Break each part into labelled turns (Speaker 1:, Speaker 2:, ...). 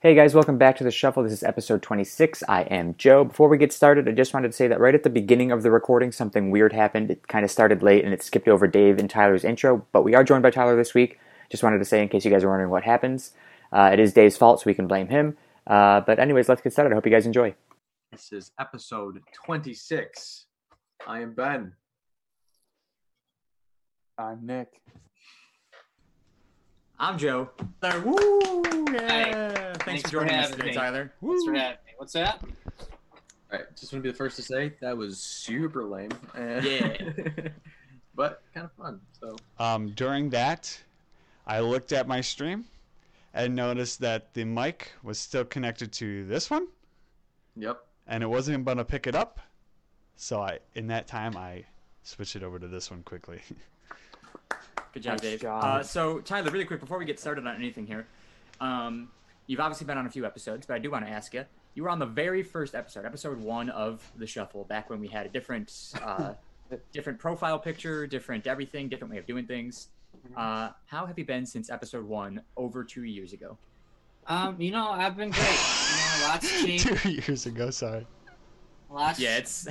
Speaker 1: Hey guys, welcome back to the Shuffle. This is episode 26. I am Joe. Before we get started, I just wanted to say that right at the beginning of the recording, something weird happened. It kind of started late and it skipped over Dave and Tyler's intro, but we are joined by Tyler this week. Just wanted to say in case you guys are wondering what happens. Uh, it is Dave's fault, so we can blame him. Uh, but, anyways, let's get started. I hope you guys enjoy.
Speaker 2: This is episode 26. I am Ben.
Speaker 3: I'm Nick.
Speaker 1: I'm Joe.
Speaker 4: Tyler. Woo! Yeah.
Speaker 5: Thanks
Speaker 4: Thanks
Speaker 5: for
Speaker 4: for joining us
Speaker 5: having
Speaker 4: today,
Speaker 5: me.
Speaker 4: Tyler.
Speaker 5: Thanks for
Speaker 4: Woo.
Speaker 5: having me. What's that?
Speaker 2: All right, just want to be the first to say that was super lame.
Speaker 5: Yeah.
Speaker 2: but kind of fun. So
Speaker 6: Um, during that, I looked at my stream and noticed that the mic was still connected to this one,
Speaker 2: yep.
Speaker 6: and it wasn't going to pick it up. So I, in that time, I switched it over to this one quickly.
Speaker 4: Good job,
Speaker 1: Nice
Speaker 4: Dave.
Speaker 1: job.
Speaker 4: Uh, so, Tyler, really quick before we get started on anything here, um, you've obviously been on a few episodes, but I do want to ask you. You were on the very first episode, episode one of the Shuffle, back when we had a different, uh, different profile picture, different everything, different way of doing things. Uh, how have you been since episode one, over two years ago?
Speaker 5: Um, you know, I've been great. You know, lots changed.
Speaker 6: Two years ago, sorry.
Speaker 5: Lots.
Speaker 4: Yeah, it's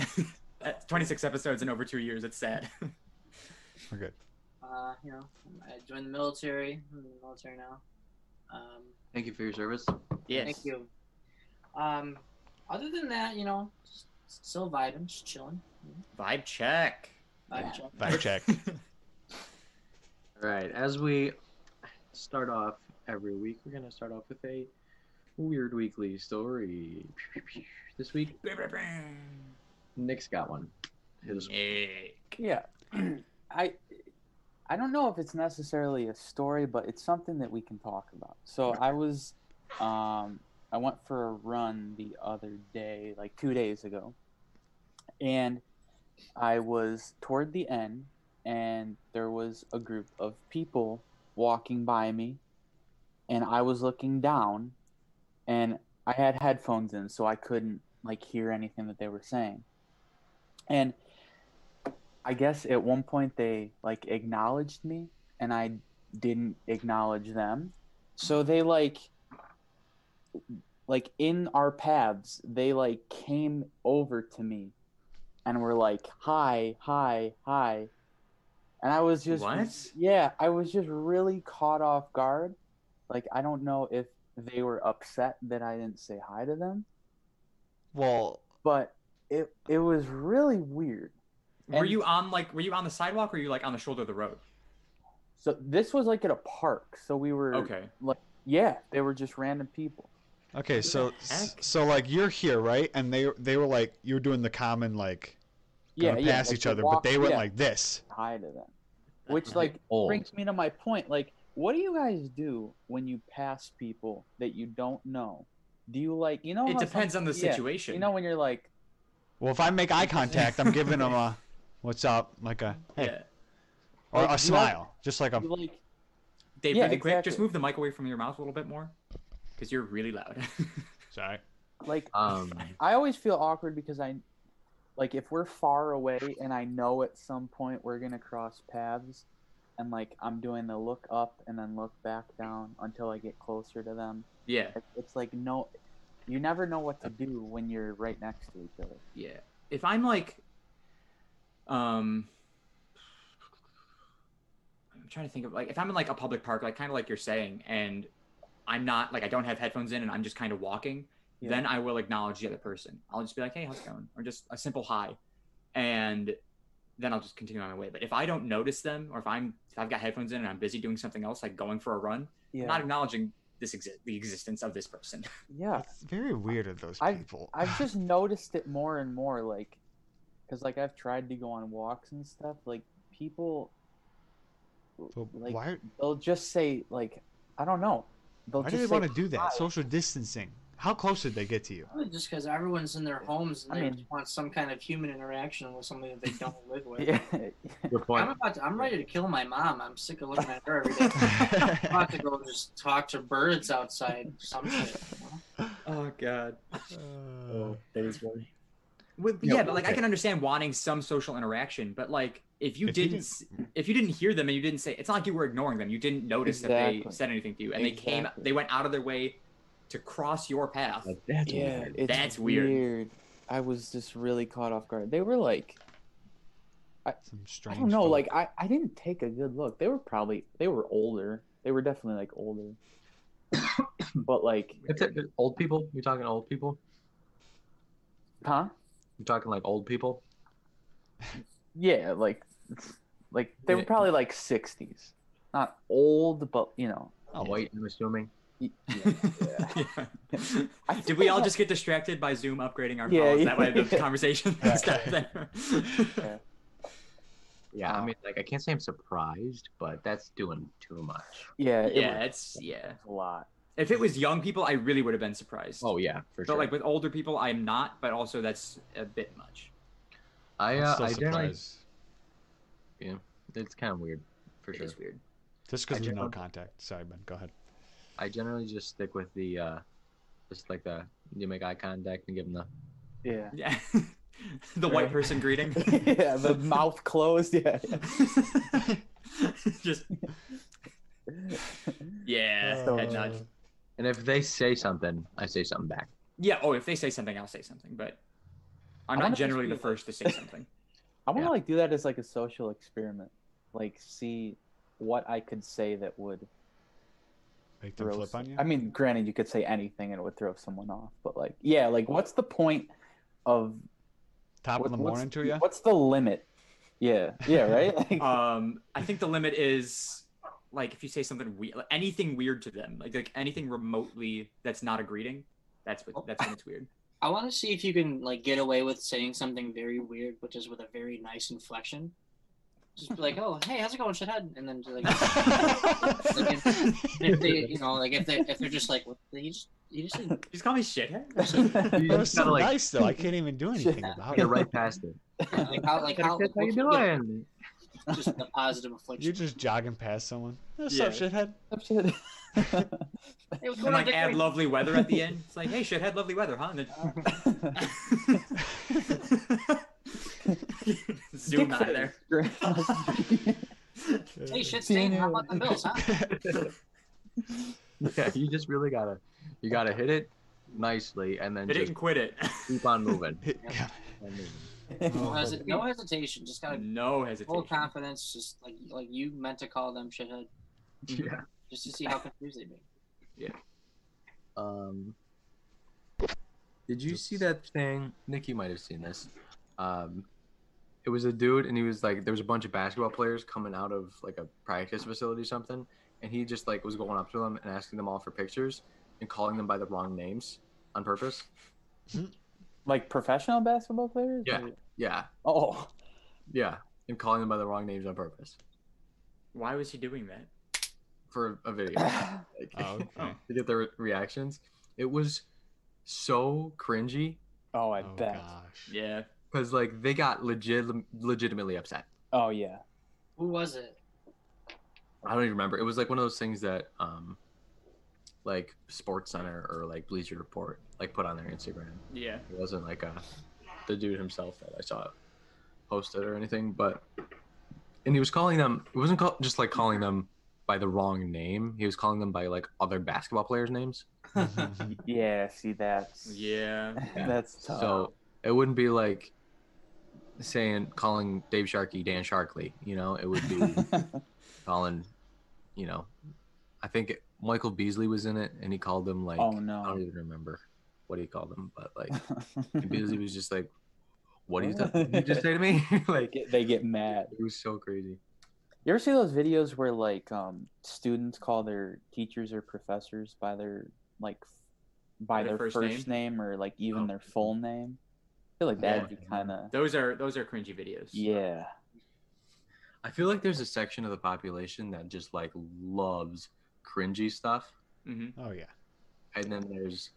Speaker 4: that's 26 episodes in over two years. It's sad.
Speaker 6: We're good.
Speaker 5: Uh, you know, I joined the military. I'm in the military now. Um,
Speaker 2: Thank you for your service.
Speaker 4: yes.
Speaker 5: thank you. Um, other than that, you know, just still vibing, just chilling.
Speaker 4: Vibe check.
Speaker 5: Vibe
Speaker 4: Yeah.
Speaker 5: check.
Speaker 6: Fact check.
Speaker 2: All right, as we start off every week, we're going to start off with a weird weekly story. This week, Nick's got one. His
Speaker 4: Nick.
Speaker 3: Yeah. I I don't know if it's necessarily a story, but it's something that we can talk about. So I was um I went for a run the other day, like 2 days ago. And I was toward the end and there was a group of people walking by me and I was looking down and I had headphones in so I couldn't like hear anything that they were saying. And I guess at one point they like acknowledged me and I didn't acknowledge them. So they like like in our paths, they like came over to me and were like, "Hi, hi, hi." And I was just
Speaker 4: What?
Speaker 3: Yeah, I was just really caught off guard. Like I don't know if they were upset that I didn't say hi to them,
Speaker 6: Well,
Speaker 3: but it it was really weird.
Speaker 4: Were
Speaker 3: And-
Speaker 4: you on like were you on the sidewalk or were you like on the shoulder of the road?
Speaker 3: So this was like at a park, so we were
Speaker 4: Okay.
Speaker 3: Yeah, they were just random people.
Speaker 6: okay, so s-
Speaker 4: heck?
Speaker 6: so like you're here, right? And they they were like you were doing the common like
Speaker 3: Yeah,
Speaker 6: gonna
Speaker 3: yeah,
Speaker 6: pass
Speaker 3: like,
Speaker 6: each
Speaker 3: they
Speaker 6: other,
Speaker 3: walked-
Speaker 6: but they went
Speaker 3: yeah,
Speaker 6: like this.
Speaker 3: hi to them, which
Speaker 4: That's
Speaker 3: like
Speaker 2: old.
Speaker 3: brings me to my point. Like, what do you guys do when you pass people that you don't know? Do you like you know?
Speaker 4: It
Speaker 3: how
Speaker 4: depends on the
Speaker 3: Oh, yeah,
Speaker 4: situation.
Speaker 3: You know when you're like,
Speaker 6: Well, if I make eye contact, I'm giving them a what's up, like a hey,
Speaker 4: yeah.
Speaker 6: or
Speaker 3: Like, you
Speaker 6: a
Speaker 3: have-
Speaker 6: smile, just like a
Speaker 3: you like
Speaker 4: Dave,
Speaker 3: Yeah,
Speaker 4: really quick, just
Speaker 3: exactly.
Speaker 4: move the mic away from your mouth a little bit more. Because you're really loud.
Speaker 6: sorry.
Speaker 3: like
Speaker 2: Um,
Speaker 3: I always feel awkward because I like if we're far away and I know at some point we're gonna cross paths and like I'm doing the look up and then look back down until I get closer to them.
Speaker 4: yeah.
Speaker 3: It- It's like no you never know what to do when you're right next to each other.
Speaker 4: Yeah. If I'm like um I'm trying to think of like if I'm in like a public park, like kind of like you're saying, and I'm not like I don't have headphones in and I'm just kind of walking,
Speaker 3: Yeah.
Speaker 4: then I will acknowledge the other person. I'll just be like, "Hey, how's it going?" or just a simple hi, and then I'll just continue on my way. But if I don't notice them, or if I'm if I've got headphones in and I'm busy doing something else, like going for a run,
Speaker 3: Yeah.
Speaker 4: not acknowledging this exi- the existence of this person.
Speaker 3: yeah.
Speaker 6: It's very weird of those
Speaker 3: I've-
Speaker 6: people.
Speaker 3: I've just noticed it more and more, like, because like I've tried to go on walks and stuff. Like people,
Speaker 6: But
Speaker 3: like
Speaker 6: why
Speaker 3: they'll just say like, I don't know. They'll
Speaker 6: why do
Speaker 3: just
Speaker 6: they
Speaker 3: say,
Speaker 6: want to do that?
Speaker 3: "Hi."
Speaker 6: Social distancing. How close did they get to you?
Speaker 5: Probably Just because everyone's in their homes and
Speaker 3: I
Speaker 5: they
Speaker 3: mean-
Speaker 5: want some kind of human interaction with somebody that they don't live with.
Speaker 3: Yeah.
Speaker 2: Good
Speaker 5: I'm
Speaker 2: point.
Speaker 5: about to, I'm ready to kill my mom. I'm sick of looking at her every day. I'm about to go just talk to birds outside. or Some shit. you know?
Speaker 4: Oh God.
Speaker 6: Uh,
Speaker 2: That is funny.
Speaker 4: Well,
Speaker 6: Yeah,
Speaker 4: yeah, but like I
Speaker 6: okay.
Speaker 4: can understand wanting some social interaction, but like if you
Speaker 6: If you
Speaker 4: didn't, s- if you didn't hear them and you didn't say, it's not like you were ignoring them. You didn't notice that
Speaker 3: Exactly.
Speaker 4: they said anything to you, and they came,
Speaker 3: Exactly.
Speaker 4: they went out of their way to cross your path.
Speaker 2: Like, that's
Speaker 3: yeah,
Speaker 2: weird.
Speaker 3: it's
Speaker 4: That's weird.
Speaker 3: I was just really caught off guard. They were like,
Speaker 6: Some
Speaker 3: I
Speaker 6: strange.
Speaker 3: don't know,
Speaker 6: folk.
Speaker 3: like I, I didn't take a good look. They were probably they were older. They were definitely like older. but like,
Speaker 2: If it- old people? You're talking old people?
Speaker 3: huh?
Speaker 2: You're talking like old people?
Speaker 3: Yeah, like like they were
Speaker 4: Yeah.
Speaker 3: probably like 60s. Not old, but you know.
Speaker 6: Oh,
Speaker 2: White, I'm assuming.
Speaker 3: y-
Speaker 4: Yeah.
Speaker 3: I think
Speaker 4: Did we
Speaker 3: I
Speaker 4: all
Speaker 3: had-
Speaker 4: just get distracted by Zoom upgrading our
Speaker 3: Yeah,
Speaker 4: phones? That way
Speaker 3: yeah.
Speaker 4: the conversation
Speaker 6: Yeah.
Speaker 4: stopped there.
Speaker 2: Yeah,
Speaker 3: Wow.
Speaker 2: I mean, like, I can't say I'm surprised, but that's doing too much.
Speaker 3: Yeah, it
Speaker 4: yeah,
Speaker 3: was
Speaker 4: it's yeah.
Speaker 3: a lot.
Speaker 4: If it was young people, I really would have been surprised.
Speaker 2: Oh, yeah, for
Speaker 4: but
Speaker 2: sure.
Speaker 4: like with older people, I'm not. But also, that's a bit much.
Speaker 2: I,
Speaker 6: I'm
Speaker 2: uh,
Speaker 6: still
Speaker 2: I generally,
Speaker 6: surprised.
Speaker 2: yeah, it's kind of weird, for
Speaker 4: It
Speaker 2: sure.
Speaker 4: is weird.
Speaker 6: Just because
Speaker 2: I
Speaker 6: there's no
Speaker 2: generally-
Speaker 6: contact. Sorry, Ben. Go ahead.
Speaker 2: I generally just stick with the, uh, just like the, you make eye contact and give them the,
Speaker 3: Yeah.
Speaker 4: Yeah. the white
Speaker 3: Right.
Speaker 4: person greeting.
Speaker 3: yeah, the mouth closed. Yeah.
Speaker 4: just yeah,
Speaker 3: Uh,
Speaker 4: uh, head nod.
Speaker 2: and if they say something, I say something back.
Speaker 4: Yeah. Oh, if they say something, I'll say something. But I'm
Speaker 3: I wonder
Speaker 4: not
Speaker 3: if
Speaker 4: generally the
Speaker 3: it's
Speaker 4: first to say something.
Speaker 3: I want to
Speaker 2: Yeah.
Speaker 3: like do that as like a social experiment, like see what I could say that would
Speaker 6: Make them
Speaker 3: throw.
Speaker 6: flip on
Speaker 3: some-
Speaker 6: you.
Speaker 3: I mean, granted, you could say anything and it would throw someone off, but like, yeah, like what's the point of
Speaker 6: Top
Speaker 3: what-
Speaker 6: of the
Speaker 3: what's-
Speaker 6: morning to Uh, you.
Speaker 3: What's the limit? Yeah, yeah, right. Like,
Speaker 4: Um, I think the limit is like if you say something weird, like, anything weird to them, like like anything remotely that's not a greeting. That's what. That's when it's weird.
Speaker 5: I want to see if you can like get away with saying something very weird, which is with a very nice inflection. Just be like, "Oh, hey, how's it going, shithead?" And then just, like, like, if, if they, you know, like if they if they're just like, what, you just you just didn't-
Speaker 4: Just call me shithead.
Speaker 2: You
Speaker 6: That was
Speaker 2: just gotta,
Speaker 6: so
Speaker 2: like,
Speaker 6: nice though. I can't even do anything about
Speaker 2: get
Speaker 6: it.
Speaker 2: right past it.
Speaker 5: like how like
Speaker 2: Hey,
Speaker 5: how,
Speaker 2: kids, how you
Speaker 5: what- what-
Speaker 2: doing?
Speaker 5: Just a positive
Speaker 6: You're
Speaker 5: inflection.
Speaker 6: just jogging past someone. What's up,
Speaker 4: Yeah.
Speaker 6: shithead?
Speaker 3: shit.
Speaker 5: Hey, what's
Speaker 4: And
Speaker 5: going on,
Speaker 4: like
Speaker 5: Dick
Speaker 4: add
Speaker 5: Grayson?
Speaker 4: lovely weather at the end. It's like, hey, shithead, lovely weather, huh? And then... Zoom out of there.
Speaker 5: Hey,
Speaker 6: Uh,
Speaker 5: shit,
Speaker 3: See you
Speaker 5: Stan, how
Speaker 3: now.
Speaker 5: about the Bills, huh?
Speaker 2: Yeah, you just really gotta, you gotta hit it nicely and then
Speaker 4: They
Speaker 2: just
Speaker 4: didn't quit it.
Speaker 2: keep on moving.
Speaker 6: Yeah.
Speaker 2: And then-
Speaker 5: No, hesi- no hesitation, just gotta
Speaker 4: no
Speaker 5: full
Speaker 4: hesitation.
Speaker 5: confidence, just like like you meant to call them shithead,
Speaker 2: Yeah.
Speaker 5: just to see how confused they'd be.
Speaker 2: Um, did you see
Speaker 6: Oops.
Speaker 2: that thing? Nick, you might have seen this. Um, it was a dude, and he was like, there was a bunch of basketball players coming out of like a practice facility or something, and he just like was going up to them and asking them all for pictures and calling them by the wrong names on purpose.
Speaker 3: like professional basketball players?
Speaker 2: Yeah.
Speaker 3: Or-
Speaker 2: Yeah,
Speaker 3: Oh,
Speaker 2: yeah, and calling them by the wrong names on purpose
Speaker 4: Why was he doing that?
Speaker 2: for a video like,
Speaker 6: Oh, okay.
Speaker 2: to get their re- reactions. It was so cringy
Speaker 3: oh, I
Speaker 6: Oh,
Speaker 3: bet.
Speaker 6: gosh.
Speaker 4: Yeah.
Speaker 2: because like they got legit legitimately upset.
Speaker 3: Oh yeah.
Speaker 5: Who was it?
Speaker 2: I don't even remember. It was like one of those things that um like Sports Center or like Bleacher Report like put on their Instagram.
Speaker 4: Yeah.
Speaker 2: It wasn't like a the dude himself that I saw posted or anything, but and he was calling them it wasn't call, just like calling them by the wrong name. He was calling them by like other basketball players' names.
Speaker 3: Yeah. See that's
Speaker 4: Yeah.
Speaker 3: That's tough.
Speaker 2: So it wouldn't be like saying calling Dave Sharkey Dan Sharkley, you know, it would be calling, you know, I think it, Michael Beasley was in it, and he called them like
Speaker 3: oh
Speaker 2: I don't
Speaker 3: no.
Speaker 2: even remember what he called them, but like Beasley was just like, "What do you, th- you just say to me?"
Speaker 3: They
Speaker 2: like
Speaker 3: get, they get mad.
Speaker 2: it was so crazy.
Speaker 3: You ever see those videos where like um, students call their teachers or professors by their like f- by
Speaker 4: Their
Speaker 3: their,
Speaker 4: first
Speaker 3: first, name? or like even
Speaker 2: Oh.
Speaker 3: their full name? I feel like
Speaker 2: Yeah.
Speaker 3: that'd be kind of
Speaker 4: Those are those are cringy videos.
Speaker 3: yeah.
Speaker 2: I feel like there's a section of the population that just like loves cringy stuff,
Speaker 4: hmm
Speaker 6: Oh yeah.
Speaker 2: and then there's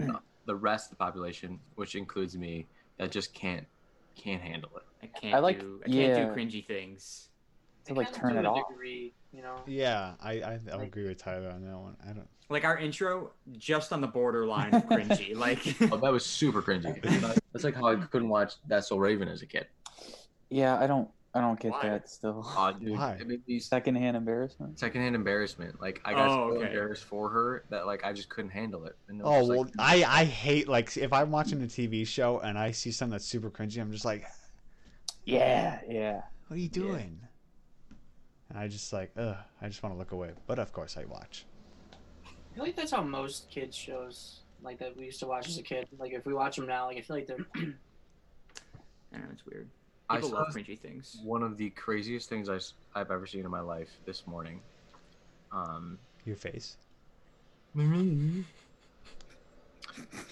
Speaker 2: uh, the rest of the population, which includes me, that just can't can't handle it.
Speaker 4: I can't
Speaker 3: I like-
Speaker 4: do I can't
Speaker 3: yeah.
Speaker 4: do cringy things.
Speaker 3: To like
Speaker 5: Kinda
Speaker 3: turn
Speaker 5: to
Speaker 3: it
Speaker 5: a
Speaker 3: off.
Speaker 5: Degree, you know.
Speaker 6: Yeah, I I I'll
Speaker 5: Like-
Speaker 6: agree with Tyler on that one. I don't.
Speaker 4: Like our intro, just on the borderline of cringy. Like
Speaker 2: Oh, that was super cringy. That's like how I couldn't watch That's So Raven as a kid.
Speaker 3: Yeah, I don't I don't get
Speaker 4: Why?
Speaker 3: that still.
Speaker 2: Aw, dude,
Speaker 6: Why?
Speaker 2: it made me
Speaker 3: Secondhand embarrassment.
Speaker 2: secondhand embarrassment. Like I got
Speaker 4: Oh,
Speaker 2: so
Speaker 4: okay.
Speaker 2: embarrassed for her that like I just couldn't handle it. And it was
Speaker 6: Oh
Speaker 2: just like-
Speaker 6: well, I I hate like if I'm watching a TV show and I see something that's super cringy, I'm just like,
Speaker 3: Yeah, yeah.
Speaker 6: what are you doing? And I just like, ugh, I just want to look away. But of course, I watch.
Speaker 5: I feel like that's how most kids shows like that we used to watch as a kid. Like if we watch them now, like I feel like they're
Speaker 4: I don't know, it's weird.
Speaker 2: I
Speaker 4: People
Speaker 2: saw
Speaker 4: love
Speaker 2: this-
Speaker 4: cringy things.
Speaker 2: one of the craziest things I, have ever seen in my life this morning. Um,
Speaker 6: Your face.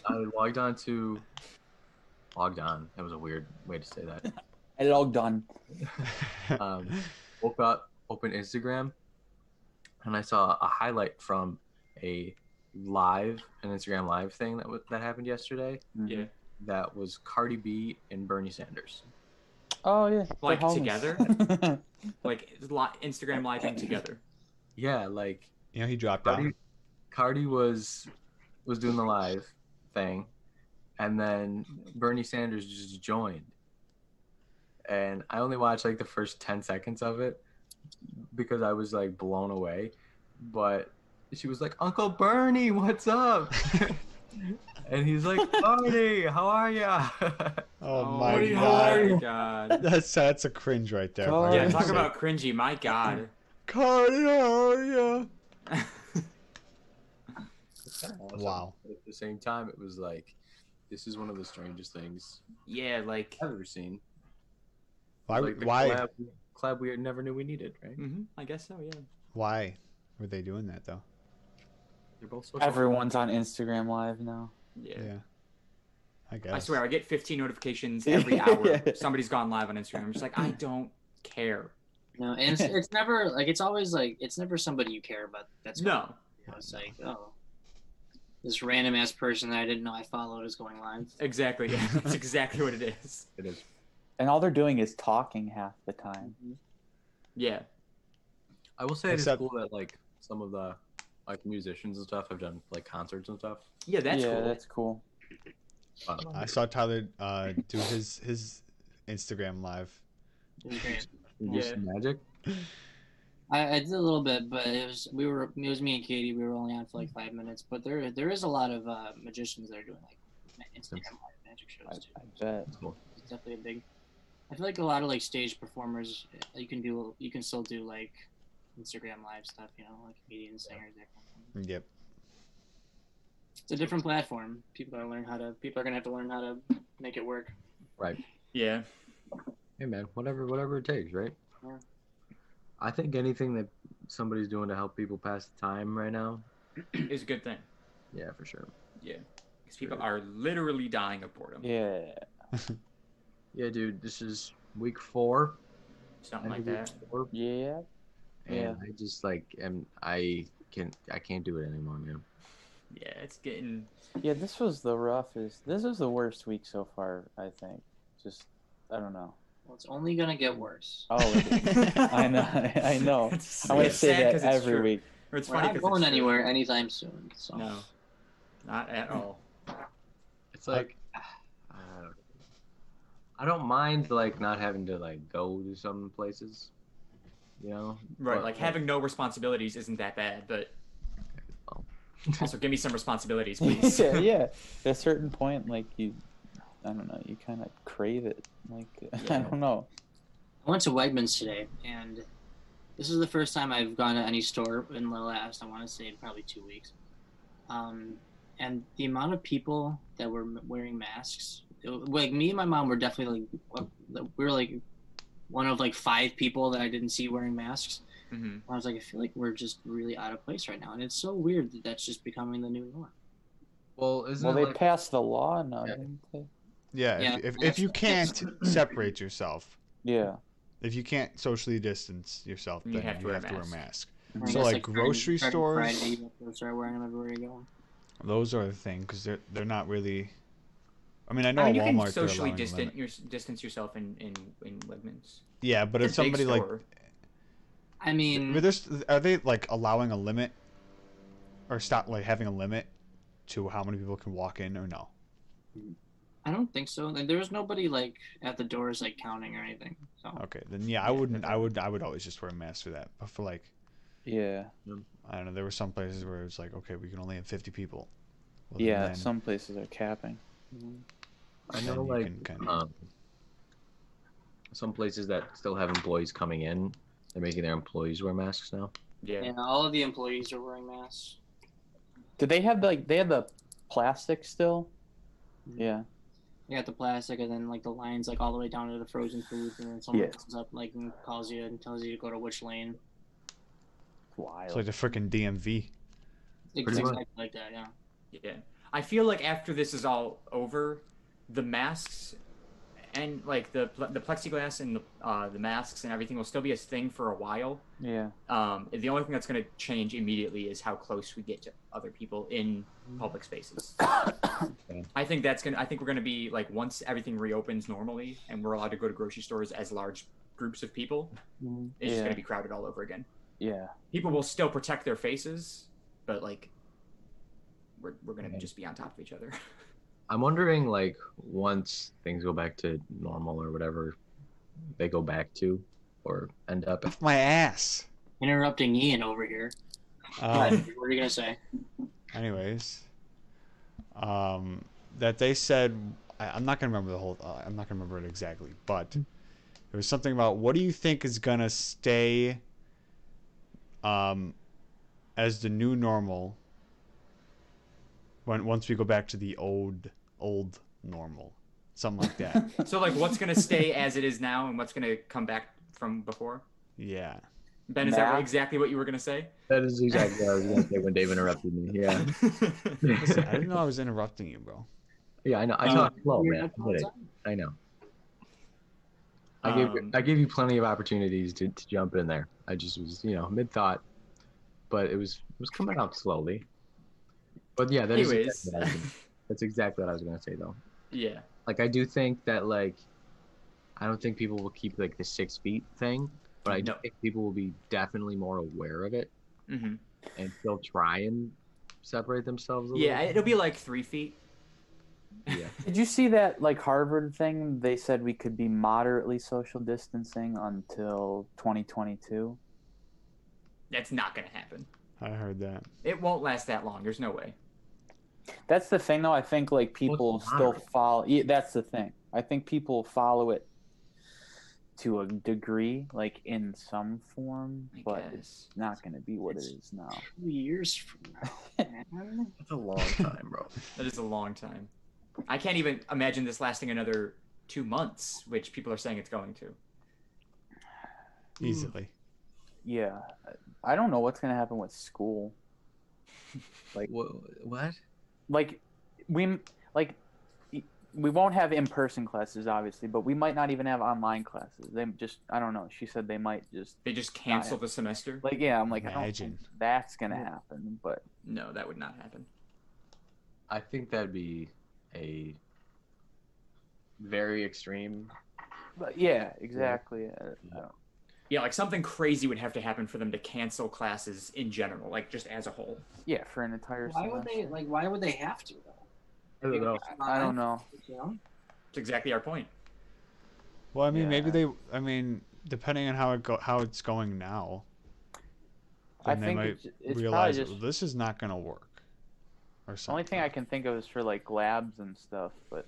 Speaker 2: I logged on to logged on. That was a weird way to say that.
Speaker 3: I logged on.
Speaker 2: Um, woke up, opened Instagram, and I saw a highlight from a live, an Instagram live thing that was that happened yesterday.
Speaker 3: Mhm.
Speaker 4: Yeah.
Speaker 2: That was Cardi B and Bernie Sanders.
Speaker 3: Oh yeah. they're
Speaker 4: Like,
Speaker 3: homies.
Speaker 4: together? Like it's li- Instagram living together.
Speaker 2: Yeah, like
Speaker 6: you know, he dropped out.
Speaker 2: Cardi, Cardi was was doing the live thing, and then Bernie Sanders just joined. And I only watched like the first ten seconds of it because I was like blown away. But she was like, "Uncle Bernie, what's up?" and he's like, "Bernie, how are ya?"
Speaker 6: Oh,
Speaker 4: my
Speaker 6: my
Speaker 3: you
Speaker 6: god.
Speaker 3: doing?
Speaker 4: god.
Speaker 6: That's that's a cringe right there.
Speaker 3: Oh,
Speaker 4: Yeah,
Speaker 6: Cardi.
Speaker 4: talk about cringy. My god.
Speaker 6: Cardi, how are ya? Wow.
Speaker 2: At the same time, it was like, this is one of the strangest things
Speaker 4: yeah, like.
Speaker 2: I've ever seen.
Speaker 6: Why?
Speaker 2: Like the
Speaker 6: why?
Speaker 2: Collab, collab we never knew we needed, right?
Speaker 5: Mm-hmm.
Speaker 4: hmm I guess so. Yeah.
Speaker 6: Why were they doing that though?
Speaker 2: They're both social.
Speaker 3: Everyone's on Instagram Live now.
Speaker 4: Yeah.
Speaker 6: Yeah. I guess.
Speaker 4: I swear, I get 15 notifications every hour.
Speaker 3: Yeah.
Speaker 4: Somebody's gone live on Instagram. I'm just like, I don't care.
Speaker 5: no, and it's, it's never like it's always like it's never somebody you care about. That's going
Speaker 4: No,
Speaker 5: on. It's like oh, this random ass person that I didn't know I followed is going live.
Speaker 4: exactly. Yeah, that's exactly what it is.
Speaker 2: It is
Speaker 3: And all they're doing is talking half the time.
Speaker 4: Yeah.
Speaker 2: I will say it's
Speaker 6: Except-
Speaker 2: cool that like some of the like musicians and stuff have done like concerts and stuff.
Speaker 4: Yeah, that's
Speaker 3: yeah,
Speaker 4: cool.
Speaker 3: that's cool.
Speaker 2: Uh,
Speaker 6: I saw Tyler uh, do his his Instagram live.
Speaker 5: Okay.
Speaker 2: you see magic.
Speaker 5: I, I did a little bit, but it was we were it was me and Katie. We were only on for like five minutes, but there there is a lot of uh, magicians that are doing like ma- Instagram live magic
Speaker 3: I,
Speaker 5: shows too.
Speaker 3: I bet.
Speaker 2: It's cool.
Speaker 5: It's definitely a big. I feel like a lot of like stage performers, you can do you can still do like Instagram live stuff, you know, like comedians, singers, that kind of thing.
Speaker 6: Yep.
Speaker 5: It's a different platform. People are learn how to. People are gonna have to learn how to make it work.
Speaker 4: Yeah.
Speaker 2: Hey man, whatever whatever it takes, right?
Speaker 5: Yeah.
Speaker 2: I think anything that somebody's doing to help people pass the time right now,
Speaker 4: It's a good thing.
Speaker 2: yeah, for sure.
Speaker 4: Yeah. Because people are literally dying of boredom.
Speaker 3: Yeah.
Speaker 2: Yeah, dude, this is week four.
Speaker 4: Something like
Speaker 2: end of
Speaker 4: that.
Speaker 2: week four,
Speaker 3: Yeah.
Speaker 2: and
Speaker 3: Yeah.
Speaker 2: I just like am I can I can't do it anymore, man.
Speaker 4: Yeah, it's getting.
Speaker 3: Yeah, this was the roughest. This is the worst week so far, I think. Just, I don't know.
Speaker 5: Well, it's only gonna get worse.
Speaker 3: Oh, it is.
Speaker 4: I
Speaker 3: know, I know. I want to say that every week.
Speaker 4: Or it's
Speaker 5: We're
Speaker 4: funny
Speaker 5: not
Speaker 4: 'cause
Speaker 5: going
Speaker 4: it's true.
Speaker 5: anywhere anytime soon. So
Speaker 4: No, not at all.
Speaker 2: It's like I don't, know. I don't mind like not having to like go to some places, you know.
Speaker 4: Right,
Speaker 2: But,
Speaker 4: like having no responsibilities isn't that bad, but
Speaker 2: Well.
Speaker 4: also give me some responsibilities, please.
Speaker 3: yeah, yeah. At a certain point, like you, I don't know, you kind of crave it. Like I
Speaker 4: Yeah.
Speaker 3: don't know.
Speaker 5: I went to Wegmans today, and this is the first time I've gone to any store in the last, I want to say, probably two weeks. Um, and the amount of people that were m- wearing masks, it, wa- like me and my mom were definitely like, w- we were like one of like five people that I didn't see wearing masks.
Speaker 4: hmm
Speaker 5: I was like, I feel like we're just really out of place right now, and it's so weird that that's just becoming the new norm.
Speaker 2: well, isn't
Speaker 3: Well,
Speaker 2: it
Speaker 3: they
Speaker 2: like,
Speaker 3: passed the law now,
Speaker 2: Yeah.
Speaker 3: didn't they?
Speaker 6: Yeah.
Speaker 5: Yeah,
Speaker 6: if, if, if
Speaker 5: that's-
Speaker 6: you can't separate yourself,
Speaker 3: Yeah.
Speaker 6: if you can't socially distance yourself,
Speaker 4: You
Speaker 6: then you
Speaker 4: have
Speaker 6: have,
Speaker 4: to wear a
Speaker 6: to wear a
Speaker 4: mask.
Speaker 6: mask.
Speaker 5: I
Speaker 6: So,
Speaker 5: guess,
Speaker 6: like,
Speaker 5: starting-
Speaker 6: grocery
Speaker 5: starting
Speaker 6: stores?
Speaker 5: Friday, you have to start wearing them everywhere you go.
Speaker 6: Those are the thing because they're they're not really. I mean, I know
Speaker 4: I mean, you
Speaker 6: at
Speaker 4: can
Speaker 6: Walmart they're
Speaker 4: socially
Speaker 6: allowing a
Speaker 4: distant
Speaker 6: limit.
Speaker 4: your, distance yourself in in in Wegmans.
Speaker 6: Yeah, but if
Speaker 4: It's a big
Speaker 6: somebody like,
Speaker 4: store. Mm.
Speaker 5: I
Speaker 6: but
Speaker 5: mean,
Speaker 6: there's are they like allowing a limit, or stop like having a limit to how many people can walk in or no?
Speaker 5: I don't think so. Like, there was nobody like at the doors like counting or anything. So
Speaker 6: Okay, then yeah, I wouldn't. I would. I would always just wear a mask for that. But for like,
Speaker 3: Yeah.
Speaker 6: I don't know. There were some places where it was like, okay, we can only have 50 people. Well,
Speaker 3: yeah.
Speaker 6: then-
Speaker 3: Some places are capping.
Speaker 2: I
Speaker 6: then
Speaker 2: know,
Speaker 6: you
Speaker 2: like,
Speaker 6: can kinda-
Speaker 2: um, some places that still have employees coming in, they're making their employees wear masks now.
Speaker 4: Yeah.
Speaker 5: yeah, all of the employees are wearing masks.
Speaker 3: Did they have like they had the plastic still?
Speaker 5: Mhm.
Speaker 3: Yeah.
Speaker 5: You got the plastic, and then like the lines, like all the way down to the frozen food, and then someone
Speaker 1: Yeah.
Speaker 5: comes up like and calls you and tells you to go to which lane.
Speaker 1: Wild.
Speaker 6: It's like the freaking DMV.
Speaker 5: It's
Speaker 2: Pretty much.
Speaker 5: exactly like that, yeah.
Speaker 4: Yeah. I feel like after this is all over, the masks and like the pl- the plexiglass and the uh, the masks and everything will still be a thing for a while.
Speaker 3: Yeah.
Speaker 4: Um, the only thing that's going to change immediately is how close we get to other people in
Speaker 3: Mm-hmm.
Speaker 4: public spaces. I think that's gonna. I think we're gonna be like once everything reopens normally and we're allowed to go to grocery stores as large groups of people, it's just
Speaker 3: Yeah.
Speaker 4: gonna be crowded all over again.
Speaker 3: Yeah.
Speaker 4: People will still protect their faces, but like, we're we're gonna
Speaker 6: Mhm.
Speaker 4: just be on top of each other.
Speaker 2: I'm wondering, like, once things go back to normal or whatever they go back to or end up.
Speaker 6: Off my ass.
Speaker 5: Interrupting Ian over here.
Speaker 3: Oh.
Speaker 6: Um,
Speaker 5: what are you gonna say?
Speaker 6: anyways, um, that they said I, I'm not gonna remember the whole. Uh, I'm not gonna remember it exactly, but
Speaker 2: Hmm.
Speaker 6: it was something about what do you think is gonna stay, um, as the new normal. When once we go back to the old old normal, something like that.
Speaker 4: so like, what's gonna stay as it is now and what's gonna come back from before?
Speaker 6: yeah.
Speaker 4: Ben, is that
Speaker 3: Math.
Speaker 4: exactly what you were gonna say?
Speaker 2: That is exactly what I was going to say when Dave interrupted me. Yeah.
Speaker 6: Listen, I didn't know I was interrupting you, bro.
Speaker 2: Yeah, I know.
Speaker 4: Um,
Speaker 2: I know. I'm slow, man. I get it. I know. I gave
Speaker 4: Um,
Speaker 2: I gave you plenty of opportunities to, to jump in there. I just was you know mid thought, but it was it was coming out slowly. But yeah, that is
Speaker 4: Anyways,
Speaker 2: exactly what I was gonna- that's exactly what I was gonna say though.
Speaker 4: yeah,
Speaker 2: Like I do think that like I don't think people will keep like the six feet thing, but I do
Speaker 4: No.
Speaker 2: think people will be definitely more aware of it
Speaker 4: hmm
Speaker 2: and still try and separate themselves. A
Speaker 4: yeah,
Speaker 2: little.
Speaker 4: it'll be like three feet.
Speaker 3: Did you see that like Harvard thing? They said we could be moderately social distancing until 2022.
Speaker 4: That's not gonna happen.
Speaker 6: I heard that.
Speaker 4: It won't last that long. There's no way.
Speaker 3: That's the thing, though. I think like people still
Speaker 2: moderate?
Speaker 3: follow. Yeah, that's the thing. I think people follow it to a degree, like in some form,
Speaker 4: I
Speaker 3: but it's
Speaker 4: guess.
Speaker 3: not going to be what it is now.
Speaker 5: Two years from now, man.
Speaker 2: That's a long time, bro.
Speaker 4: That is a long time. I can't even imagine this lasting another two months, which people are saying it's going to.
Speaker 3: Hmm.
Speaker 6: Easily.
Speaker 3: Yeah, I don't know what's going to happen with school.
Speaker 2: what?
Speaker 3: Like, we like we won't have in-person classes, obviously, but we might not even have online classes. They just, I don't know. She said they might just
Speaker 4: They just cancel the semester?
Speaker 3: like, yeah. I'm like, I don't think
Speaker 6: Imagine.
Speaker 3: that's going to happen, but
Speaker 4: No, that would not happen.
Speaker 2: I think that'd be a very extreme.
Speaker 3: But yeah, exactly. Uh, I- I
Speaker 2: Yeah.
Speaker 3: don't-
Speaker 4: Yeah, like something crazy would have to happen for them to cancel classes in general, like just as a whole.
Speaker 3: Yeah, for an entire
Speaker 5: Why would
Speaker 3: semester.
Speaker 5: they like? Why would they have to though?
Speaker 2: I don't know.
Speaker 3: I don't know.
Speaker 5: You know?
Speaker 4: It's exactly our point.
Speaker 6: Well, I mean, maybe
Speaker 3: Yeah.
Speaker 6: they. I mean, depending on how it go, how it's going now,
Speaker 3: I
Speaker 6: then they
Speaker 3: think
Speaker 6: might
Speaker 3: it's, it's probably
Speaker 6: realize
Speaker 3: just
Speaker 6: this is not going to work, or
Speaker 3: the
Speaker 6: something.
Speaker 3: only thing I can think of is for like labs and stuff. But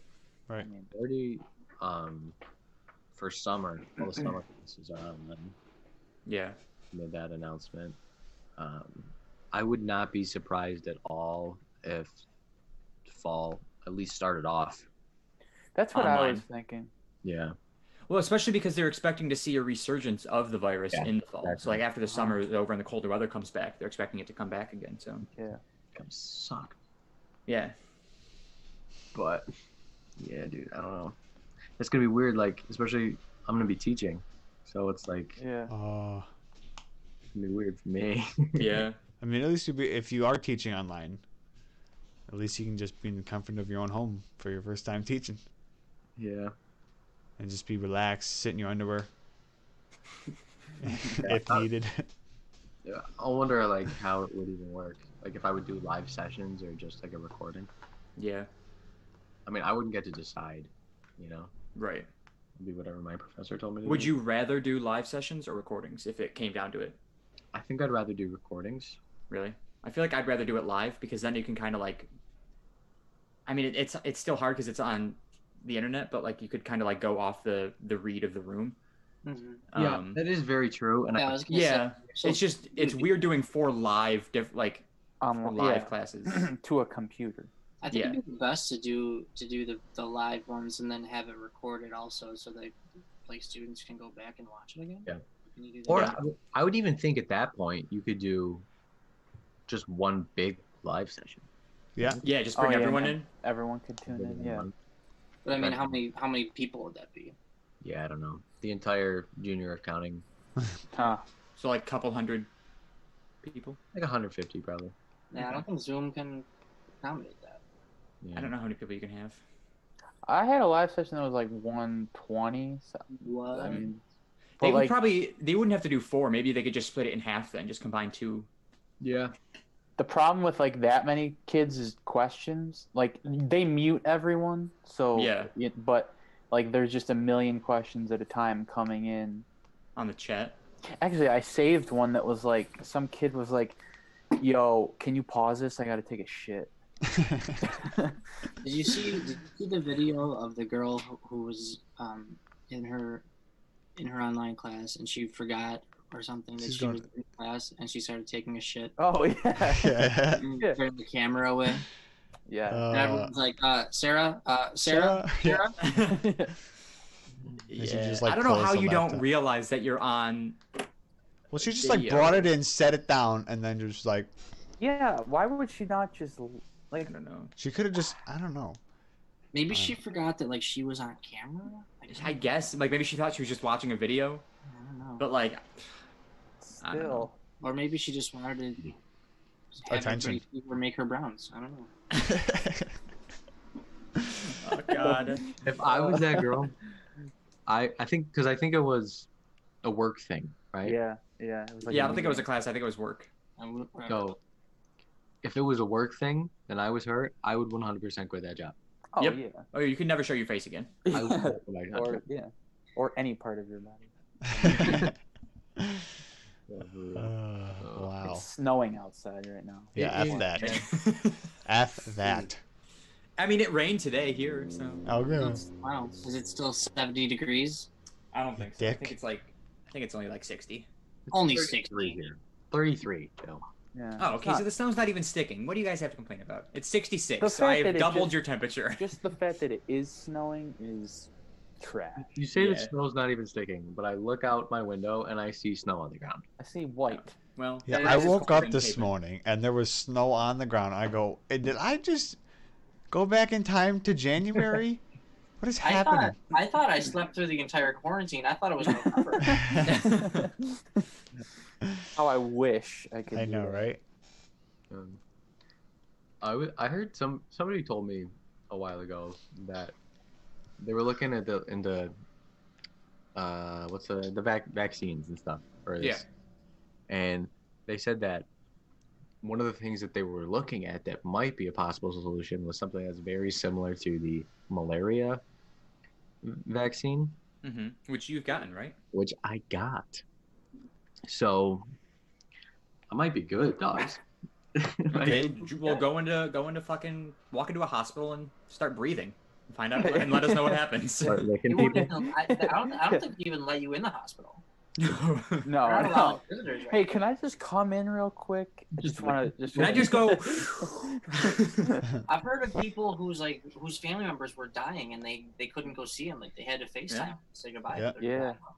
Speaker 3: I
Speaker 6: Right.
Speaker 3: mean,
Speaker 2: Already, um, for summer, all the summer classes are online.
Speaker 4: Yeah.
Speaker 2: Made that announcement. Um, I would not be surprised at all if fall at least started off.
Speaker 3: that's what I
Speaker 4: Online.
Speaker 3: was thinking.
Speaker 2: Yeah,
Speaker 4: Well, especially because they're expecting to see a resurgence of the virus
Speaker 2: Yeah,
Speaker 4: in the fall. So,
Speaker 2: exactly.
Speaker 4: like, after the summer is over and the colder weather comes back, they're expecting it to come back again. So,
Speaker 2: it suck.
Speaker 4: yeah.
Speaker 2: But yeah, dude, I don't know. It's gonna be weird. Like, especially I'm gonna be teaching, so it's like it's
Speaker 3: Yeah,
Speaker 6: Uh,
Speaker 2: gonna be weird for me.
Speaker 4: Yeah.
Speaker 6: I mean, at least you be, if you are teaching online, at least you can just be in the comfort of your own home for your first time teaching,
Speaker 2: yeah.
Speaker 6: and just be relaxed, sit in your underwear, if
Speaker 2: Yeah.
Speaker 6: needed.
Speaker 2: Yeah, I wonder like how it would even work. Like if I would do live sessions or just like a recording.
Speaker 4: Yeah.
Speaker 2: I I mean, I wouldn't get to decide. You know,
Speaker 4: Right.
Speaker 2: It'd be whatever my professor told me. To
Speaker 4: Would
Speaker 2: do.
Speaker 4: you rather do live sessions or recordings if it came down to it?
Speaker 2: I think I'd rather do recordings.
Speaker 4: Really? I feel like I'd rather do it live because then you can kind of like. I mean, it, it's it's still hard because it's on the internet, but like you could kind of like go off the the read of the room.
Speaker 5: Mhm.
Speaker 2: Yeah,
Speaker 4: Um,
Speaker 2: that is very true. And
Speaker 5: Yeah,
Speaker 2: I,
Speaker 5: I was gonna
Speaker 4: yeah.
Speaker 5: say.
Speaker 4: it's just it's weird doing four live diff like four
Speaker 3: Um,
Speaker 4: live
Speaker 3: yeah,
Speaker 4: classes.
Speaker 3: to a computer.
Speaker 5: I think
Speaker 4: yeah.
Speaker 5: it'd be best to do to do the, the live ones and then have it recorded also, so that like students can go back and watch it again.
Speaker 2: Yeah.
Speaker 5: Can you do that?
Speaker 2: or I would- I would even think at that point you could do just one big live session.
Speaker 4: Yeah, just
Speaker 3: Oh,
Speaker 4: bring
Speaker 3: yeah,
Speaker 4: everyone
Speaker 3: yeah.
Speaker 4: in.
Speaker 3: Everyone could tune in. Yeah.
Speaker 5: But I mean, how many how many people would that be?
Speaker 2: Yeah, I don't know. The entire junior accounting,
Speaker 3: Huh.
Speaker 4: So like couple hundred people.
Speaker 2: like 150 probably.
Speaker 5: Yeah, I don't think Zoom can accommodate that.
Speaker 2: Yeah.
Speaker 4: I don't know how many people you can have.
Speaker 3: I had a live session that was like 120. So,
Speaker 5: What?
Speaker 3: I mean,
Speaker 4: They
Speaker 3: but
Speaker 4: would
Speaker 3: like,
Speaker 4: probably they wouldn't have to do four. Maybe they could just split it in half then, just combine two.
Speaker 2: Yeah.
Speaker 3: the problem with like that many kids is questions. Like they mute everyone, so
Speaker 4: Yeah.
Speaker 3: It, but like there's just a million questions at a time coming in.
Speaker 4: on the chat.
Speaker 3: Actually, I saved one that was like some kid was like, "Yo, can you pause this? I gotta take a shit."
Speaker 5: Did you see? Did you see the video of the girl who, who was um, in her in her online class and she forgot or something that
Speaker 6: She's
Speaker 5: she
Speaker 6: going
Speaker 5: was in class and she started taking a shit
Speaker 3: Oh yeah,
Speaker 6: yeah.
Speaker 5: and
Speaker 3: Yeah.
Speaker 5: turned the camera away.
Speaker 3: yeah.
Speaker 5: And
Speaker 6: Uh,
Speaker 5: everyone's like, uh, "Sarah, uh, Sarah,
Speaker 6: Sarah? Yeah.
Speaker 5: Sarah."
Speaker 6: Is he
Speaker 4: Yeah,
Speaker 6: just, like,
Speaker 4: I don't know
Speaker 6: close
Speaker 4: how
Speaker 6: the
Speaker 4: you don't
Speaker 6: laptop?
Speaker 4: realize that you're on.
Speaker 6: Well, she just like
Speaker 4: Video.
Speaker 6: brought it in, set it down, and then just like
Speaker 3: yeah. Why would she not just
Speaker 4: I
Speaker 3: like?
Speaker 4: don't know.
Speaker 6: she could have just I don't know.
Speaker 5: Maybe she forgot that like she was on camera. Like,
Speaker 4: I guess like maybe she thought she was just watching a video,
Speaker 5: I don't know.
Speaker 4: but like I don't
Speaker 3: Still,
Speaker 5: or maybe she just wanted to have
Speaker 6: Attention.
Speaker 5: everybody Or make her browns. I don't know.
Speaker 4: oh god,
Speaker 2: If I was that girl, I I think because I think it was a work thing, right?
Speaker 3: yeah, yeah. It was like
Speaker 4: yeah. I don't think it was a class. I think it was work.
Speaker 5: I would-
Speaker 2: So if it was a work thing and I was her, I would 100% quit that job.
Speaker 3: Oh
Speaker 4: Yep.
Speaker 3: yeah.
Speaker 4: Oh, you can never show your face again.
Speaker 3: Oh,
Speaker 2: I would Oh not go back to that
Speaker 3: or
Speaker 2: job.
Speaker 3: yeah, or any part of your body.
Speaker 2: Yeah, for real.
Speaker 6: Uh, wow.
Speaker 3: It's snowing outside right now.
Speaker 6: Yeah,
Speaker 2: it
Speaker 6: F
Speaker 2: is-
Speaker 6: that. F that.
Speaker 4: I mean, it rained today here, so
Speaker 6: Oh, good.
Speaker 5: That's- Wow. Is it still 70 degrees?
Speaker 4: I don't think so. I
Speaker 6: Dick.
Speaker 4: think it's like I think it's only like sixty.
Speaker 5: Only
Speaker 2: 33
Speaker 5: 60.
Speaker 2: here. 33. Joe.
Speaker 3: Yeah.
Speaker 4: Oh,
Speaker 3: It's
Speaker 4: okay. So
Speaker 3: not-
Speaker 4: the snow's not even sticking. What do you guys have to complain about? It's
Speaker 3: The
Speaker 4: sixty-six. So I
Speaker 3: fact that
Speaker 4: have
Speaker 3: it
Speaker 4: doubled
Speaker 3: just-
Speaker 4: your temperature.
Speaker 3: just the fact that it is snowing is trash.
Speaker 2: You say the
Speaker 4: Yeah.
Speaker 2: snow's not even sticking, but I look out my window and I see snow on the ground.
Speaker 3: I see white.
Speaker 4: Well,
Speaker 6: Yeah,
Speaker 4: it
Speaker 6: I
Speaker 4: is just
Speaker 6: woke up
Speaker 4: covering
Speaker 6: this
Speaker 4: paper.
Speaker 6: morning and there was snow on the ground. I go, "Eh, did I just go back in time to January? What is
Speaker 5: I thought
Speaker 6: happening?
Speaker 5: I thought I slept through the entire quarantine. I thought it was November.
Speaker 3: How I wish I could.
Speaker 6: I
Speaker 3: do
Speaker 6: know,
Speaker 3: that.
Speaker 6: right?
Speaker 2: Um, I w- I heard some somebody told me a while ago that they were looking at the into uh what's the the vac- vaccines and stuff or
Speaker 4: Yeah.
Speaker 2: this, and they said that one of the things that they were looking at that might be a possible solution was something that's very similar to the malaria vaccine
Speaker 4: Mhm. Which you've gotten right.
Speaker 2: which I got. So I might be good, dogs.
Speaker 4: Okay, j- well, go into go into fucking walk into a hospital and start breathing. Find out and let us know what happens.
Speaker 2: Start licking
Speaker 5: You
Speaker 2: people.
Speaker 5: wouldn't even- I, I don't, I don't think they even let you in the hospital.
Speaker 4: Can
Speaker 3: No,
Speaker 5: They're not
Speaker 3: no.
Speaker 5: allowing visitors right
Speaker 3: Oh, Hey, can I just come in real quick? I just
Speaker 2: Just-
Speaker 3: want to. Just
Speaker 4: I just go?
Speaker 3: go?
Speaker 5: I've heard of people whose like whose family members were dying and they they couldn't go see them. Like they had to FaceTime
Speaker 4: Yeah.
Speaker 5: and say goodbye.
Speaker 6: Yeah.
Speaker 5: to their
Speaker 3: Yeah.
Speaker 5: loved one.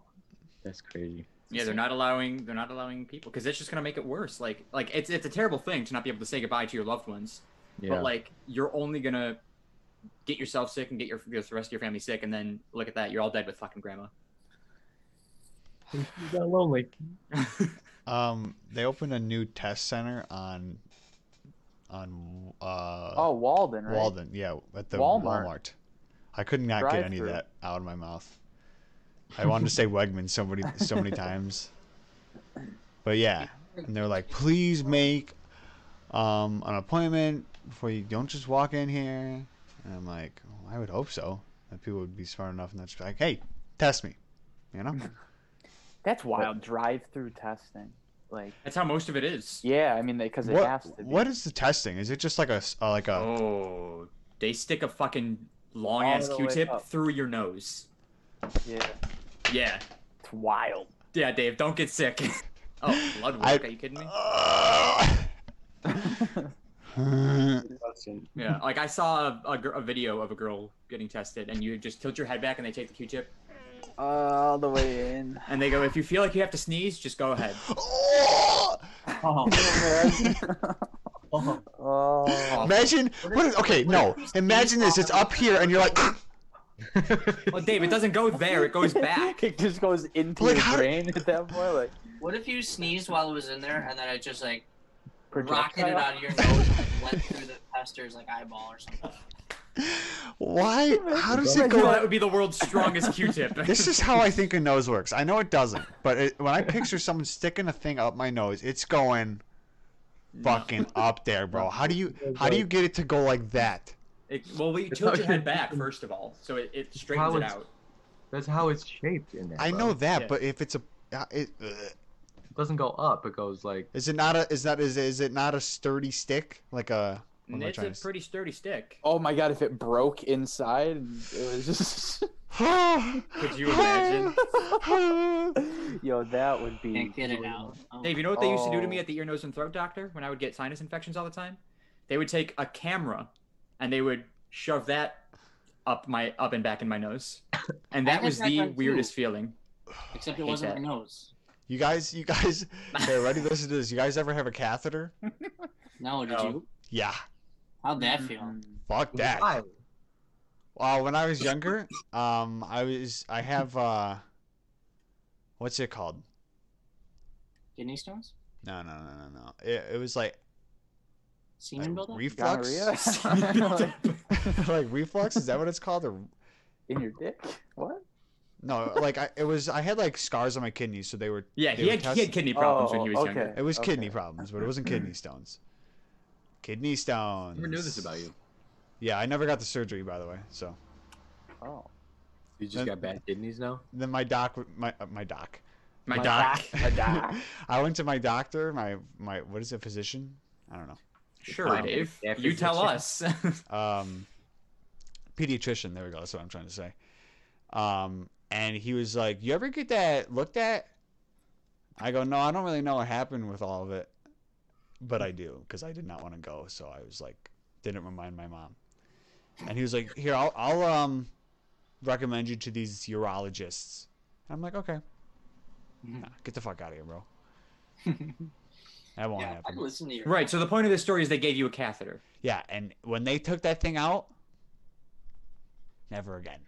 Speaker 2: That's crazy.
Speaker 4: yeah, they're not allowing they're not allowing people because it's just gonna make it worse. Like like it's it's a terrible thing to not be able to say goodbye to your loved ones,
Speaker 2: Yeah.
Speaker 4: but like you're only gonna get yourself sick and get your the rest of your family sick, and then look at that, you're all dead with fucking grandma.
Speaker 2: you got lonely.
Speaker 6: Um, they opened a new test center on on uh
Speaker 3: oh, Walden, right?
Speaker 6: Walden, yeah, at the Walmart.
Speaker 3: Walmart.
Speaker 6: I could not get any of
Speaker 3: Drive-thru.
Speaker 6: that out of my mouth. I wanted to say Wegman so many so many times, but yeah, and they're like, please make um an appointment before you don't just walk in here. And I'm like, well, I would hope so. That people would be smart enough and that's like, hey, test me. You know?
Speaker 3: That's wild. Drive-through testing. Like,
Speaker 4: That's how most of it is.
Speaker 3: yeah, I mean, because it
Speaker 6: what,
Speaker 3: has to be.
Speaker 6: what is the testing? Is it just like a, s- uh, like a,
Speaker 4: Oh, they stick a fucking long ass
Speaker 3: the way
Speaker 4: Q-tip
Speaker 3: up.
Speaker 4: through your nose.
Speaker 3: Yeah,
Speaker 4: Yeah,
Speaker 3: it's wild.
Speaker 4: yeah, Dave, don't get sick. oh, blood work?
Speaker 6: I-
Speaker 4: Are you kidding me?
Speaker 3: Oh.
Speaker 2: Justin.
Speaker 4: Yeah, like I saw a, a, gir- a video of a girl getting tested, and you just tilt your head back, and they take the Q-tip,
Speaker 3: Uh, All the way in.
Speaker 4: and they go, "If you feel like you have to sneeze, just go ahead."
Speaker 3: Oh, man. oh.
Speaker 6: Imagine what is, okay, no. Imagine this, it's up here and you're like
Speaker 4: Well, Dave, it doesn't go there; it goes back.
Speaker 3: It just goes into
Speaker 6: Like,
Speaker 3: your
Speaker 6: how-
Speaker 3: brain at that point. Like,
Speaker 5: What if you sneezed while it was in there and then it just like rocketed
Speaker 3: projectile.
Speaker 5: out of your nose and like, went through the tester's like eyeball or something?
Speaker 6: Why how does it
Speaker 4: Well,
Speaker 6: go
Speaker 4: that would be the world's strongest Q-tip.
Speaker 6: This is how I think a nose works. I know it doesn't, but it, when I picture someone sticking a thing up my nose, it's going fucking up there, bro. How do you how do you get it to go like that?
Speaker 4: It, well, we
Speaker 2: It's
Speaker 4: tilt
Speaker 2: not
Speaker 4: your head
Speaker 2: good.
Speaker 4: back first of all, so it, it straightens it
Speaker 2: it's-
Speaker 4: out.
Speaker 6: Oh
Speaker 2: That's how it's shaped in there.
Speaker 6: I
Speaker 2: bro.
Speaker 6: know that,
Speaker 4: Yeah.
Speaker 6: but if it's a uh, it, ugh.
Speaker 2: It doesn't go up. It goes like.
Speaker 6: is it not a is that is is it not a sturdy stick like a what am I
Speaker 4: It's
Speaker 6: trying
Speaker 4: a
Speaker 6: to say?
Speaker 4: pretty sturdy stick.
Speaker 3: Oh my god, if it broke inside, it was just.
Speaker 4: Could you imagine?
Speaker 3: Yo, that would be.
Speaker 5: Can't get it out. Oh.
Speaker 4: Dave, you know what they used to do to me
Speaker 3: Oh.
Speaker 4: at the ear, nose, and throat doctor when I would get sinus infections all the time? They would take a camera and they would shove that up my up and back in my nose, and that
Speaker 5: I had
Speaker 4: was
Speaker 5: that
Speaker 4: the
Speaker 5: done too.
Speaker 4: weirdest feeling.
Speaker 5: Except it
Speaker 4: hate
Speaker 5: wasn't
Speaker 4: that.
Speaker 5: my nose.
Speaker 6: You guys, you guys, okay, ready? Listen to this. You guys ever have a catheter?
Speaker 5: No, did
Speaker 4: No.
Speaker 5: you?
Speaker 6: Yeah,
Speaker 5: How'd that
Speaker 3: Mm-hmm.
Speaker 5: feel?
Speaker 6: fuck that.
Speaker 2: Why?
Speaker 6: Well, when I was younger, um, I was, I have, uh, what's it called?
Speaker 5: Kidney stones?
Speaker 6: No, no, no, no, no. It, it was like, like
Speaker 5: Semen buildup?
Speaker 6: reflux.
Speaker 3: Gonorrhea?
Speaker 6: like reflux. Is that what it's called? Or
Speaker 3: In your dick? What?
Speaker 6: no? Like I, it was. I had like scars on my kidneys, so they were.
Speaker 4: Yeah,
Speaker 6: they
Speaker 4: he
Speaker 6: were
Speaker 4: had, he
Speaker 6: tested-
Speaker 4: had kidney problems when
Speaker 3: Oh,
Speaker 4: he was younger.
Speaker 3: okay.
Speaker 6: It was kidney problems, but it wasn't kidney stones. Kidney stones.
Speaker 2: Never knew this about you.
Speaker 6: Yeah, I never got the surgery, by the way. So.
Speaker 3: Oh.
Speaker 2: You just got bad kidneys now.
Speaker 6: then my doc my uh, my doc
Speaker 4: My,
Speaker 3: My
Speaker 4: doc,
Speaker 3: A doc.
Speaker 6: i went to my doctor my my what is it physician i don't know
Speaker 4: sure,
Speaker 2: Wow.
Speaker 4: Dave,
Speaker 2: Yeah,
Speaker 4: you tell us.
Speaker 6: um pediatrician there we go that's what i'm trying to say um and he was like you ever get that looked at i go no i don't really know what happened with all of it but i do because i did not want to go so i was like didn't remind my mom and he was like here i'll, I'll um recommend you to these urologists i'm like okay
Speaker 5: Mm-hmm.
Speaker 6: Nah, get the fuck out of here bro that won't
Speaker 5: Yeah, I
Speaker 6: happen
Speaker 5: listen to your
Speaker 4: right. So the point of this story is they gave you a catheter.
Speaker 6: yeah and when they took that thing out never again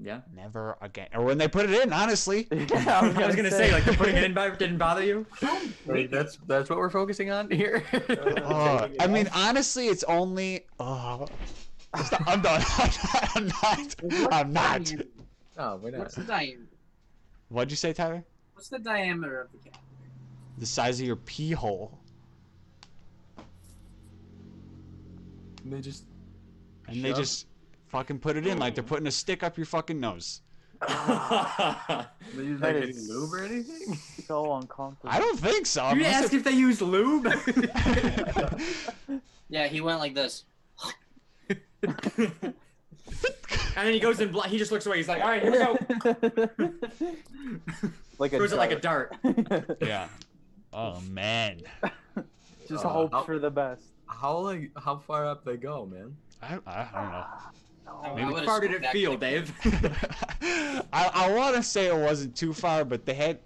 Speaker 4: Yeah.
Speaker 6: Never again. Or when they put it in, honestly.
Speaker 3: Yeah,
Speaker 4: I was, gonna say, like, the putting it in bo- didn't bother you.
Speaker 2: that's that's what we're focusing on here.
Speaker 6: Oh, I mean, honestly, it's only. Oh, it's not- I'm done. I'm not. I'm not.
Speaker 5: Diameter-
Speaker 2: no, we're not.
Speaker 5: What's the diameter?
Speaker 6: What'd you say, Tyler?
Speaker 5: What's the diameter of the cat?
Speaker 6: The size of your pee hole.
Speaker 2: They just
Speaker 6: And they
Speaker 2: Shove.
Speaker 6: just fucking put it in like they're putting a stick up your fucking nose.
Speaker 2: they just
Speaker 3: That
Speaker 2: not getting
Speaker 3: is-
Speaker 2: lube or anything.
Speaker 3: so uncomfortable.
Speaker 6: I don't think so.
Speaker 4: you
Speaker 6: unless
Speaker 4: asked if they used lube.
Speaker 5: Yeah, he went like this.
Speaker 4: and then he goes in. Bl- he just looks away. He's like, "All right, here we go."
Speaker 3: like a
Speaker 4: Throws it like a
Speaker 3: dart.
Speaker 4: dart.
Speaker 6: it- yeah. Oh, man.
Speaker 3: Just
Speaker 2: Uh,
Speaker 3: hope
Speaker 2: how-
Speaker 3: for the best.
Speaker 2: How like how far up they go, man?
Speaker 6: I, I don't know.
Speaker 5: Oh, I
Speaker 4: How
Speaker 5: would've
Speaker 4: far did it
Speaker 5: screwed that
Speaker 4: feel,
Speaker 5: kid.
Speaker 4: Dave?
Speaker 6: I, I want to say it wasn't too far, but they had,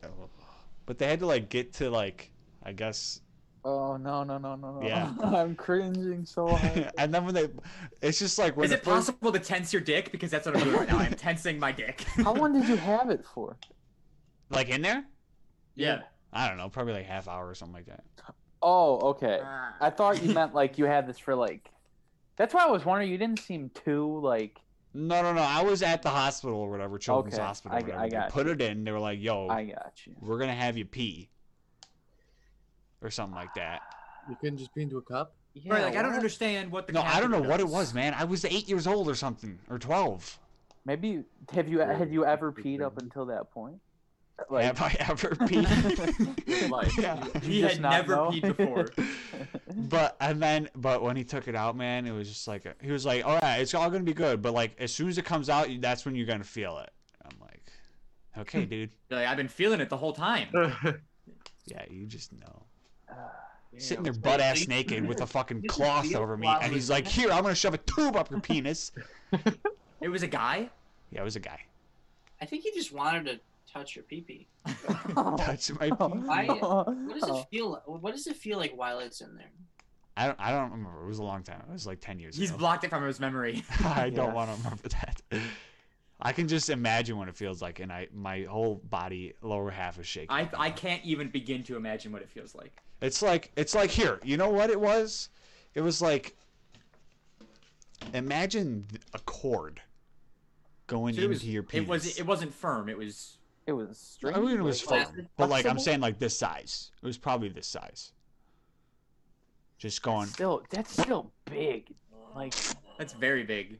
Speaker 6: but they had to like get to like I guess,
Speaker 3: Oh no no no no no!
Speaker 6: Yeah.
Speaker 3: I'm cringing so hard.
Speaker 6: and then when they, it's just like when
Speaker 4: Is
Speaker 6: the
Speaker 4: it
Speaker 6: first-
Speaker 4: possible to tense your dick? Because that's what I'm doing right now. I'm tensing my dick.
Speaker 3: How long did you have it for?
Speaker 6: like in there.
Speaker 4: yeah.
Speaker 6: I don't know, probably like half hour or something like that.
Speaker 3: Oh, okay.
Speaker 5: Uh,
Speaker 3: I thought you meant like you had this for like. That's why I was wondering. You didn't seem too like.
Speaker 6: No, no, no. I was at the hospital or whatever, children's
Speaker 3: Okay,
Speaker 6: hospital.
Speaker 3: I-
Speaker 6: Or whatever.
Speaker 3: I
Speaker 6: They
Speaker 3: got
Speaker 6: put it in. They were like, "Yo,
Speaker 3: I got you.
Speaker 6: we're gonna have you pee," or something like that.
Speaker 2: You couldn't just be into a cup. Yeah,
Speaker 4: right, like I don't
Speaker 2: what?
Speaker 4: understand what the.
Speaker 6: No, I don't know
Speaker 4: captain
Speaker 6: what it
Speaker 4: does.
Speaker 6: was, man. I was eight years old or something, or twelve.
Speaker 3: Maybe you- have you have you ever
Speaker 2: Ooh.
Speaker 3: peed up until that point?
Speaker 6: Have I ever peed?
Speaker 3: Like,
Speaker 6: yeah.
Speaker 3: you
Speaker 4: He
Speaker 3: just
Speaker 4: had
Speaker 3: not
Speaker 4: never
Speaker 3: know?
Speaker 4: peed before.
Speaker 6: But and then, but when he took it out, man, it was just like he was like, "All right, it's all gonna be good." But like, as soon as it comes out, you- that's when you're gonna feel it. I'm like, "Okay,
Speaker 4: Hmm.
Speaker 6: dude.
Speaker 4: You're like I've been feeling it the whole time.
Speaker 6: Yeah, you just know."
Speaker 3: uh,
Speaker 2: Damn.
Speaker 6: Sitting there butt ass naked with a fucking cloth
Speaker 5: feel
Speaker 6: over me,
Speaker 5: while
Speaker 6: and
Speaker 5: it
Speaker 6: he's like, "Here, I'm gonna shove a tube up your penis."
Speaker 4: It was a guy.
Speaker 6: Yeah, it was a guy.
Speaker 5: I think he just wanted to touch your pee pee.
Speaker 4: Oh.
Speaker 6: Touch my.
Speaker 3: Oh,
Speaker 6: pee-
Speaker 5: What does it feel? What does it feel like while it's in there?
Speaker 6: I don't. I don't remember. It was a long time. It was like ten years
Speaker 4: He's
Speaker 6: ago.
Speaker 4: blocked it from his memory.
Speaker 6: I
Speaker 3: Yeah.
Speaker 6: don't want to remember that. I can just imagine what it feels like, and I my whole body lower half is shaking.
Speaker 4: I I can't even begin to imagine what it feels like.
Speaker 6: It's like it's like here. You know what it was? It was like imagine th- a cord going
Speaker 4: So it
Speaker 6: into
Speaker 4: was
Speaker 6: your penis.
Speaker 4: It was it wasn't firm. It was
Speaker 3: It was
Speaker 6: I
Speaker 3: strange.
Speaker 6: mean, it was
Speaker 5: like-
Speaker 6: firm, but like I'm
Speaker 3: flexible?
Speaker 6: saying, like this size. It was probably this size. Just going.
Speaker 3: Still, that's still big. Like
Speaker 4: that's very big.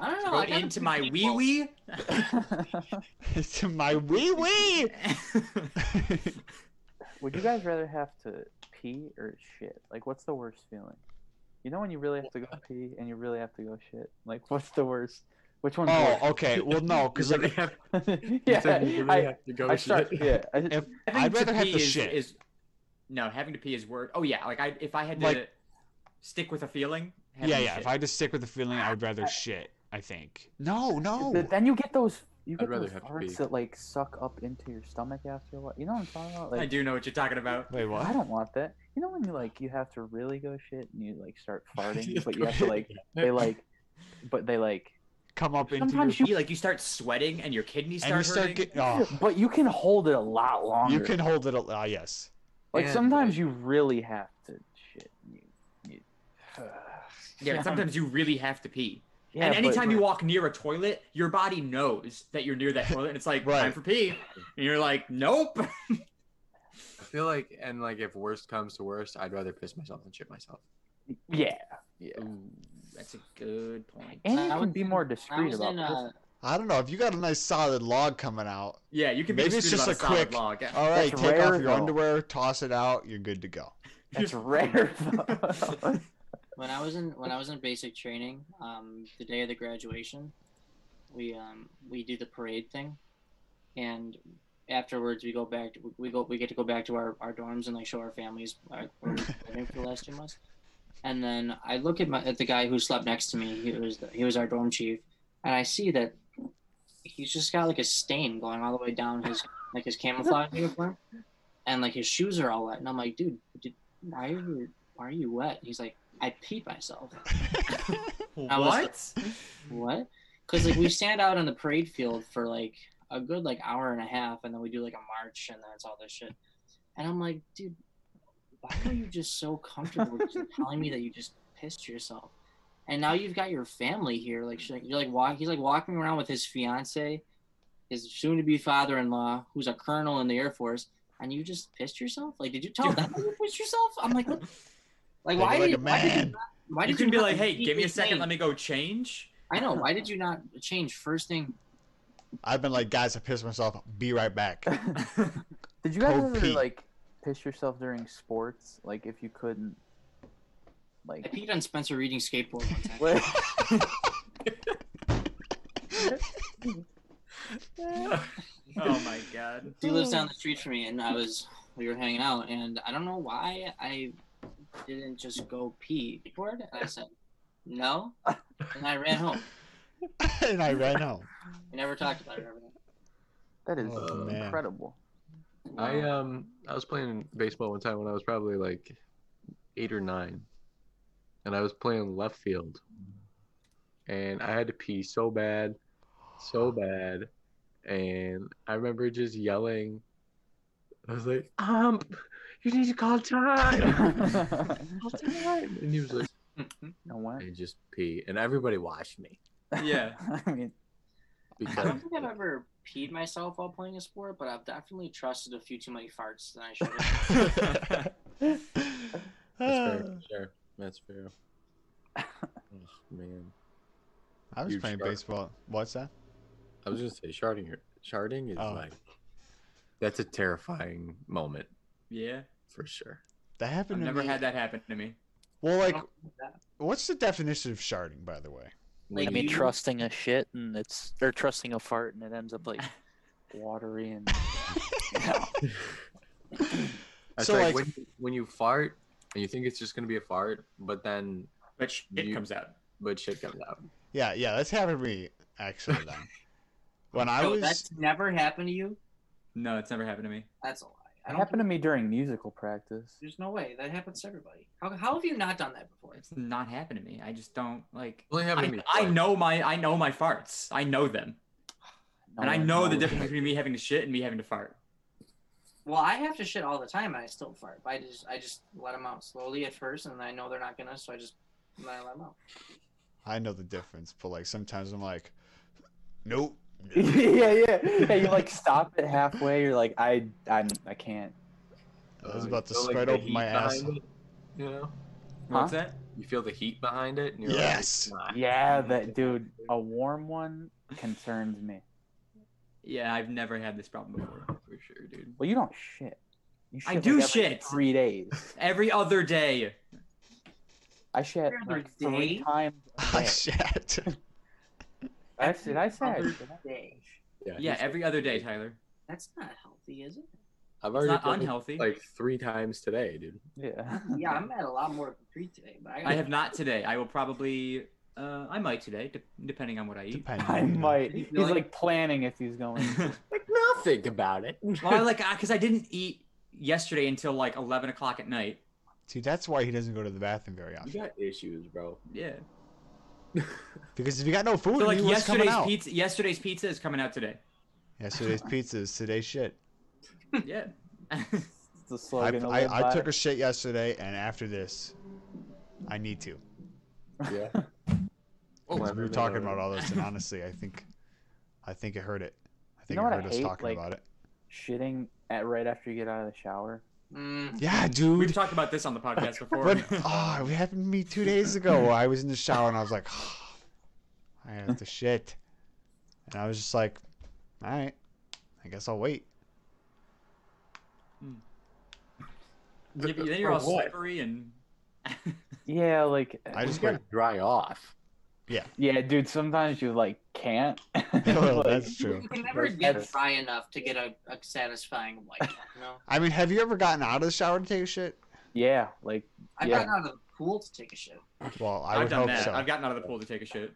Speaker 5: I don't know.
Speaker 4: Go
Speaker 5: I kinda
Speaker 4: into my
Speaker 5: picture
Speaker 4: wee
Speaker 5: people-
Speaker 4: wee.
Speaker 6: to my wee wee.
Speaker 3: Would you guys rather have to pee or shit? Like, what's the worst feeling? You know when you really have to go pee and you really have to go shit. Like, what's the worst? Which one's
Speaker 6: Oh, okay. Well, no, because
Speaker 2: You really
Speaker 6: like
Speaker 2: have,
Speaker 3: worse?
Speaker 2: oh. you
Speaker 3: yeah,
Speaker 2: really
Speaker 3: I,
Speaker 2: have to go
Speaker 3: I
Speaker 2: shit.
Speaker 3: start. Yeah, I,
Speaker 6: if
Speaker 4: Having
Speaker 6: I'd rather have
Speaker 4: pee
Speaker 6: to
Speaker 4: is,
Speaker 6: shit.
Speaker 4: Is, no, having to pee is worse. Oh yeah, like I if I had to
Speaker 6: Like-
Speaker 4: stick with a feeling. having
Speaker 6: yeah,
Speaker 4: to
Speaker 6: yeah.
Speaker 4: shit.
Speaker 6: If I had to stick with the feeling, I'd rather shit. I think. No, no.
Speaker 3: th- then you get those. You
Speaker 2: I'd
Speaker 3: get
Speaker 2: rather
Speaker 3: those
Speaker 2: have to pee.
Speaker 3: farts that like suck up into your stomach after a while. You know what I'm talking about? Like,
Speaker 4: I do know what you're talking about.
Speaker 6: Wait,
Speaker 3: I
Speaker 6: what?
Speaker 3: don't want that. You know when you like you have to really go shit and you like start farting,
Speaker 2: Just
Speaker 3: but
Speaker 2: go
Speaker 3: you have to like they like, but they like,
Speaker 6: Come up into your.
Speaker 3: Sometimes
Speaker 4: You like you start sweating and your kidneys
Speaker 6: and you
Speaker 4: start
Speaker 6: start
Speaker 4: hurting.
Speaker 6: getting. Oh,
Speaker 3: but you can hold it a lot longer.
Speaker 6: you can hold it. a- Ah, yes.
Speaker 3: Like
Speaker 2: Yeah,
Speaker 3: sometimes
Speaker 2: like-
Speaker 3: you really have to shit. You, you,
Speaker 4: yeah, but sometimes you really have to pee.
Speaker 3: yeah,
Speaker 4: and anytime
Speaker 3: but,
Speaker 4: you walk near a toilet, your body knows that you're near that toilet, and it's like
Speaker 6: Right.
Speaker 4: time for pee, and you're like, nope.
Speaker 2: I feel like, and like, if worst comes to worst, I'd rather piss myself than shit myself.
Speaker 3: yeah, yeah,
Speaker 4: Ooh, that's a good point.
Speaker 3: and you
Speaker 5: I
Speaker 3: can
Speaker 5: was
Speaker 3: be
Speaker 5: in-
Speaker 3: more
Speaker 5: I
Speaker 3: discreet
Speaker 5: was
Speaker 3: about
Speaker 5: in,
Speaker 3: this.
Speaker 5: uh,
Speaker 6: I don't know if you got a nice solid log coming out.
Speaker 4: Yeah, you can be
Speaker 6: Maybe it's
Speaker 4: discreet
Speaker 6: just
Speaker 4: about
Speaker 6: a
Speaker 4: solid
Speaker 6: quick- Oh,
Speaker 4: log. Yeah.
Speaker 6: All right,
Speaker 3: That's
Speaker 6: take off
Speaker 3: rare,
Speaker 6: your
Speaker 3: though.
Speaker 6: underwear, toss it out. You're good to go.
Speaker 3: That's rare. though.
Speaker 5: when I was in when I was in basic training, um, the day of the graduation, we um, we do the parade thing, and afterwards we go back. To, we go. We get to go back to our, our dorms and like show our families our, where we've been living for the last two months. And then I look at my at the guy who slept next to me. He was the, he was our dorm chief, and I see that he's just got like a stain going all the way down his like his camouflage uniform, and like his shoes are all wet. And I'm like, dude, did, why are you why are you wet? And he's like. I pee myself. I was-
Speaker 4: What?
Speaker 5: What? Because like we stand out on the parade field for like a good like hour and a half, and then we do like a march, and then it's all this shit. And I'm like, dude, why were you just so comfortable just telling me that you just pissed yourself? And now you've got your family here. Like shit, you're like walk. He's like walking around with his fiance, his soon-to-be father-in-law, who's a colonel in the Air Force, and you just pissed yourself. Like, did you tell them that you pissed yourself? I'm like, what? like
Speaker 6: Take it
Speaker 5: why?
Speaker 6: like
Speaker 5: did,
Speaker 6: a
Speaker 5: why did you?
Speaker 6: man.
Speaker 5: not- Why
Speaker 4: You
Speaker 5: did
Speaker 4: can be
Speaker 5: not
Speaker 4: like, hey, give me a
Speaker 5: leave
Speaker 4: second,
Speaker 5: lane?"
Speaker 4: let me go change.
Speaker 5: I know. Why did you not change first thing?
Speaker 6: I've been like, guys, I pissed myself. Be right back.
Speaker 3: Did you guys
Speaker 6: Cold
Speaker 3: ever
Speaker 6: pee.
Speaker 3: like piss yourself during sports? Like if you couldn't,
Speaker 5: I
Speaker 3: like
Speaker 5: peed on Spencer reading skateboard one time.
Speaker 3: what?
Speaker 4: Oh my god.
Speaker 5: He lives down the street from me, and I was we were hanging out, and I don't know why I didn't just go pee board. And I said no, and I ran home.
Speaker 6: and I ran home.
Speaker 5: We never talked about it or everything.
Speaker 3: that is
Speaker 6: Oh, man.
Speaker 3: incredible.
Speaker 2: I um, I was playing baseball one time when I was probably like eight or nine, and I was playing left field, and I had to pee so bad, so bad, and I remember just yelling. I was like, "Um, you need to call time, call time," and he was like,
Speaker 3: no what?
Speaker 2: "And just pee," and everybody watched me
Speaker 4: Yeah.
Speaker 3: I mean,
Speaker 5: I
Speaker 2: because
Speaker 5: don't think I've ever peed myself while playing a sport, but I've definitely trusted a few too many farts than I should. have.
Speaker 2: That's fair. Sure. That's fair. Ugh, man,
Speaker 6: I was
Speaker 2: Huge
Speaker 6: playing
Speaker 2: shark.
Speaker 6: baseball. What's that?
Speaker 2: I was gonna say sharding. Sharding is
Speaker 6: Oh.
Speaker 2: like that's a terrifying moment
Speaker 4: Yeah,
Speaker 2: for sure.
Speaker 6: That
Speaker 4: I've
Speaker 6: happened to
Speaker 4: never
Speaker 6: me.
Speaker 4: had that happen to me.
Speaker 6: Well, like,
Speaker 5: that.
Speaker 6: what's the definition of sharding, by the way?
Speaker 5: Like
Speaker 2: When
Speaker 7: I mean,
Speaker 5: you-
Speaker 7: trusting a shit and it's they're trusting a fart and it ends up like
Speaker 3: watery and
Speaker 2: That's
Speaker 6: so,
Speaker 2: like,
Speaker 6: like-
Speaker 2: when, you, when you fart and you think it's just gonna be a fart, but then
Speaker 4: But shit
Speaker 2: You-
Speaker 4: comes out.
Speaker 2: but shit comes out.
Speaker 6: Yeah, yeah, that's happened to me actually. Then when I
Speaker 5: No,
Speaker 6: was
Speaker 5: Oh, that's never happened to you.
Speaker 4: No, it's never happened to me.
Speaker 5: That's a lie. I
Speaker 3: It
Speaker 5: don't
Speaker 3: happened to
Speaker 5: believe-
Speaker 3: me during musical practice.
Speaker 5: There's no way that happens to everybody. How, how have you not done that before?
Speaker 4: It's not happened to me. I just don't like.
Speaker 2: Only happened to
Speaker 4: I,
Speaker 2: me
Speaker 4: I
Speaker 2: twice.
Speaker 4: know my I know my farts. I know them,
Speaker 3: No
Speaker 4: and I
Speaker 3: one
Speaker 4: know the
Speaker 3: knows.
Speaker 4: difference between me having to shit and me having to fart.
Speaker 5: Well, I have to shit all the time, and I still fart. But I just I just let them out slowly at first, and I know they're not gonna, so I just and I let them out.
Speaker 6: I know the difference, but like sometimes I'm like, nope.
Speaker 3: yeah, yeah. Hey, you like stop it halfway. You're like, I, I'm, I can't.
Speaker 6: I was
Speaker 2: Uh,
Speaker 6: about to
Speaker 2: feel, like,
Speaker 6: spread
Speaker 2: the
Speaker 6: open
Speaker 2: heat
Speaker 6: my ass.
Speaker 2: behind it, You know,
Speaker 4: What's that?
Speaker 2: you feel the heat behind it, and you're
Speaker 6: Yes.
Speaker 2: like, nah.
Speaker 3: Yeah, that dude. A warm one concerns me.
Speaker 4: Yeah, I've never had this problem before.
Speaker 2: for sure, dude.
Speaker 3: Well, you don't shit. You
Speaker 4: I do
Speaker 3: every
Speaker 4: shit.
Speaker 3: Three days.
Speaker 4: Every other day.
Speaker 3: I shit
Speaker 5: Every other
Speaker 3: like three
Speaker 5: day?
Speaker 3: times.
Speaker 6: I shat.
Speaker 3: I, did I say? I
Speaker 5: Other
Speaker 3: shit?
Speaker 5: day.
Speaker 4: Yeah,
Speaker 2: he's-
Speaker 4: every other day, Tyler.
Speaker 5: That's not healthy, is it?
Speaker 2: I've
Speaker 4: It's
Speaker 2: already
Speaker 4: not
Speaker 2: done it,
Speaker 4: unhealthy.
Speaker 2: like three times today, dude.
Speaker 3: Yeah.
Speaker 5: Yeah, I'm at a lot more than three today, but I,
Speaker 4: I have not today. I will probably. Uh, I might today, de- depending on what I eat.
Speaker 6: Depending,
Speaker 3: I
Speaker 6: you know.
Speaker 3: might.
Speaker 5: You
Speaker 3: He's
Speaker 5: feel like-
Speaker 3: like planning if he's going.
Speaker 2: Like nothing about it.
Speaker 4: well, I like because I didn't eat yesterday until like eleven o'clock at night.
Speaker 6: See, that's why he doesn't go to the bathroom very
Speaker 2: You
Speaker 6: often.
Speaker 2: got issues, bro.
Speaker 4: Yeah.
Speaker 6: Because if you got no food,
Speaker 4: So like
Speaker 6: you was coming
Speaker 4: yesterday's
Speaker 6: out.
Speaker 4: pizza. Yesterday's pizza is coming out today.
Speaker 6: Yesterday's pizza is today's shit. Hmm.
Speaker 4: Yeah.
Speaker 3: It's the
Speaker 6: I,
Speaker 3: slogan. to live
Speaker 6: I, I
Speaker 3: by.
Speaker 6: took a shit yesterday, and after this, I need to.
Speaker 2: Yeah.
Speaker 6: 'Cause we were talking about
Speaker 2: all.
Speaker 6: all this, and honestly, I think, I think it hurt it. I think
Speaker 3: know
Speaker 6: it
Speaker 3: what I
Speaker 6: hurt us
Speaker 3: hate?
Speaker 6: talking
Speaker 3: Like-
Speaker 6: about it.
Speaker 3: shitting at right after you get out of the shower.
Speaker 5: Mm,
Speaker 6: Yeah,
Speaker 4: We've
Speaker 6: dude.
Speaker 4: talked about this on the podcast before.
Speaker 6: But ah, it happened to me two days ago. I was in the shower and I was like, I have to shit, and I was just like, all right, I guess I'll wait.
Speaker 4: Yeah, but then you're
Speaker 2: For
Speaker 4: all
Speaker 2: what?
Speaker 4: slippery and.
Speaker 3: Yeah, like
Speaker 6: I
Speaker 2: You
Speaker 6: just
Speaker 2: gotta
Speaker 6: went.
Speaker 2: dry off.
Speaker 3: yeah, dude. Sometimes you like can't.
Speaker 6: Well,
Speaker 3: Like,
Speaker 6: that's true.
Speaker 5: you can never get dry enough to get a, a satisfying wipe. You know,
Speaker 6: I mean, have you ever gotten out of the shower to take a shit?
Speaker 3: yeah, like
Speaker 5: I've
Speaker 3: Yeah.
Speaker 5: gotten out of the pool to take a shit.
Speaker 6: Well, I
Speaker 4: I've
Speaker 6: would
Speaker 4: done
Speaker 6: hope
Speaker 4: that.
Speaker 6: so.
Speaker 4: I've gotten out of the pool to take a shit.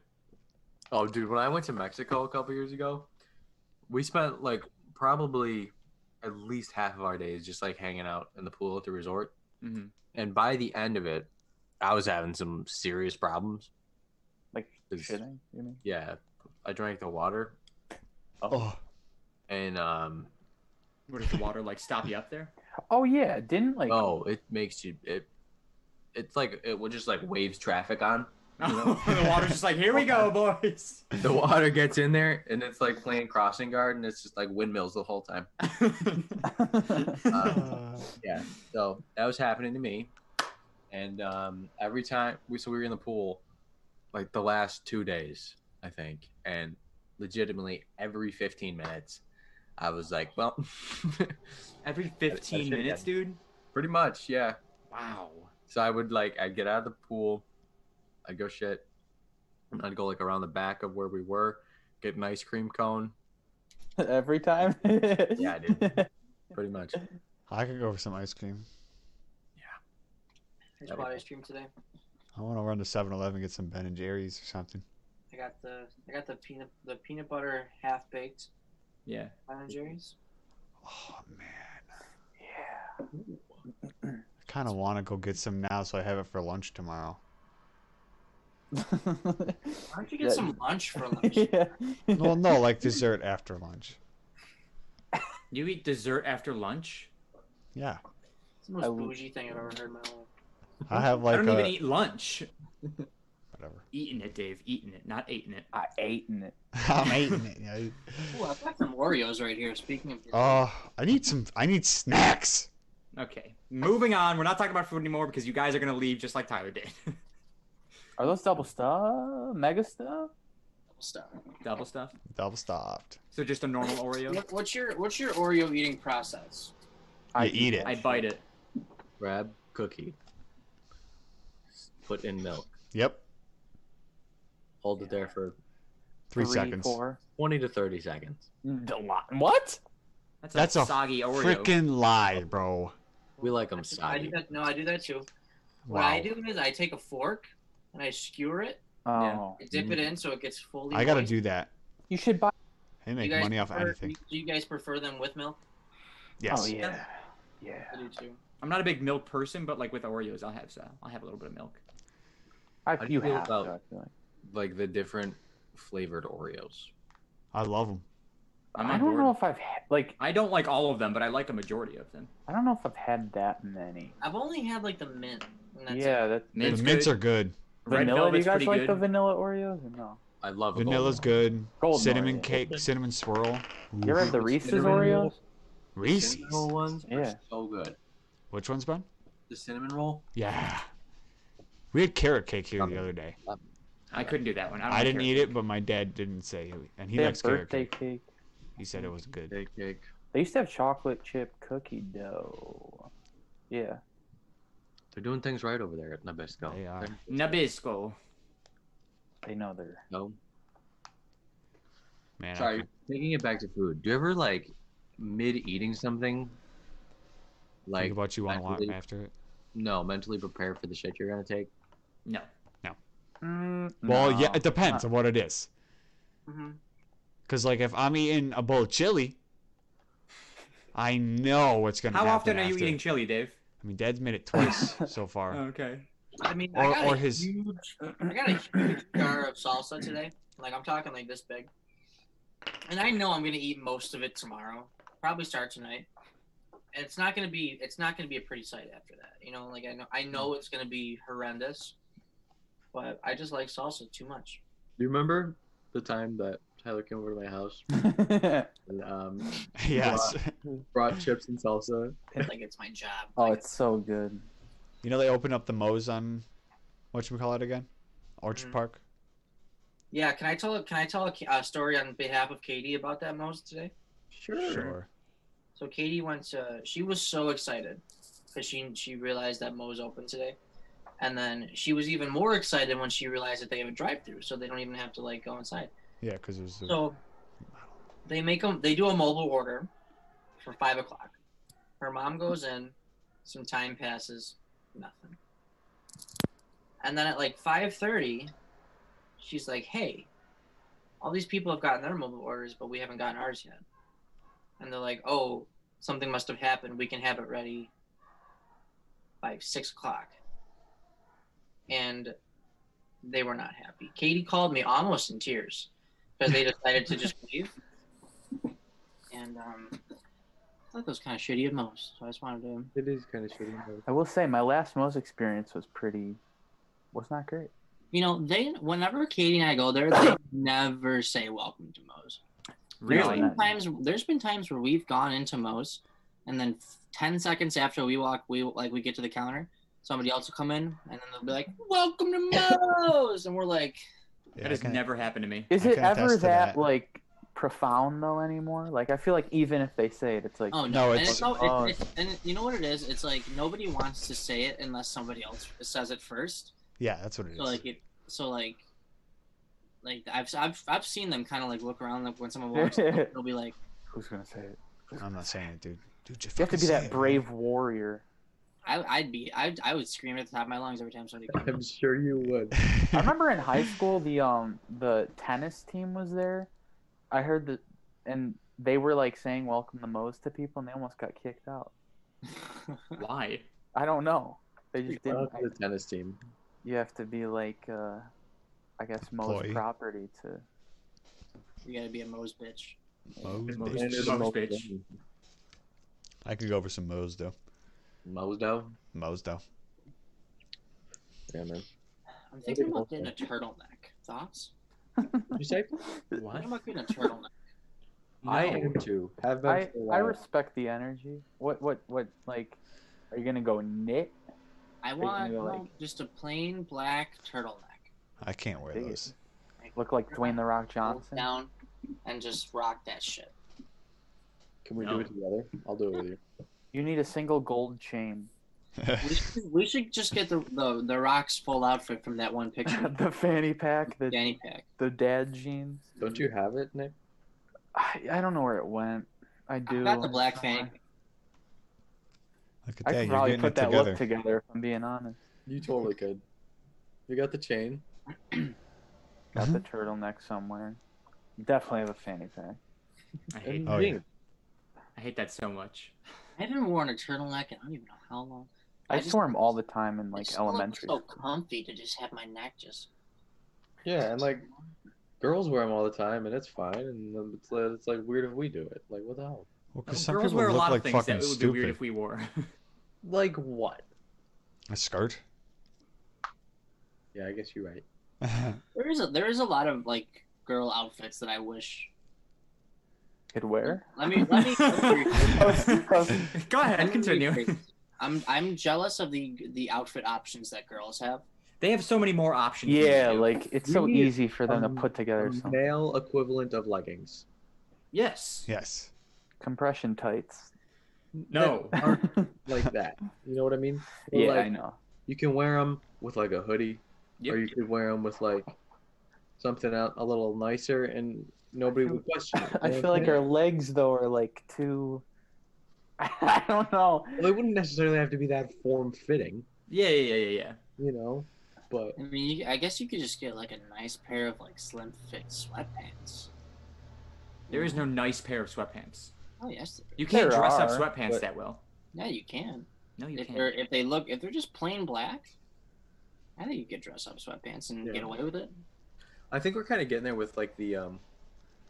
Speaker 2: Oh, dude, when I went to Mexico a couple years ago, we spent like probably at least half of our days just like hanging out in the pool at the resort.
Speaker 4: Mhm.
Speaker 2: And by the end of it, I was having some serious problems.
Speaker 3: like
Speaker 2: It's-
Speaker 3: shitting. You mean?
Speaker 2: Yeah, I drank the water,
Speaker 6: Oh,
Speaker 2: and um,
Speaker 4: What does the water like stop you up there?
Speaker 3: Oh yeah, didn't like.
Speaker 2: oh, it makes you it. It's like it will just like waves traffic on.
Speaker 4: No, the water's just like here we go, boys.
Speaker 2: The water gets in there, and it's like playing crossing guard, and it's just like windmills the whole time. Uh,
Speaker 6: uh,
Speaker 2: yeah so that was happening to me and um every time we so we were in the pool like the last two days i think and legitimately every 15 minutes i was like well
Speaker 4: Every
Speaker 2: That's
Speaker 4: 15
Speaker 2: it,
Speaker 4: minutes, dude.
Speaker 2: pretty much yeah
Speaker 4: Wow.
Speaker 2: so i would like i'd get out of the pool i'd go shit and i'd go like around the back of where we were get an ice cream cone
Speaker 3: Every time.
Speaker 2: yeah dude pretty much
Speaker 6: I could go for some ice cream.
Speaker 5: I just
Speaker 2: That'd be
Speaker 5: bought
Speaker 2: cool.
Speaker 5: ice cream today.
Speaker 6: I want to run to 7-Eleven get some Ben and Jerry's or something.
Speaker 5: I got the I got the peanut the peanut butter half baked
Speaker 4: Yeah.
Speaker 5: Ben and Jerry's.
Speaker 6: Oh man, I kind of want to go get some now, so I have it for lunch tomorrow.
Speaker 5: Why don't you get
Speaker 3: Yeah.
Speaker 5: some lunch for lunch?
Speaker 3: yeah.
Speaker 6: Well, no, like dessert after lunch.
Speaker 4: You eat dessert after lunch?
Speaker 6: Yeah,
Speaker 5: It's the most
Speaker 3: I will-
Speaker 5: bougie thing I've ever heard in my life.
Speaker 6: I have like
Speaker 4: I don't
Speaker 6: a
Speaker 4: even eat lunch.
Speaker 6: whatever.
Speaker 4: Eating it, Dave. Eating it, not eating it.
Speaker 3: I ate in it.
Speaker 6: I'm eating it. Yeah. Uh,
Speaker 5: Ooh, I've got some Oreos right here. Speaking of,
Speaker 6: Oh, I need some. I need snacks.
Speaker 4: Okay. Moving on. We're not talking about food anymore because you guys are gonna leave just like Tyler did.
Speaker 3: Are those double star, mega star?
Speaker 5: Star.
Speaker 4: Double stuff.
Speaker 6: Double stopped.
Speaker 4: So just a normal Oreo.
Speaker 5: What, what's your what's your Oreo eating process?
Speaker 6: I eat it.
Speaker 4: I bite it.
Speaker 2: Grab cookie. Put in milk.
Speaker 6: Yep.
Speaker 2: Hold it there for
Speaker 6: Three, seconds.
Speaker 3: Four.
Speaker 2: 20 to 30 seconds.
Speaker 3: A lot. What?
Speaker 4: That's,
Speaker 6: That's
Speaker 4: a
Speaker 6: a
Speaker 4: soggy Oreo.
Speaker 6: Freaking lie, bro.
Speaker 2: We like them
Speaker 5: I do
Speaker 2: soggy.
Speaker 5: that, no, I do that too. What
Speaker 6: Wow.
Speaker 5: I do is I take a fork and I skewer it,
Speaker 3: Oh,
Speaker 5: I dip it in so it gets fully.
Speaker 6: Mm. I gotta
Speaker 5: moist.
Speaker 6: do that.
Speaker 3: you should buy.
Speaker 6: They
Speaker 5: Do
Speaker 6: make
Speaker 5: you guys
Speaker 6: money off
Speaker 5: prefer-
Speaker 6: anything.
Speaker 5: Do you guys prefer them with milk?
Speaker 6: Yes.
Speaker 3: Oh yeah, yeah.
Speaker 5: I do too.
Speaker 4: I'm not a big milk person, but like with Oreos, I'll have so I'll have a little bit of milk.
Speaker 3: I,
Speaker 2: do
Speaker 3: you
Speaker 2: you feel
Speaker 3: have
Speaker 2: about-
Speaker 3: to. I feel like.
Speaker 2: Like the different flavored Oreos.
Speaker 6: I love them.
Speaker 4: I'm
Speaker 3: I
Speaker 4: on
Speaker 3: don't
Speaker 4: board.
Speaker 3: know if I've had like
Speaker 4: I don't like all of them, but I like a majority of them.
Speaker 3: I don't know if I've had that many.
Speaker 5: I've only had like the mint. And that's
Speaker 3: yeah, that
Speaker 4: Mint's
Speaker 6: the mints
Speaker 4: good.
Speaker 6: are good.
Speaker 4: Red
Speaker 3: vanilla. Do you
Speaker 4: Velvet's
Speaker 3: guys
Speaker 4: pretty
Speaker 3: like the
Speaker 4: good.
Speaker 3: vanilla Oreos or no?
Speaker 2: I love a
Speaker 6: Vanilla's
Speaker 2: golden
Speaker 6: good.
Speaker 3: Golden
Speaker 6: cinnamon
Speaker 3: Oreo.
Speaker 6: cake, cinnamon swirl.
Speaker 3: You ever
Speaker 6: Oof.
Speaker 3: had the Reese's
Speaker 2: Cinnamon roll.
Speaker 3: Oreos?
Speaker 2: one. The
Speaker 6: Reese's.
Speaker 2: cinnamon roll ones are
Speaker 3: Yeah.
Speaker 2: so good.
Speaker 6: Which one's bun?
Speaker 2: The cinnamon roll?
Speaker 6: Yeah. We had carrot cake here
Speaker 2: Okay.
Speaker 6: the other day.
Speaker 4: I couldn't do that one. I, don't
Speaker 6: I didn't
Speaker 4: care.
Speaker 6: eat it, but my dad didn't say, he- and he
Speaker 3: They
Speaker 6: likes
Speaker 3: have
Speaker 6: carrot
Speaker 3: birthday
Speaker 6: cake.
Speaker 3: cake.
Speaker 6: He said it was good.
Speaker 2: Cake, cake.
Speaker 3: They used to have chocolate chip cookie dough. Yeah.
Speaker 2: They're doing things right over there at Nabisco.
Speaker 6: They are.
Speaker 2: They're-
Speaker 4: Nabisco.
Speaker 3: They know they're.
Speaker 2: No.
Speaker 6: Man, I
Speaker 2: Sorry,
Speaker 6: can't-
Speaker 2: taking it back to food. Do you ever like mid eating something? Like
Speaker 6: think about you on a lot
Speaker 2: mentally-
Speaker 6: after it.
Speaker 2: no, mentally prepare for the shit you're gonna take.
Speaker 4: No.
Speaker 3: Mm,
Speaker 6: Well, yeah,
Speaker 3: no.
Speaker 6: it depends on what it is.
Speaker 5: Mhm.
Speaker 6: Because, like, if I'm eating a bowl of chili, I know what's going to
Speaker 4: How
Speaker 6: happen.
Speaker 4: often are you
Speaker 6: after.
Speaker 4: eating chili, Dave?
Speaker 6: I mean, dad's made it twice so far.
Speaker 4: Oh, Okay.
Speaker 5: I mean, I
Speaker 6: Or-
Speaker 5: got
Speaker 6: or
Speaker 5: a
Speaker 6: his-
Speaker 5: huge, I got a huge jar of salsa today. Like I'm talking like this big, and I know I'm gonna eat most of it tomorrow. Probably start tonight, and it's not gonna be it's not gonna be a pretty sight after that. You know, like I know I know it's gonna be horrendous, but I just like salsa too much.
Speaker 2: Do you remember the time that Tyler came over to my house and um,
Speaker 6: yes.
Speaker 2: brought chips and salsa?
Speaker 5: Like it's my job.
Speaker 3: oh, it's so good.
Speaker 6: You know, they open up the Moe's on, whatchamacallit again? Orchard
Speaker 3: Mm.
Speaker 5: Mhm.
Speaker 6: Park?
Speaker 5: Yeah, can I tell can I tell a, ca- a story on behalf of Katie about that most today?
Speaker 6: Sure.
Speaker 5: So Katie went to. She was so excited because she she realized that Moe's open today, and then she was even more excited when she realized that they have a drive-through, so they don't even have to like go inside.
Speaker 6: Yeah, because it was. a-
Speaker 5: So they make them. They do a mobile order for five o'clock. Her mom goes in. Some time passes. Nothing. And then at like five thirty, she's like, "Hey, all these people have gotten their mobile orders, but we haven't gotten ours yet." And they're like, "Oh, something must have happened. We can have it ready by six o'clock." And they were not happy. Katie called me almost in tears because they decided to just leave. And um, I thought that was kind of shitty at most, so I just wanted to.
Speaker 2: It is kind of shitty.
Speaker 3: I will say my last Moe's experience was pretty. was not great.
Speaker 5: You know, they whenever Katie and I go there, they never say welcome to Moe's. There's
Speaker 4: Really?
Speaker 5: been times there's been times where we've gone into Moe's, and then ten seconds after we walk, we like we get to the counter, somebody else will come in, and then they'll be like, "Welcome to Moe's," and we're like,
Speaker 6: Yeah,
Speaker 4: That
Speaker 6: I
Speaker 4: has
Speaker 6: kinda-
Speaker 4: never happened to me.
Speaker 3: Is
Speaker 6: I
Speaker 3: it
Speaker 6: can attest
Speaker 3: ever
Speaker 6: to
Speaker 3: that,
Speaker 6: that.
Speaker 3: like profound though anymore? Like I feel like even if they say it, it's like
Speaker 5: "Oh
Speaker 6: No,
Speaker 5: no!" and,
Speaker 6: it's-
Speaker 5: it's, no
Speaker 3: oh,
Speaker 5: it's, it's, and you know what it is? It's like nobody wants to say it unless somebody else says it first.
Speaker 6: Yeah, that's what it is.
Speaker 5: So like it, so like, like I've I've, I've seen them kind of like look around like when someone walks, they'll be like,
Speaker 3: who's gonna say it?
Speaker 6: I'm not saying it, dude. Dude, just
Speaker 3: You have to
Speaker 6: fucking
Speaker 3: be
Speaker 6: say
Speaker 3: that
Speaker 6: it,
Speaker 3: brave warrior.
Speaker 5: I I'd be I I would scream at the top of my lungs every time somebody comes.
Speaker 2: I'm sure you would.
Speaker 3: I remember in high school the um the tennis team was there. I heard that, and they were like saying "Welcome to Moe's" to people, and they almost got kicked out.
Speaker 4: Why?
Speaker 3: I don't know. They just
Speaker 2: Shout
Speaker 3: didn't.
Speaker 2: out to the tennis team.
Speaker 3: you have to be like, uh, I guess, Moe's
Speaker 6: Employee.
Speaker 3: property to.
Speaker 5: you gotta be a Moe's bitch.
Speaker 6: Moe's,
Speaker 4: Moe's.
Speaker 6: bitch.
Speaker 4: Moe's bitch.
Speaker 6: I could go for some Moe's, though.
Speaker 2: Moe's dough.
Speaker 6: Moe's, though.
Speaker 2: Yeah, man.
Speaker 5: I'm thinking about getting a turtleneck. Thoughts?
Speaker 2: You say
Speaker 5: I'm
Speaker 4: What?
Speaker 5: thinking about getting a turtleneck.
Speaker 2: I am too. Have been
Speaker 3: I
Speaker 2: for a
Speaker 3: I
Speaker 2: while.
Speaker 3: respect the energy. What what what like? Are you gonna go knit?
Speaker 5: I
Speaker 3: you
Speaker 5: want
Speaker 3: gonna, like-
Speaker 5: well, just a plain black turtleneck.
Speaker 6: I can't wear
Speaker 3: Dig it.
Speaker 6: those.
Speaker 5: Like,
Speaker 3: Look like Dwayne the Rock
Speaker 5: pull it
Speaker 3: Johnson?
Speaker 5: down and just rock that shit.
Speaker 2: Can we
Speaker 4: No.
Speaker 2: do it together? I'll do it with you.
Speaker 3: You need a single gold chain.
Speaker 5: We should, we should just get the, the the Rock's full outfit from that one picture.
Speaker 3: the fanny pack, the
Speaker 5: Danny pack.
Speaker 3: the dad jeans.
Speaker 2: Don't you have it, Nick?
Speaker 3: I, I don't know where it went. I do.
Speaker 5: I got the black fanny.
Speaker 3: fan.
Speaker 5: pack.
Speaker 6: Look at
Speaker 3: I
Speaker 6: that.
Speaker 3: could
Speaker 6: You're
Speaker 3: probably
Speaker 6: getting
Speaker 3: put
Speaker 6: it
Speaker 3: that
Speaker 6: together.
Speaker 3: look together. If I'm being honest.
Speaker 2: You totally could. You got the chain.
Speaker 3: Got the turtleneck somewhere. Definitely have a fanny pack.
Speaker 4: I hate,
Speaker 6: Oh, yeah.
Speaker 4: I hate that so much.
Speaker 5: I haven't worn a turtleneck in I don't even know how long.
Speaker 3: I,
Speaker 5: I
Speaker 3: used
Speaker 5: just-
Speaker 3: to wear them all the time in like
Speaker 5: It's so-
Speaker 3: elementary.
Speaker 5: So
Speaker 3: school.
Speaker 5: comfy to just have my neck just.
Speaker 2: Yeah, and like girls wear them all the time, and it's fine. And then it's, uh, it's like weird if we do it. Like what the hell?
Speaker 6: Well, 'cause some
Speaker 4: Girls
Speaker 6: people
Speaker 4: wear a
Speaker 6: look
Speaker 4: lot
Speaker 6: like
Speaker 4: of things that
Speaker 6: fucking
Speaker 4: it would
Speaker 6: stupid.
Speaker 4: be weird if we wore.
Speaker 2: Like what?
Speaker 6: A skirt.
Speaker 2: Yeah, I guess you're right.
Speaker 5: There is a there is a lot of like girl outfits that I wish.
Speaker 3: Could wear.
Speaker 5: Let me let me.
Speaker 4: Go
Speaker 5: let
Speaker 4: ahead,
Speaker 5: me
Speaker 4: continue.
Speaker 5: rephrase. I'm I'm jealous of the the outfit options that girls have.
Speaker 4: They have so many more options. than
Speaker 3: Yeah,
Speaker 4: we do.
Speaker 3: like it's
Speaker 2: We
Speaker 3: so
Speaker 2: need,
Speaker 3: easy for them
Speaker 2: um,
Speaker 3: to put together something.
Speaker 2: Male equivalent of leggings.
Speaker 4: yes,
Speaker 6: yes.
Speaker 3: Compression tights.
Speaker 4: no,
Speaker 2: That aren't like that. You know what I mean? They're
Speaker 3: Yeah,
Speaker 2: like,
Speaker 3: I know.
Speaker 2: You can wear them with like a hoodie,
Speaker 4: Yep.
Speaker 2: or you could wear them with like something out a little nicer, and nobody would question. It,
Speaker 3: I
Speaker 2: You know
Speaker 3: feel
Speaker 2: what
Speaker 3: like
Speaker 2: I'm
Speaker 3: our legs though are like too. I don't know.
Speaker 2: saying? they wouldn't necessarily have to be that form fitting,
Speaker 4: yeah, yeah, yeah, yeah, yeah.
Speaker 2: you know. But
Speaker 5: I mean, you, I guess you could just get like a nice pair of like slim fit sweatpants.
Speaker 4: There is no nice pair of sweatpants.
Speaker 5: Oh yes, there is.
Speaker 4: You can't
Speaker 3: There
Speaker 4: dress up
Speaker 3: are,
Speaker 4: sweatpants
Speaker 2: but-
Speaker 4: that well.
Speaker 5: yeah, you can.
Speaker 4: No, you
Speaker 5: if
Speaker 4: can't.
Speaker 5: they're if they look if they're just plain black, I think you could dress up sweatpants and
Speaker 2: Yeah.
Speaker 5: get away with it.
Speaker 2: I think we're kind of getting there with like the um,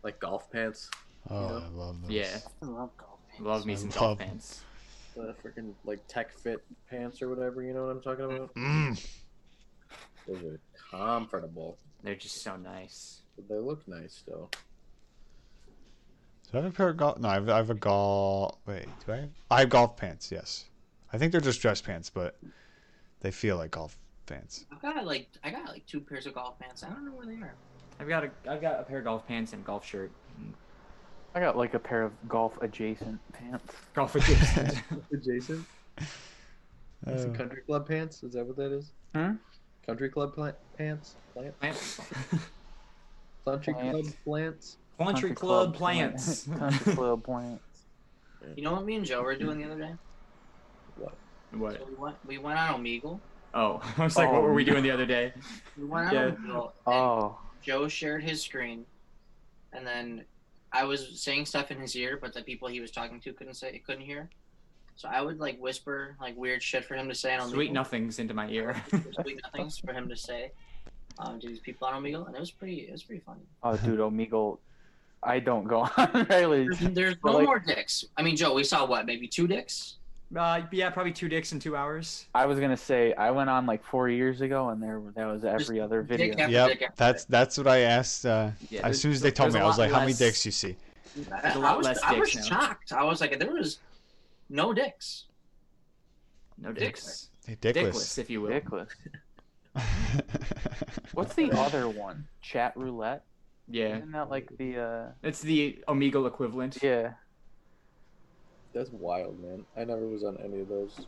Speaker 2: like golf pants,
Speaker 6: Oh,
Speaker 2: Yeah.
Speaker 6: I love those.
Speaker 4: Yeah,
Speaker 5: I love golf pants.
Speaker 4: love me
Speaker 6: I
Speaker 4: some
Speaker 6: love
Speaker 4: golf
Speaker 6: 'em.
Speaker 4: pants.
Speaker 2: the freaking like tech fit pants or whatever. You know what I'm talking about?
Speaker 6: Mm.
Speaker 2: Those are comfortable.
Speaker 4: They're just so nice.
Speaker 2: But they look nice though.
Speaker 6: Do I have a pair of golf? No, I have, I have a golf. Wait, do I? Have... I have golf pants. Yes. I think they're just dress pants, but they feel like golf pants.
Speaker 5: I've got like I got like two pairs of golf pants. I don't know where they are.
Speaker 4: I've got a I've got a pair of golf pants and golf shirt. And
Speaker 3: I got like a pair of golf adjacent pants.
Speaker 4: golf adjacent.
Speaker 2: Jason,
Speaker 6: Oh.
Speaker 2: country club pants? Is that what that is?
Speaker 3: Hmm?
Speaker 2: Country club pla- pants? Plant?
Speaker 4: Plants.
Speaker 2: Country
Speaker 3: Plants.
Speaker 2: club plants?
Speaker 4: Country club plants.
Speaker 3: Country club plants.
Speaker 5: You know what me and Joe were doing the other day?
Speaker 4: What?
Speaker 5: So we went we went on Omegle.
Speaker 4: Oh, I was like,
Speaker 3: Oh,
Speaker 4: what were we
Speaker 3: no.
Speaker 4: doing the other day?
Speaker 5: We went on
Speaker 3: Yeah.
Speaker 5: Omegle. and
Speaker 3: Oh,
Speaker 5: Joe shared his screen, and then I was saying stuff in his ear, but the people he was talking to couldn't say couldn't hear. So I would like whisper like weird shit for him to say on
Speaker 4: Sweet
Speaker 5: Omegle.
Speaker 4: nothings into my ear.
Speaker 5: sweet nothings for him to say um, to these people on Omegle, and it was pretty it was pretty funny.
Speaker 3: oh, dude, Omegle. I don't go on really.
Speaker 5: There's, there's no
Speaker 3: Well, like-
Speaker 5: more dicks. I mean, Joe, we saw what maybe two dicks.
Speaker 4: uh, yeah, probably two dicks in two hours.
Speaker 3: I was gonna say I went on like four years ago, and there that was every other video.
Speaker 5: after dick
Speaker 6: Yep.
Speaker 5: after
Speaker 6: That's that's what I asked. Uh,
Speaker 4: Yeah,
Speaker 6: as soon as they told me, I was like, "How many dicks you see?"
Speaker 5: I,
Speaker 4: a lot
Speaker 5: I was,
Speaker 4: less
Speaker 5: I was
Speaker 4: dicks now.
Speaker 5: shocked. I was like, there was no dicks.
Speaker 4: No dicks.
Speaker 6: Hey,
Speaker 4: Dickless,
Speaker 6: dickless.
Speaker 4: if you will.
Speaker 3: Ridiculous. What's the other one? Chat roulette.
Speaker 4: Yeah,
Speaker 3: Isn't that like the? uh
Speaker 4: it's the Omegle equivalent.
Speaker 3: Yeah.
Speaker 2: That's wild, man. I never was on any of those.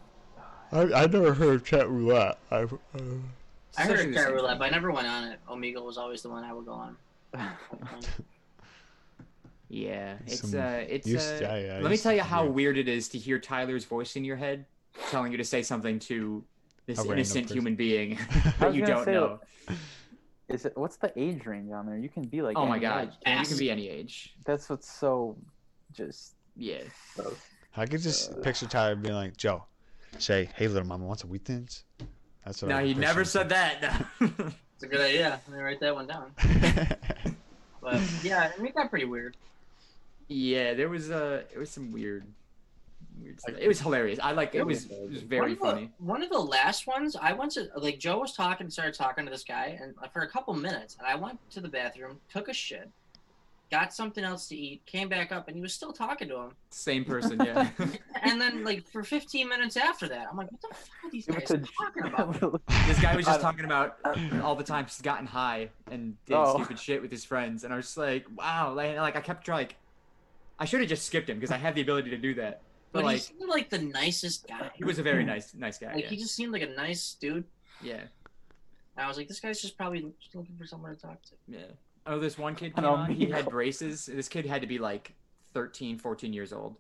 Speaker 6: I I never heard of chat roulette. I, uh,
Speaker 5: I heard
Speaker 4: Essentially the
Speaker 5: Cat
Speaker 4: same
Speaker 5: Roulette,
Speaker 4: thing.
Speaker 5: but I never went on it. Omegle was always the one I would go on.
Speaker 4: Yeah,
Speaker 6: It's
Speaker 4: it's
Speaker 6: some
Speaker 4: uh, it's
Speaker 6: used-
Speaker 4: uh,
Speaker 6: yeah, yeah, I
Speaker 4: let me
Speaker 6: used
Speaker 4: tell
Speaker 6: to
Speaker 4: you how
Speaker 6: hear.
Speaker 4: weird it is to hear Tyler's voice in your head, telling you to say something to
Speaker 6: A
Speaker 4: this
Speaker 6: random
Speaker 4: innocent
Speaker 6: person.
Speaker 4: human being
Speaker 3: I
Speaker 4: that
Speaker 3: was
Speaker 4: you
Speaker 3: gonna
Speaker 4: don't
Speaker 3: say,
Speaker 4: know.
Speaker 3: Is it? What's the age range on there? You can be like.
Speaker 4: oh my
Speaker 3: any
Speaker 4: god,
Speaker 3: age.
Speaker 4: you can be any age.
Speaker 3: That's what's so, just.
Speaker 4: Yeah,
Speaker 6: I could just
Speaker 4: Uh.
Speaker 6: picture Tyler being like, "Joe, say, hey, little mama, want some wheat thins?" That's what.
Speaker 4: no,
Speaker 6: I
Speaker 4: he
Speaker 6: picture
Speaker 4: never
Speaker 6: him
Speaker 4: said that. No.
Speaker 5: It's a good idea. Let me write that one down.
Speaker 6: saying.
Speaker 5: But yeah, I mean, it got pretty weird.
Speaker 4: yeah, there was uh, it was some weird, weird stuff. It was hilarious. I like it was, it was
Speaker 5: one
Speaker 4: very
Speaker 5: of
Speaker 4: funny.
Speaker 5: The, one of the last ones, I went to like Joe was talking, started talking to this guy, and for a couple minutes, and I went to the bathroom, took a shit, got something else to eat, came back up, and he was still talking to him.
Speaker 4: Same person, yeah.
Speaker 5: And then, like, for 15 minutes after that, I'm like, what the fuck are these
Speaker 3: It
Speaker 5: guys
Speaker 3: was
Speaker 5: talking about?
Speaker 4: this guy was
Speaker 3: I
Speaker 4: just
Speaker 3: don't-
Speaker 4: talking about all the time he's gotten high and did
Speaker 3: Oh.
Speaker 4: stupid shit with his friends, and I was just like, wow. Like, like I kept like, I should have just skipped him because I have the ability to do that. But,
Speaker 5: But he
Speaker 4: like,
Speaker 5: seemed like the nicest guy.
Speaker 4: he was a very nice, nice guy.
Speaker 5: Like,
Speaker 4: yeah.
Speaker 5: he just seemed like a nice dude.
Speaker 4: yeah,
Speaker 5: And I was like, this guy's just probably just looking for someone to talk to.
Speaker 4: yeah. Oh, this one kid
Speaker 3: I
Speaker 4: came
Speaker 3: don't
Speaker 4: on. He
Speaker 3: mean-
Speaker 4: had braces. This kid had to be like 13, 14 years old.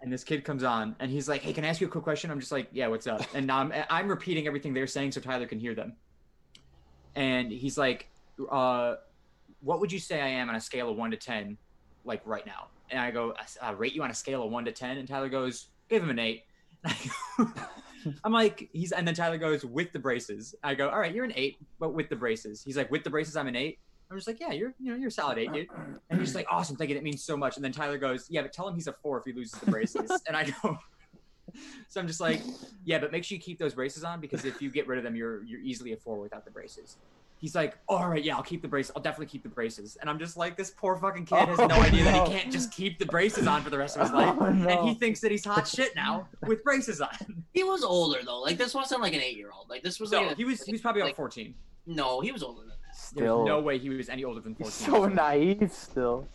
Speaker 4: And this kid comes on, and he's like, "Hey, can I ask you a quick question?" I'm just like, "Yeah, what's up?" And now I'm I'm repeating everything they're saying so Tyler can hear them. And he's like, uh, "What would you say I am on a scale of one to ten, like right now?" And I go, I, s- "I rate you on a scale of one to ten. And Tyler goes, "Give him an eight. And I go, I'm like, "He's," and then Tyler goes, "With the braces." I go, "All right, you're an eight, but with the braces." He's like, "With the braces, I'm an eight. I'm just like, "Yeah, you're you know you're a solid eight, dude." And he's just like, awesome, thank you. That means so much. And then Tyler goes, yeah, but tell him he's a four if he loses the braces. and I go, so I'm just like, yeah, but make sure you keep those braces on because if you get rid of them, you're you're easily a four without the braces. He's like, all right, yeah, I'll keep the braces. I'll definitely keep the braces. And I'm just like, this poor fucking kid has no
Speaker 3: Oh,
Speaker 4: idea that
Speaker 3: no.
Speaker 4: he can't just keep the braces on for the rest of his life.
Speaker 3: Oh, no.
Speaker 4: And he thinks that he's hot shit now with braces on.
Speaker 5: He was older, though. Like, this wasn't like an eight year old. Like, this was like.
Speaker 4: So
Speaker 5: a-
Speaker 4: he was he was probably about
Speaker 5: like-
Speaker 4: 14.
Speaker 5: No, he was older than that.
Speaker 4: There's
Speaker 3: still
Speaker 4: no way he was any older than 14.
Speaker 3: he's so naive still.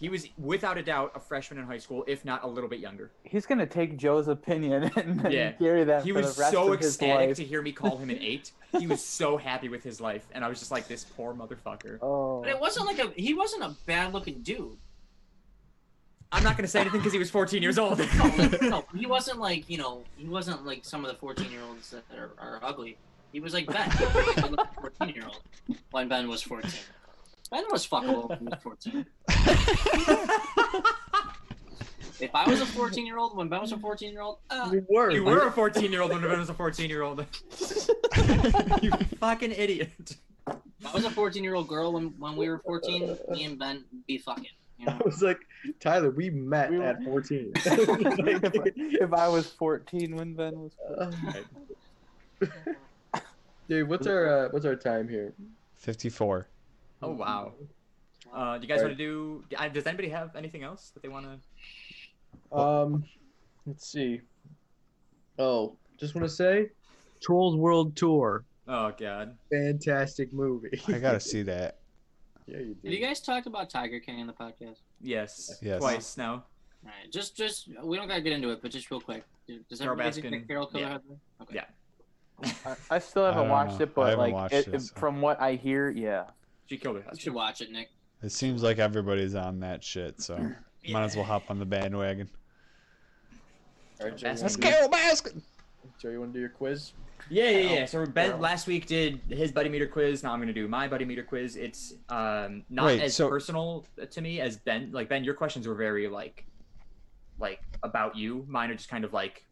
Speaker 4: He was without a doubt a freshman in high school, if not a little bit younger.
Speaker 3: He's gonna take Joe's opinion and then
Speaker 4: Yeah.
Speaker 3: carry that
Speaker 4: he
Speaker 3: for
Speaker 4: was
Speaker 3: the rest
Speaker 4: so
Speaker 3: of his
Speaker 4: ecstatic
Speaker 3: life.
Speaker 4: to hear me call him an eight. he was so happy with his life, and I was just like, "This poor motherfucker."
Speaker 3: Oh,
Speaker 5: But it wasn't like a. He wasn't a bad looking dude.
Speaker 4: I'm not gonna say anything because he was 14 years old.
Speaker 5: No, like, no, he wasn't like, you know, he wasn't like some of the 14 year olds that are, are ugly. He was like Ben, 14 year old, when Ben was 14. Ben was fuckable when he was 14. If I was a 14 year old, when Ben was a 14 year old, uh,
Speaker 7: You were.
Speaker 4: you were a 14 year old when Ben was a 14 year old. you fucking idiot.
Speaker 5: if I was a 14 year old girl when, when we were 14, me and Ben be fucking. You
Speaker 2: I
Speaker 5: know?
Speaker 2: was like, Tyler, we met
Speaker 3: We were-
Speaker 2: at 14.
Speaker 3: if, I, if I was 14 when Ben was,
Speaker 2: Dude, what's our uh, what's our time here?
Speaker 6: 54.
Speaker 4: Oh wow. Uh, do you guys want to do? I- Does anybody have anything else that they want to?
Speaker 2: Um, let's see. Oh, just want to say, Trolls World Tour,
Speaker 4: Oh god.
Speaker 2: fantastic movie.
Speaker 6: I gotta see that.
Speaker 2: yeah, you
Speaker 5: Have
Speaker 2: did.
Speaker 5: you guys talked about Tiger King in the podcast?
Speaker 4: Yes.
Speaker 6: Yes.
Speaker 4: Twice now.
Speaker 5: All right, just, just, we don't gotta get into it, but just real quick. Does
Speaker 4: Carol
Speaker 5: everybody
Speaker 4: Baskin,
Speaker 5: think Carol Killer
Speaker 4: yeah.
Speaker 5: Headley? Okay.
Speaker 4: Yeah.
Speaker 3: I, I still
Speaker 6: I
Speaker 3: haven't
Speaker 6: don't
Speaker 3: watched
Speaker 6: know.
Speaker 3: it,
Speaker 6: I
Speaker 3: but
Speaker 6: haven't
Speaker 3: like
Speaker 6: watched
Speaker 3: it,
Speaker 6: it,
Speaker 3: it-
Speaker 6: so-
Speaker 3: from what I hear, yeah.
Speaker 4: She killed her
Speaker 5: You should
Speaker 4: husband.
Speaker 5: watch it, Nick.
Speaker 6: It seems like everybody's on that shit, so might as well hop on the bandwagon.
Speaker 2: All right, Joe, you
Speaker 4: Let's
Speaker 2: wanna do-
Speaker 6: Baskin.
Speaker 2: Joe, you want to do your quiz?
Speaker 4: Yeah, yeah, yeah. So Ben
Speaker 2: Girl.
Speaker 4: last week did his buddy meter quiz. Now I'm gonna do my buddy meter quiz. It's um not
Speaker 6: Wait,
Speaker 4: as
Speaker 6: so-
Speaker 4: personal to me as Ben. Like Ben, your questions were very like, like about you. Mine are just kind of like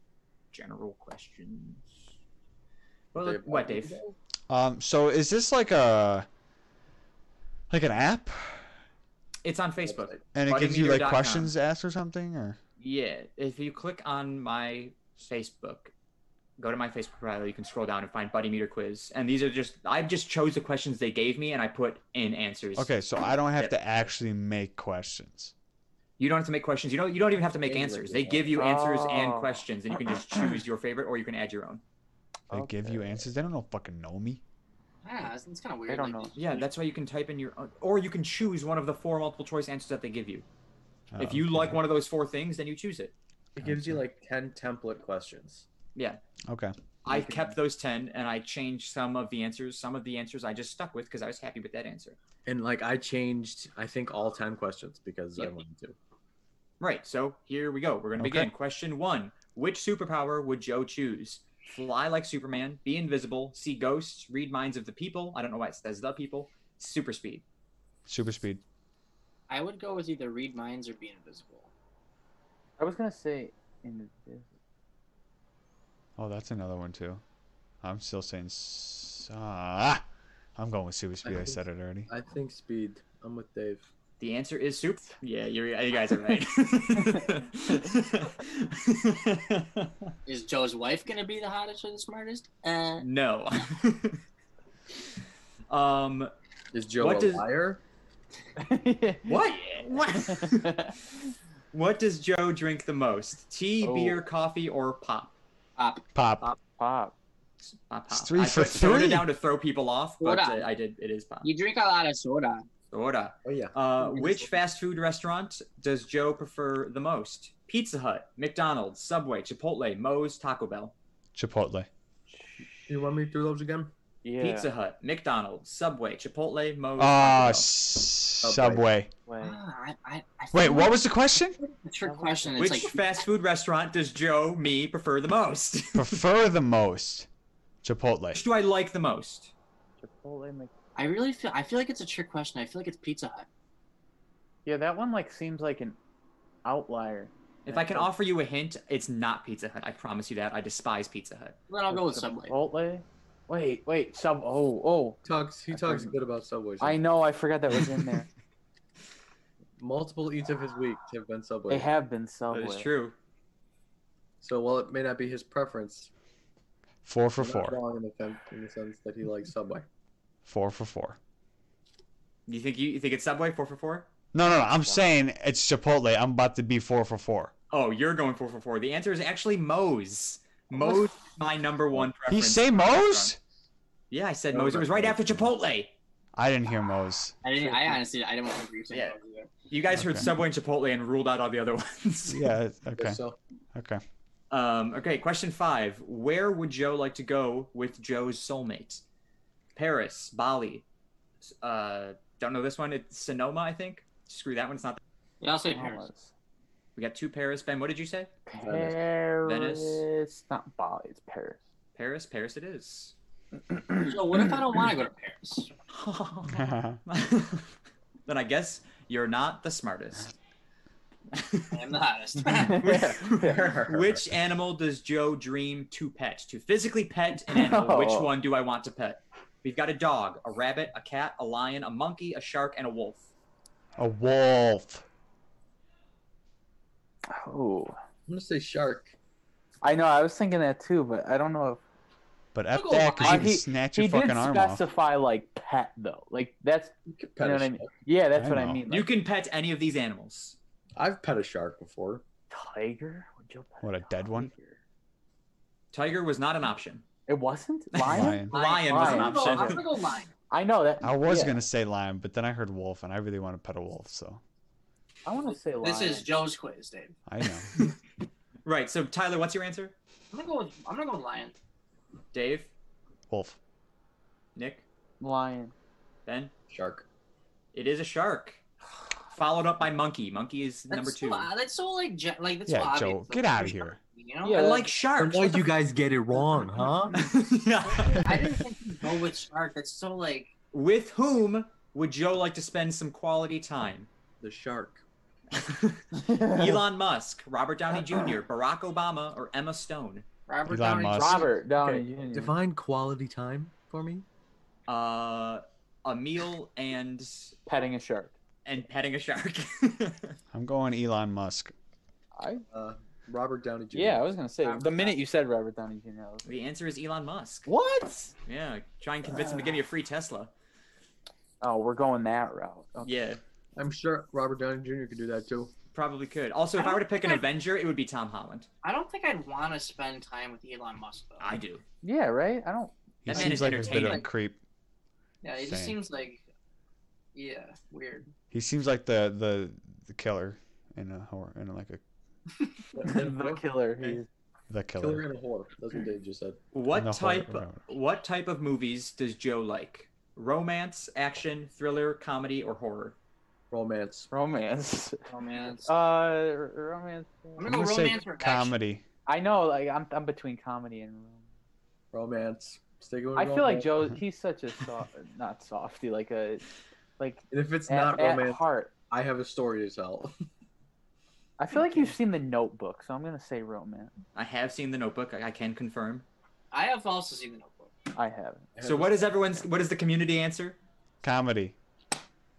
Speaker 4: general questions. Well,
Speaker 2: Dave, uh,
Speaker 4: what, Dave?
Speaker 6: Um, so is this like a like an app,
Speaker 4: It's on Facebook.
Speaker 6: and it gives you like
Speaker 4: BuddyMeter.com.
Speaker 6: questions to ask or something, or
Speaker 4: Yeah, if you click on my Facebook, go to my Facebook profile. You can scroll down and find buddy meter quiz. And these are just I just chose the questions they gave me and I put in answers.
Speaker 6: okay, so I don't have to actually make questions.
Speaker 4: You don't have to make questions. You don't. You don't even have to make
Speaker 2: Yeah, you
Speaker 4: answers.
Speaker 2: do.
Speaker 4: They give you answers and
Speaker 3: Oh.
Speaker 4: questions, and you can just choose your favorite, or you can add your own.
Speaker 6: They give you
Speaker 3: Okay.
Speaker 6: answers. They don't know fucking know me.
Speaker 5: Yeah, it's, kind of weird.
Speaker 3: I don't
Speaker 5: like,
Speaker 3: know.
Speaker 4: Yeah, that's why you can type in your own, or you can choose one of the four multiple choice answers that they give you.
Speaker 6: Oh,
Speaker 4: if you
Speaker 6: okay.
Speaker 4: like one of those four things, then you choose it.
Speaker 2: It gives you like 10 template questions.
Speaker 6: okay,
Speaker 4: I kept those ten, and I changed some of the answers. Some of the answers I just stuck with because I was happy with that answer.
Speaker 2: And like I changed, I think all 10 questions because I
Speaker 4: Yep.
Speaker 2: wanted to.
Speaker 4: Right. So here we go. We're gonna
Speaker 6: Okay.
Speaker 4: begin. Question one: Which superpower would Joe choose? Fly like Superman, be invisible, see ghosts, read minds of the people. I don't know why it says the people. Super speed.
Speaker 6: super speed.
Speaker 5: I would go with either read minds or be invisible.
Speaker 3: I was gonna say in
Speaker 6: Oh, that's another one too. I'm still saying. s- Ah, I'm going with super speed. I
Speaker 2: think-
Speaker 6: said it already.
Speaker 2: I think speed. I'm with Dave.
Speaker 4: The answer is soup. Yeah, you're, you guys are right.
Speaker 5: Is Joe's wife gonna be the hottest or the smartest? Uh,
Speaker 4: no. um,
Speaker 2: Is Joe
Speaker 4: What
Speaker 2: a
Speaker 4: does-
Speaker 2: liar?
Speaker 4: What? What? what does Joe drink the most? Tea,
Speaker 3: Oh.
Speaker 4: beer, coffee, or pop? Uh,
Speaker 6: Pop.
Speaker 3: Pop.
Speaker 4: Pop,
Speaker 6: It's
Speaker 4: pop.
Speaker 6: three
Speaker 4: I
Speaker 6: for
Speaker 4: put soda
Speaker 6: three.
Speaker 4: down to throw people off, but uh,
Speaker 5: Soda.
Speaker 4: I did. It is pop.
Speaker 5: You drink a lot of soda.
Speaker 4: Soda.
Speaker 2: Oh yeah.
Speaker 4: Uh, which fast food restaurant does Joe prefer the most? Pizza Hut, McDonald's, Subway, Chipotle, Moe's, Taco Bell.
Speaker 6: Chipotle.
Speaker 2: You want me through those again?
Speaker 3: Yeah.
Speaker 4: Pizza Hut, McDonald's, Subway, Chipotle, Moe's. Taco
Speaker 6: Ah,
Speaker 4: Bell.
Speaker 6: s Subway.
Speaker 3: Way.
Speaker 5: Ah, I, I, I
Speaker 6: Wait,
Speaker 5: feel
Speaker 6: what
Speaker 5: like
Speaker 6: was the question?
Speaker 5: it's a trick question. It's
Speaker 4: Which
Speaker 5: like
Speaker 4: fast food restaurant does Joe me prefer the most?
Speaker 6: Prefer the most. Chipotle.
Speaker 4: Which do I like the most?
Speaker 3: Chipotle. Mc-
Speaker 5: I really feel. I feel like it's a trick question. I feel like it's Pizza Hut.
Speaker 3: Yeah, that one like seems like an outlier.
Speaker 4: If I can offer you a hint, it's not Pizza Hut. I promise you that. I despise Pizza Hut.
Speaker 5: Then I'll go with Subway.
Speaker 3: Chipotle. Wait, wait. Sub. Oh, oh.
Speaker 2: Talks. He
Speaker 3: I
Speaker 2: talks
Speaker 3: forgot.
Speaker 2: good about Subway.
Speaker 3: I know. I forgot that was in there.
Speaker 2: Multiple eats of his week have been Subway.
Speaker 3: they have been
Speaker 5: Oh,
Speaker 3: Subway.
Speaker 4: That is true.
Speaker 2: so while it may not be his preference,
Speaker 6: Four for
Speaker 2: you're not
Speaker 6: four.
Speaker 2: wrong in the, sen- in the sense that he likes Subway.
Speaker 6: Four for four.
Speaker 4: You think you, you think it's Subway four for four?
Speaker 6: No, no, no. I'm saying it's Chipotle. I'm about to be four for four.
Speaker 4: Oh, you're going four for four. The answer is actually Moe's. Moe's is my number one
Speaker 6: He
Speaker 4: preference.
Speaker 6: say Moe's?
Speaker 4: Yeah, I said
Speaker 2: Oh,
Speaker 4: Moe's. It was right after Chipotle.
Speaker 6: I didn't hear Moe's.
Speaker 5: I didn't. I honestly. I didn't want to agree with you.
Speaker 4: Yeah. You guys heard
Speaker 6: Okay.
Speaker 4: Subway and Chipotle and ruled out all the other ones.
Speaker 6: Yeah. Okay.
Speaker 2: So
Speaker 6: Okay.
Speaker 4: Um, okay, question five. Where would Joe like to go with Joe's soulmate? Paris, Bali. s- Uh, don't know this one. It's Sonoma, I think. Screw that one. It's not.
Speaker 5: Yeah, I'll say Paris.
Speaker 3: Paris.
Speaker 4: We got two Paris. Ben, what did you say?
Speaker 3: Paris.
Speaker 4: Venice.
Speaker 3: Not Bali. It's Paris.
Speaker 4: Paris, Paris it is.
Speaker 5: So what if I don't want to go to Paris?
Speaker 4: then I guess you're not the smartest.
Speaker 5: I'm the hottest.
Speaker 4: Which animal does Joe dream to pet? To physically pet an animal. Which
Speaker 3: Oh.
Speaker 4: one do I want to pet? We've got a dog, a rabbit, a cat, a lion, a monkey, a shark, and a wolf.
Speaker 6: A wolf.
Speaker 3: Oh.
Speaker 2: I'm gonna say shark.
Speaker 3: I know. I was thinking that too, but I don't know if
Speaker 6: But F
Speaker 5: Look,
Speaker 6: that, because
Speaker 3: uh,
Speaker 6: you can
Speaker 3: he-
Speaker 6: snatch
Speaker 3: he
Speaker 6: your
Speaker 3: did
Speaker 6: fucking arm off.
Speaker 3: specify like pet though. Like that's
Speaker 2: You could
Speaker 3: you
Speaker 2: pet a
Speaker 3: know what I
Speaker 2: shark.
Speaker 3: mean. Yeah, that's
Speaker 6: I
Speaker 3: what I
Speaker 6: know.
Speaker 3: mean.
Speaker 4: You
Speaker 3: Like,
Speaker 4: can pet any of these animals.
Speaker 2: I've pet a shark before.
Speaker 3: tiger? Would you pet
Speaker 6: What, a dead one?
Speaker 3: tiger?
Speaker 4: Tiger was not an option.
Speaker 3: It wasn't lion.
Speaker 6: Lion.
Speaker 4: Lion,
Speaker 5: I'm
Speaker 3: Lion.
Speaker 5: gonna
Speaker 4: was
Speaker 5: go,
Speaker 4: an
Speaker 5: I'm
Speaker 4: option.
Speaker 5: gonna go lion.
Speaker 3: I know that.
Speaker 6: I was
Speaker 3: yeah.
Speaker 6: gonna say lion, but then I heard wolf, and I really want to pet a wolf, so
Speaker 3: I want to say lion.
Speaker 5: This is Joe's quiz, Dave.
Speaker 6: I know.
Speaker 4: Right. So Tyler, what's your answer?
Speaker 5: I'm gonna go. With, I'm gonna go with lion.
Speaker 4: Dave,
Speaker 6: wolf.
Speaker 4: Nick,
Speaker 3: lion.
Speaker 4: Ben.
Speaker 2: Shark.
Speaker 4: It is a shark. Followed up by monkey. Monkey is
Speaker 5: That's
Speaker 4: number two.
Speaker 5: So, uh, that's so like ge- like that's so
Speaker 6: Yeah,
Speaker 5: obvious.
Speaker 6: Joe,
Speaker 5: Like,
Speaker 6: get out of
Speaker 5: you're
Speaker 6: here.
Speaker 5: fucking, You know?
Speaker 3: Yeah.
Speaker 4: I like sharks. What the
Speaker 2: guys get it wrong, huh?
Speaker 4: f-
Speaker 5: I didn't think you'd go with shark. That's so like.
Speaker 4: With whom would Joe like to spend some quality time?
Speaker 2: The shark.
Speaker 4: Elon Musk, Robert Downey Jr., Barack Obama, or Emma Stone?
Speaker 5: Robert
Speaker 6: Elon
Speaker 5: Downey
Speaker 6: Musk.
Speaker 3: Robert Downey Jr.
Speaker 2: Define quality time for me.
Speaker 4: Uh, a meal and
Speaker 3: petting a shark.
Speaker 4: and petting a shark.
Speaker 6: I'm going Elon Musk.
Speaker 3: I
Speaker 2: Uh, Robert Downey Jr.
Speaker 3: yeah, I was gonna say
Speaker 5: Robert
Speaker 3: the minute you said Robert Downey Jr. I was-
Speaker 4: the answer is Elon Musk.
Speaker 3: What?
Speaker 4: Yeah, try and convince him to give you a free Tesla.
Speaker 3: Oh, we're going that route. Okay.
Speaker 4: Yeah,
Speaker 2: I'm sure Robert Downey Jr. could do that too.
Speaker 4: probably could. Also, if I were to pick an Avenger, it would be Tom Holland.
Speaker 5: I don't think I'd want to spend time with Elon Musk though.
Speaker 4: I do.
Speaker 3: Yeah, right. I don't.
Speaker 6: He
Speaker 4: That man
Speaker 6: seems
Speaker 4: is
Speaker 6: like a bit of a
Speaker 4: entertaining.
Speaker 6: creep.
Speaker 5: yeah, it just
Speaker 6: Same.
Speaker 5: seems like. Yeah, weird.
Speaker 6: He seems like the the, the killer in a horror in a, like a
Speaker 3: the killer. He's
Speaker 6: the
Speaker 2: Killer
Speaker 6: killer.
Speaker 2: and a whore. That's what Dave just said.
Speaker 4: What
Speaker 6: No, horror,
Speaker 4: type
Speaker 6: horror.
Speaker 4: what type of movies does Joe like? Romance, action, thriller, comedy, or horror?
Speaker 2: Romance.
Speaker 3: romance.
Speaker 5: Oh, Romance.
Speaker 3: Uh, r- romance.
Speaker 5: I'm gonna go romance or action.
Speaker 6: comedy.
Speaker 3: I know, like I'm, I'm between comedy and.
Speaker 2: Romance. Stick with
Speaker 3: I feel like
Speaker 2: romance.
Speaker 3: Joe, he's such a soft, not softy, like a, like
Speaker 2: And if it's
Speaker 3: at,
Speaker 2: not
Speaker 3: at
Speaker 2: romance,
Speaker 3: heart.
Speaker 2: I have a story to tell.
Speaker 3: I feel like you've seen The Notebook, so I'm gonna say romance.
Speaker 4: I have seen The Notebook. I, I can confirm.
Speaker 5: I have also seen The Notebook.
Speaker 3: I haven't.
Speaker 4: So what is everyone's what is the community answer?
Speaker 6: Comedy.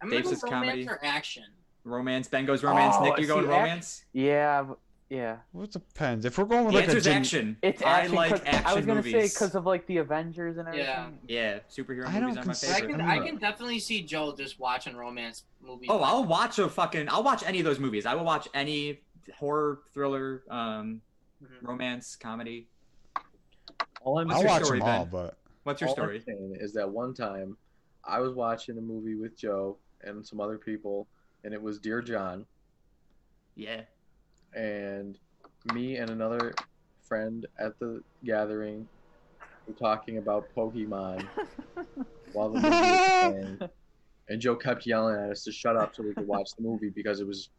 Speaker 5: I'm
Speaker 4: Dave
Speaker 5: gonna
Speaker 4: says
Speaker 5: go romance
Speaker 4: comedy.
Speaker 5: or action.
Speaker 4: Romance. Ben goes romance.
Speaker 3: Oh,
Speaker 4: Nick, you
Speaker 3: I
Speaker 4: going
Speaker 3: see,
Speaker 4: romance?
Speaker 3: Yeah, but- yeah.
Speaker 6: Well, it depends. If we're going with
Speaker 4: The
Speaker 6: like a
Speaker 4: answer's
Speaker 6: gen-
Speaker 4: action.
Speaker 3: It's
Speaker 4: I
Speaker 3: action.
Speaker 4: like
Speaker 3: 'cause-
Speaker 4: action
Speaker 3: I was gonna say
Speaker 4: movies.
Speaker 3: because of like the Avengers and everything.
Speaker 4: yeah,
Speaker 5: Yeah.
Speaker 4: superhero
Speaker 6: I
Speaker 4: movies
Speaker 6: don't
Speaker 4: are my
Speaker 6: consider-
Speaker 4: favorite.
Speaker 5: I can
Speaker 6: I
Speaker 5: I
Speaker 6: don't know.
Speaker 5: can definitely see Joel just watching romance movies.
Speaker 4: Oh, I'll watch a fucking. I'll watch any of those movies. I will watch any horror, thriller, um,
Speaker 5: Mhm.
Speaker 4: romance, comedy.
Speaker 2: All I'm
Speaker 4: What's
Speaker 6: I'll
Speaker 4: your
Speaker 6: watch
Speaker 4: story,
Speaker 6: them all,
Speaker 4: Ben?
Speaker 6: but
Speaker 4: What's your
Speaker 2: all I'm
Speaker 4: story?
Speaker 2: saying is that one time I was watching a movie with Joe and some other people, and it was Dear John,
Speaker 4: Yeah.
Speaker 2: and me and another friend at the gathering were talking about Pokemon while the movie was playing, and Joe kept yelling at us to shut up so we could watch the movie because it was.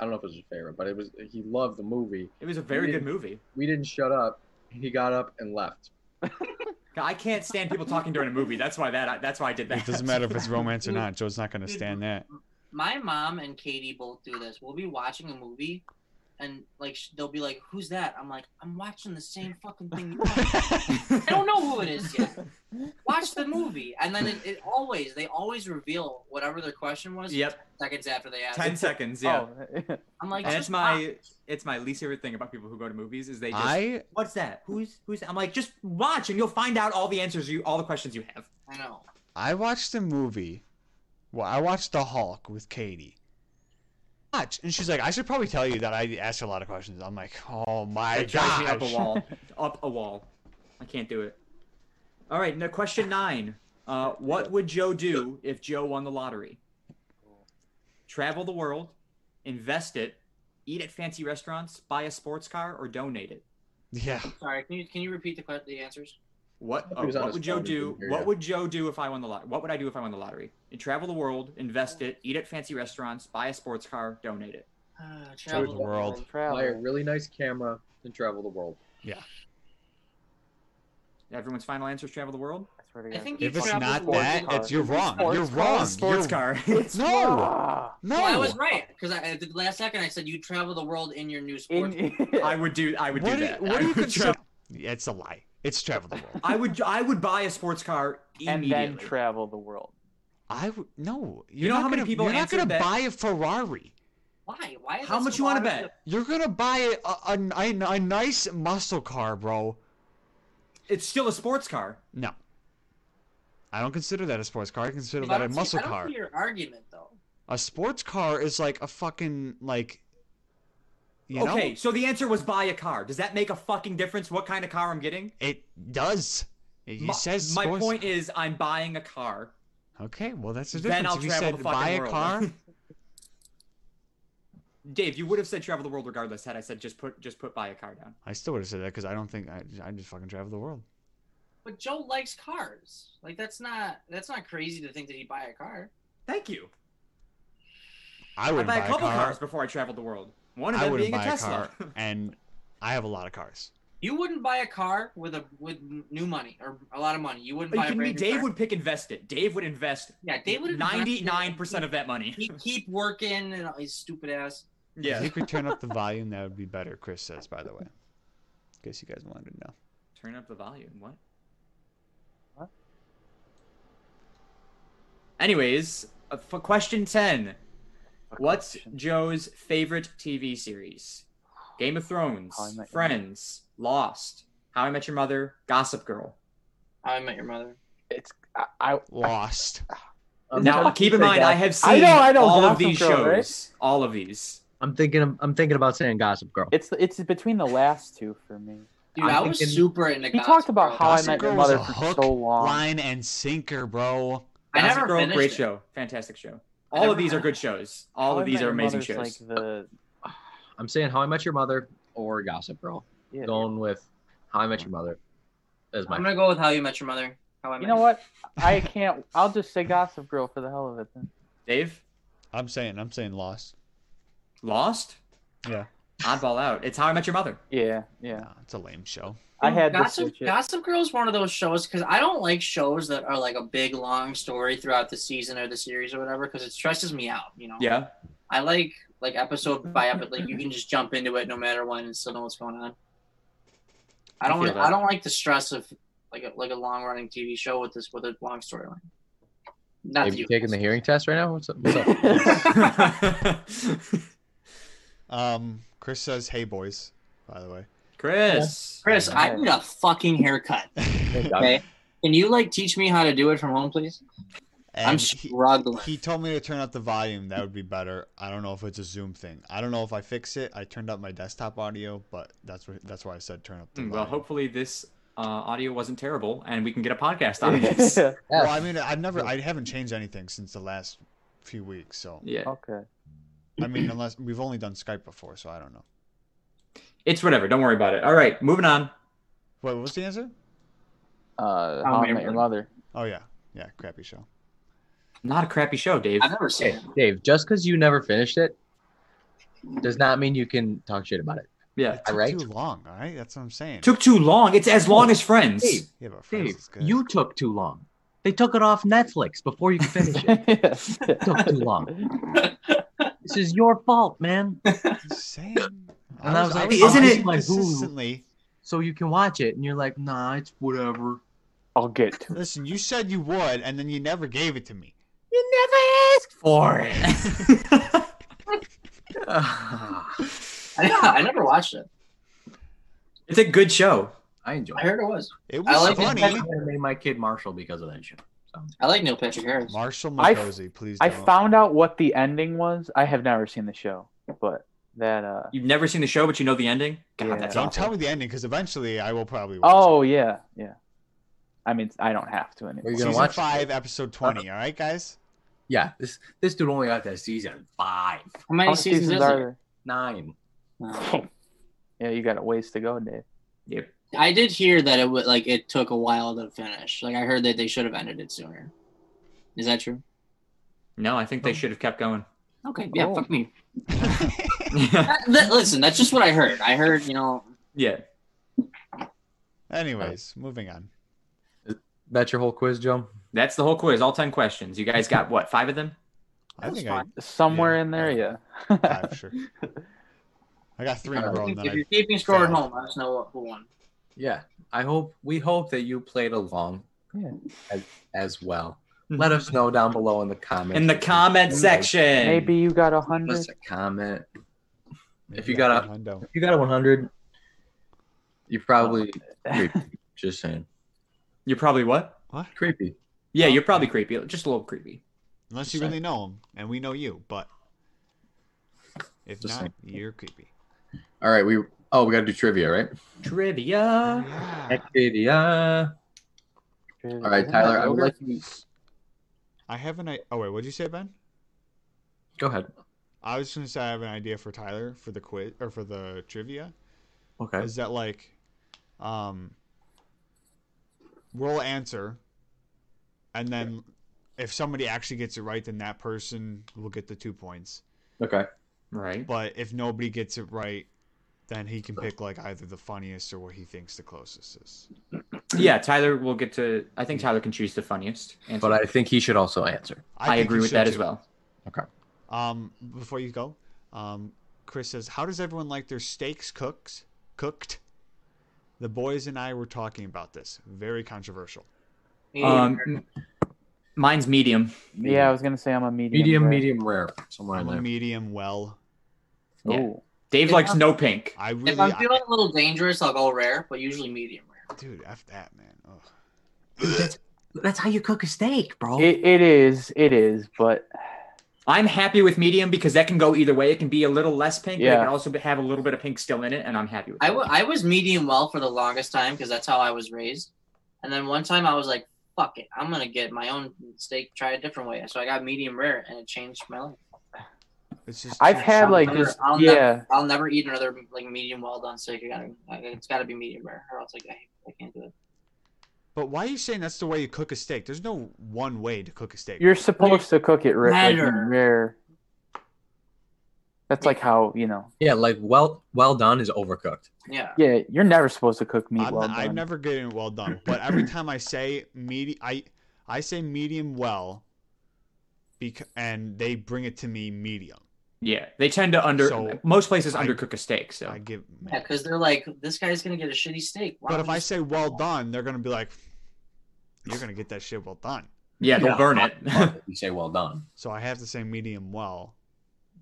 Speaker 2: I don't know if it was his favorite, but it was he loved the movie.
Speaker 4: It was a very
Speaker 2: Yeah.
Speaker 4: good movie.
Speaker 2: We didn't shut up. He got up and left.
Speaker 4: I can't stand people talking during a movie. That's why that. That's why I did that.
Speaker 6: it doesn't matter if it's romance or not. Joe's not going to stand that.
Speaker 5: My mom and Katie both do this. We'll be watching a movie, and like sh- they'll be like, "Who's that?" I'm like, "I'm watching the same fucking thing." You are." I don't know who it is yet. Watch the movie, and then it, it always they always reveal whatever their question was
Speaker 4: Yep.
Speaker 5: seconds after they ask.
Speaker 4: Ten
Speaker 5: it.
Speaker 4: seconds. Yeah.
Speaker 3: Oh,
Speaker 5: I'm like,
Speaker 4: and
Speaker 5: just
Speaker 4: it's my. It's my least favorite thing about people who go to movies is they just.
Speaker 6: I
Speaker 4: What's that? Who's who's? I'm like, just watch and you'll find out all the answers you all the questions you have.
Speaker 5: watch." I know.
Speaker 6: I watched a movie. Well, I watched The Hulk with Katie. Watch, and she's like, I should probably tell you that I asked her a lot of questions. I'm like, oh my
Speaker 4: It drives me up a
Speaker 6: god.
Speaker 4: wall. up a wall. I can't do it. All right, now question nine. Uh, what would Joe do if Joe won the lottery? Travel the world, invest it, eat at fancy restaurants, buy a sports car, or donate it.
Speaker 6: Yeah.
Speaker 5: Sorry, can you can you repeat the que- the answers?
Speaker 4: What
Speaker 2: He was
Speaker 4: oh,
Speaker 2: on
Speaker 4: what
Speaker 2: his
Speaker 4: would Joe
Speaker 2: phone, he
Speaker 4: do?
Speaker 2: couldn't hear
Speaker 4: What
Speaker 2: you.
Speaker 4: would Joe do if I won the lottery? What would I do if I won the lottery? travel the world, invest it, eat at fancy restaurants, buy a sports car, donate it.
Speaker 5: Uh,
Speaker 6: the
Speaker 5: travel
Speaker 6: world.
Speaker 2: Buy a
Speaker 3: travel.
Speaker 2: really nice camera and travel the world.
Speaker 4: Everyone's final answer is travel the world.
Speaker 3: I swear to
Speaker 5: I
Speaker 3: God.
Speaker 5: think
Speaker 6: If
Speaker 5: you
Speaker 6: it's
Speaker 5: travel
Speaker 6: not
Speaker 5: the world.
Speaker 6: that,
Speaker 3: car.
Speaker 6: it's you're wrong.
Speaker 3: Sports
Speaker 6: you're
Speaker 3: car?
Speaker 6: wrong.
Speaker 4: Sports
Speaker 6: You're-
Speaker 4: car.
Speaker 6: No.
Speaker 3: Ah!
Speaker 6: No.
Speaker 5: Well, I was right because at the last second I said you travel the world in your new sport.
Speaker 3: In,
Speaker 4: I would do. I would
Speaker 6: what
Speaker 4: do
Speaker 6: do you-
Speaker 4: that.
Speaker 6: what
Speaker 4: I
Speaker 6: do you
Speaker 4: would
Speaker 6: consider?
Speaker 4: travel-
Speaker 6: Yeah, it's a lie. It's travel the world.
Speaker 4: I would I would buy a sports car
Speaker 3: and
Speaker 4: immediately.
Speaker 3: then travel the world.
Speaker 6: I would no. You're
Speaker 4: know
Speaker 6: not
Speaker 4: how many
Speaker 6: gonna-
Speaker 4: people
Speaker 6: You're not
Speaker 4: answered
Speaker 6: gonna
Speaker 4: that?
Speaker 6: buy a Ferrari.
Speaker 5: Why? Why? Is
Speaker 4: How
Speaker 5: that
Speaker 4: much
Speaker 5: so
Speaker 4: you want to
Speaker 5: hard
Speaker 4: bet?
Speaker 6: You're gonna buy a, a, a, a nice muscle car, bro.
Speaker 4: It's still a sports car.
Speaker 6: No. I don't consider that a sports car. I consider
Speaker 5: I
Speaker 6: that a
Speaker 5: don't see-
Speaker 6: muscle
Speaker 5: I don't
Speaker 6: car.
Speaker 5: see your argument though.
Speaker 6: A sports car is like a fucking like. You know,
Speaker 4: okay, so the answer was buy a car. Does that make a fucking difference what kind of car I'm getting?
Speaker 6: it does. He
Speaker 4: my,
Speaker 6: says
Speaker 4: my
Speaker 6: sports-
Speaker 4: point is I'm buying a car.
Speaker 6: Okay, well that's the difference.
Speaker 4: Then I'll
Speaker 6: if you
Speaker 4: travel
Speaker 6: said
Speaker 4: the fucking
Speaker 6: buy a
Speaker 4: world.
Speaker 6: car,
Speaker 4: Dave, you would have said travel the world regardless had I said just put just put buy a car down.
Speaker 6: I still would have said that because I don't think I, I just fucking travel the world.
Speaker 5: But Joe likes cars. Like that's not that's not crazy to think that he'd buy a car.
Speaker 4: Thank you.
Speaker 6: I
Speaker 4: I
Speaker 6: would
Speaker 4: buy
Speaker 6: buy
Speaker 4: a couple
Speaker 6: car.
Speaker 4: cars before I traveled the world. One of
Speaker 6: I
Speaker 4: them
Speaker 6: wouldn't
Speaker 4: being
Speaker 6: buy
Speaker 4: a
Speaker 6: a,
Speaker 4: Tesla.
Speaker 6: car, and I have a lot of cars.
Speaker 5: You wouldn't buy a car with a with m- new money or a lot of money. You wouldn't
Speaker 4: Are Oh, you
Speaker 5: buy a
Speaker 4: kidding me?
Speaker 5: brand new
Speaker 4: Dave
Speaker 5: car.
Speaker 4: would pick invest it. Dave would invest
Speaker 5: Yeah, Dave would
Speaker 4: ninety nine percent of that money.
Speaker 5: He keep working and all his stupid ass.
Speaker 6: If
Speaker 4: Yeah.
Speaker 6: you could turn up the volume, that would be better. Chris says, by the way. Guess you guys wanted to know.
Speaker 4: Turn up the volume. What?
Speaker 3: What?
Speaker 4: Anyways, uh, for question 10.
Speaker 3: Fuck
Speaker 4: What's
Speaker 3: question.
Speaker 4: Joe's favorite TV series? Game of Thrones,
Speaker 3: How I Met Your Mother.
Speaker 4: Friends, Lost, How I Met Your Mother, Gossip Girl.
Speaker 5: How I met your mother.
Speaker 3: It's I, I
Speaker 6: Lost.
Speaker 2: I'm
Speaker 4: now,
Speaker 2: telling
Speaker 4: keep
Speaker 2: you,
Speaker 4: in
Speaker 2: they
Speaker 4: mind,
Speaker 2: got-
Speaker 4: I have seen
Speaker 3: I know, I know,
Speaker 4: all of
Speaker 3: Gossip
Speaker 4: these
Speaker 3: Girl,
Speaker 4: shows.
Speaker 3: right?
Speaker 4: All of these.
Speaker 2: I'm thinking. I'm thinking about saying Gossip Girl.
Speaker 3: it's it's between the last two for me.
Speaker 5: Dude,
Speaker 2: I'm
Speaker 5: i was
Speaker 2: thinking-
Speaker 5: super into.
Speaker 3: He
Speaker 5: Gossip
Speaker 3: talked about
Speaker 5: Girl.
Speaker 3: how I
Speaker 6: Gossip
Speaker 3: met your
Speaker 6: Girl was
Speaker 3: mother
Speaker 6: a
Speaker 3: for
Speaker 6: hook,
Speaker 3: so long.
Speaker 6: Line and sinker, bro.
Speaker 5: I
Speaker 4: Gossip
Speaker 5: never
Speaker 4: Girl,
Speaker 5: finished
Speaker 4: great
Speaker 5: it.
Speaker 4: show. Fantastic show.
Speaker 5: I
Speaker 4: All of
Speaker 5: never
Speaker 4: these are
Speaker 5: finished
Speaker 4: good shows. All
Speaker 3: How I
Speaker 4: of these
Speaker 3: Met
Speaker 4: are
Speaker 3: Your
Speaker 4: amazing
Speaker 3: Mother's,
Speaker 4: shows.
Speaker 3: Like the
Speaker 2: I'm saying How I Met Your Mother or Gossip Girl.
Speaker 3: yeah.
Speaker 2: Going with How I Met Your Mother as
Speaker 5: I'm
Speaker 2: my.
Speaker 5: gonna go with How You Met Your Mother. How I Met
Speaker 3: You
Speaker 5: Your
Speaker 3: know what? I can't. I'll just say Gossip Girl for the hell of it. Then
Speaker 4: Dave,
Speaker 6: I'm saying, I'm saying Lost.
Speaker 4: Lost?
Speaker 6: Yeah.
Speaker 4: Oddball out. It's How I Met Your Mother.
Speaker 3: yeah, yeah.
Speaker 6: Nah, it's a lame show.
Speaker 3: I
Speaker 5: Dude,
Speaker 3: had this
Speaker 5: Gossip,
Speaker 3: legit-
Speaker 5: Gossip Girl is one of those shows because I don't like shows that are like a big long story throughout the season or the series or whatever because it stresses me out. You know.
Speaker 4: Yeah.
Speaker 5: I like like episode by episode. Like you can just jump into it no matter when and still know what's going on. I
Speaker 4: I
Speaker 5: don't.
Speaker 4: feel
Speaker 5: like-
Speaker 4: that.
Speaker 5: I don't like the stress of like a, like a long running TV show with this with a long storyline. Not
Speaker 2: Have
Speaker 5: that
Speaker 2: you
Speaker 5: you
Speaker 2: taking the hearing test right now? What's up? What's up?
Speaker 4: All
Speaker 6: Um, Chris says, "Hey boys," by the way.
Speaker 4: Chris.
Speaker 5: Chris, I need a fucking haircut. Okay. Can you like teach me how to do it from home, please? I'm
Speaker 6: And he-
Speaker 5: struggling.
Speaker 6: He told me to turn up the volume. That would be better. I don't know if it's a Zoom thing. I don't know if I fix it. I turned up my desktop audio, but that's what that's why I said turn up the
Speaker 4: Mm,
Speaker 6: volume.
Speaker 4: Well, hopefully this uh, audio wasn't terrible, and we can get a podcast out of this.
Speaker 6: Well, I mean, I've never, I haven't changed anything since the last few weeks. So
Speaker 4: yeah,
Speaker 3: Okay.
Speaker 6: I mean, unless we've only done Skype before, so I don't know.
Speaker 4: it's whatever. Don't worry about it. All right, moving on.
Speaker 6: Wait, what was the answer?
Speaker 3: Uh, how I met your
Speaker 5: Marilyn.
Speaker 3: mother.
Speaker 6: Oh yeah, yeah, crappy show.
Speaker 4: Not a crappy show, Dave.
Speaker 5: I've never seen
Speaker 2: Hey,
Speaker 5: it.
Speaker 2: Dave, just because you never finished it does not mean you can talk shit about it.
Speaker 4: Yeah,
Speaker 6: It took
Speaker 2: Alright.
Speaker 6: too long. All right, that's what I'm saying.
Speaker 4: took too long. It's as long as Friends.
Speaker 2: Dave,
Speaker 6: yeah, but Friends
Speaker 2: Dave,
Speaker 6: is good.
Speaker 2: you took too long. They took it off Netflix before you could finish it. it took too long. this is your fault, man.
Speaker 6: Just saying.
Speaker 2: And I was like,
Speaker 4: isn't it-
Speaker 2: like, who-
Speaker 6: consistently?
Speaker 2: So you can watch it, and you're like, nah, it's whatever.
Speaker 3: I'll get to it.
Speaker 6: Listen, you said you would, and then you never gave it to me.
Speaker 4: for it.
Speaker 2: I
Speaker 5: I, I never watched it.
Speaker 4: It's a good show.
Speaker 2: enjoy.
Speaker 5: I
Speaker 2: It.
Speaker 5: heard it was.
Speaker 6: It
Speaker 5: I
Speaker 6: was
Speaker 5: like it.
Speaker 6: funny.
Speaker 2: I made my kid Marshall because of that show.
Speaker 5: I like Neil Patrick Harris.
Speaker 6: Marshall
Speaker 3: I f-
Speaker 6: Marcosi, please.
Speaker 3: I
Speaker 6: don't.
Speaker 3: found out what the ending was. I have never seen the show, but that uh
Speaker 4: You've never seen the show, but you know the ending. God,
Speaker 3: Yeah.
Speaker 4: that's
Speaker 6: Don't
Speaker 4: awful.
Speaker 6: tell me the ending, because eventually I will probably. Watch
Speaker 3: Oh
Speaker 6: it.
Speaker 3: yeah, yeah. I mean, I don't have to anymore.
Speaker 2: Are you
Speaker 6: season
Speaker 2: gonna watch it?
Speaker 6: five, episode twenty. All right, guys.
Speaker 2: Yeah, this this dude only got to season five,
Speaker 5: How many
Speaker 3: How many
Speaker 5: seasons,
Speaker 3: seasons
Speaker 5: is
Speaker 3: are
Speaker 5: there?
Speaker 3: there?
Speaker 2: nine.
Speaker 5: No.
Speaker 3: Yeah, you got a ways to go, Dave.
Speaker 4: Yep.
Speaker 5: I did hear that it would like it took a while to finish. Like I heard that they should have ended it sooner. Is that true?
Speaker 4: No, I think they should have kept going.
Speaker 5: Okay, yeah,
Speaker 3: Oh.
Speaker 5: fuck me. That- that- Uh, listen, that's just what I heard. I heard, you know,
Speaker 4: yeah.
Speaker 6: Anyways, moving on.
Speaker 2: That's your whole quiz, Joe.
Speaker 4: That's the whole quiz. All ten questions. You guys got what? Five of them.
Speaker 6: I
Speaker 5: That was
Speaker 6: think I
Speaker 3: Somewhere
Speaker 6: Yeah,
Speaker 3: in there,
Speaker 6: I-
Speaker 3: yeah.
Speaker 6: five, sure. I got three in a row, and
Speaker 5: if
Speaker 6: then
Speaker 5: you're
Speaker 6: I,
Speaker 5: keeping score at
Speaker 6: failed.
Speaker 5: home, let us know what- who won.
Speaker 2: Yeah, I hope we hope that you played along
Speaker 3: Yeah.
Speaker 2: as, as well. Let us know down below Hmm. in the comments.
Speaker 4: In the comment section.
Speaker 3: Maybe you got a hundred.
Speaker 2: Just a comment. If you
Speaker 6: I
Speaker 2: got a
Speaker 6: one hundo.
Speaker 2: if you got a 100, you probably creepy. Just saying,
Speaker 4: You're probably what?
Speaker 2: creepy.
Speaker 4: Yeah, you're probably creepy. Just a little creepy.
Speaker 6: unless you really know him, and we know you, but if
Speaker 2: Just
Speaker 6: not,
Speaker 2: saying.
Speaker 6: you're creepy.
Speaker 2: All right, we oh we got to do trivia, right?
Speaker 4: Trivia.
Speaker 6: Yeah.
Speaker 2: Trivia. All right, Tyler, I would like you.
Speaker 6: I have an. i- Oh wait, what'd you say, Ben?
Speaker 2: Go ahead.
Speaker 6: I was gonna say I have an idea for Tyler for the quiz or for the trivia.
Speaker 2: Okay.
Speaker 6: Is that like, um, we'll answer, and then if somebody actually gets it right, then that person will get the two points.
Speaker 2: Okay.
Speaker 4: Right.
Speaker 6: But if nobody gets it right, then he can pick like either the funniest or what he thinks the closest is.
Speaker 4: Yeah, Tyler will get to. I think Tyler can choose the funniest. Answer.
Speaker 2: But I think he should also answer.
Speaker 4: I
Speaker 6: think
Speaker 4: agree
Speaker 6: you
Speaker 4: with
Speaker 6: should
Speaker 4: that as
Speaker 6: too.
Speaker 4: well.
Speaker 6: Um, before you go, um, Chris says, "How does everyone like their steaks cooked? Cooked?" The boys and I were talking about this. Very controversial.
Speaker 4: Um, m- mine's medium.
Speaker 3: Yeah, I was gonna say I'm a medium.
Speaker 2: Medium,
Speaker 3: rare.
Speaker 2: medium, rare, somewhere in
Speaker 6: I'm a
Speaker 2: there.
Speaker 6: medium well.
Speaker 4: Yeah.
Speaker 3: Ooh.
Speaker 4: Dave
Speaker 5: Yeah.
Speaker 4: likes no pink.
Speaker 6: I
Speaker 5: if
Speaker 6: really,
Speaker 5: I'm
Speaker 6: I-
Speaker 5: feeling a little dangerous, I'll go rare, but usually medium rare.
Speaker 6: dude, f that man. Ugh.
Speaker 2: That's how you cook a steak, bro.
Speaker 3: It, it is, it is, but
Speaker 4: I'm happy with medium because that can go either way. It can be a little less pink, but
Speaker 3: Yeah.
Speaker 4: it can also be- have a little bit of pink still in it, and I'm happy with.
Speaker 5: I
Speaker 4: that.
Speaker 5: wa- I was medium well for the longest time because that's how I was raised. And then one time I was like, fuck it, I'm going to get my own steak, try a different way. So I got medium rare and it changed my life.
Speaker 6: It's just
Speaker 3: I've
Speaker 6: too
Speaker 3: had like
Speaker 5: I'll
Speaker 6: sweet.
Speaker 3: this.
Speaker 5: never-
Speaker 3: Yeah,
Speaker 5: I'll never eat another like medium well done steak. I gotta, I- it's got to be medium rare, or else like I, I can't do it.
Speaker 6: But why are you saying that's the way you cook a steak? There's no one way to cook a steak.
Speaker 3: you're supposed to cook it ri- like,
Speaker 5: Better.
Speaker 3: rare. That's like how you know.
Speaker 2: Yeah, like well, well done is overcooked.
Speaker 5: Yeah.
Speaker 3: Yeah, you're never supposed to cook meat
Speaker 6: I'm,
Speaker 3: well
Speaker 6: not-
Speaker 3: done.
Speaker 6: I'm never getting it well done. But every time I say medium, I I say medium well, bec- and they bring it to me medium.
Speaker 4: yeah, they tend to under.
Speaker 6: So,
Speaker 4: most places
Speaker 6: I-
Speaker 4: undercook a steak, so
Speaker 6: I give.
Speaker 5: Yeah, because they're like, this guy's gonna get a shitty steak. Why
Speaker 6: But
Speaker 5: don't
Speaker 6: if
Speaker 5: you
Speaker 6: I
Speaker 5: just-
Speaker 6: say well done, they're gonna be like, "You're gonna get that shit well done."
Speaker 4: yeah, they'll
Speaker 2: Yeah.
Speaker 4: burn it.
Speaker 2: you say well done.
Speaker 6: So I have to say medium well,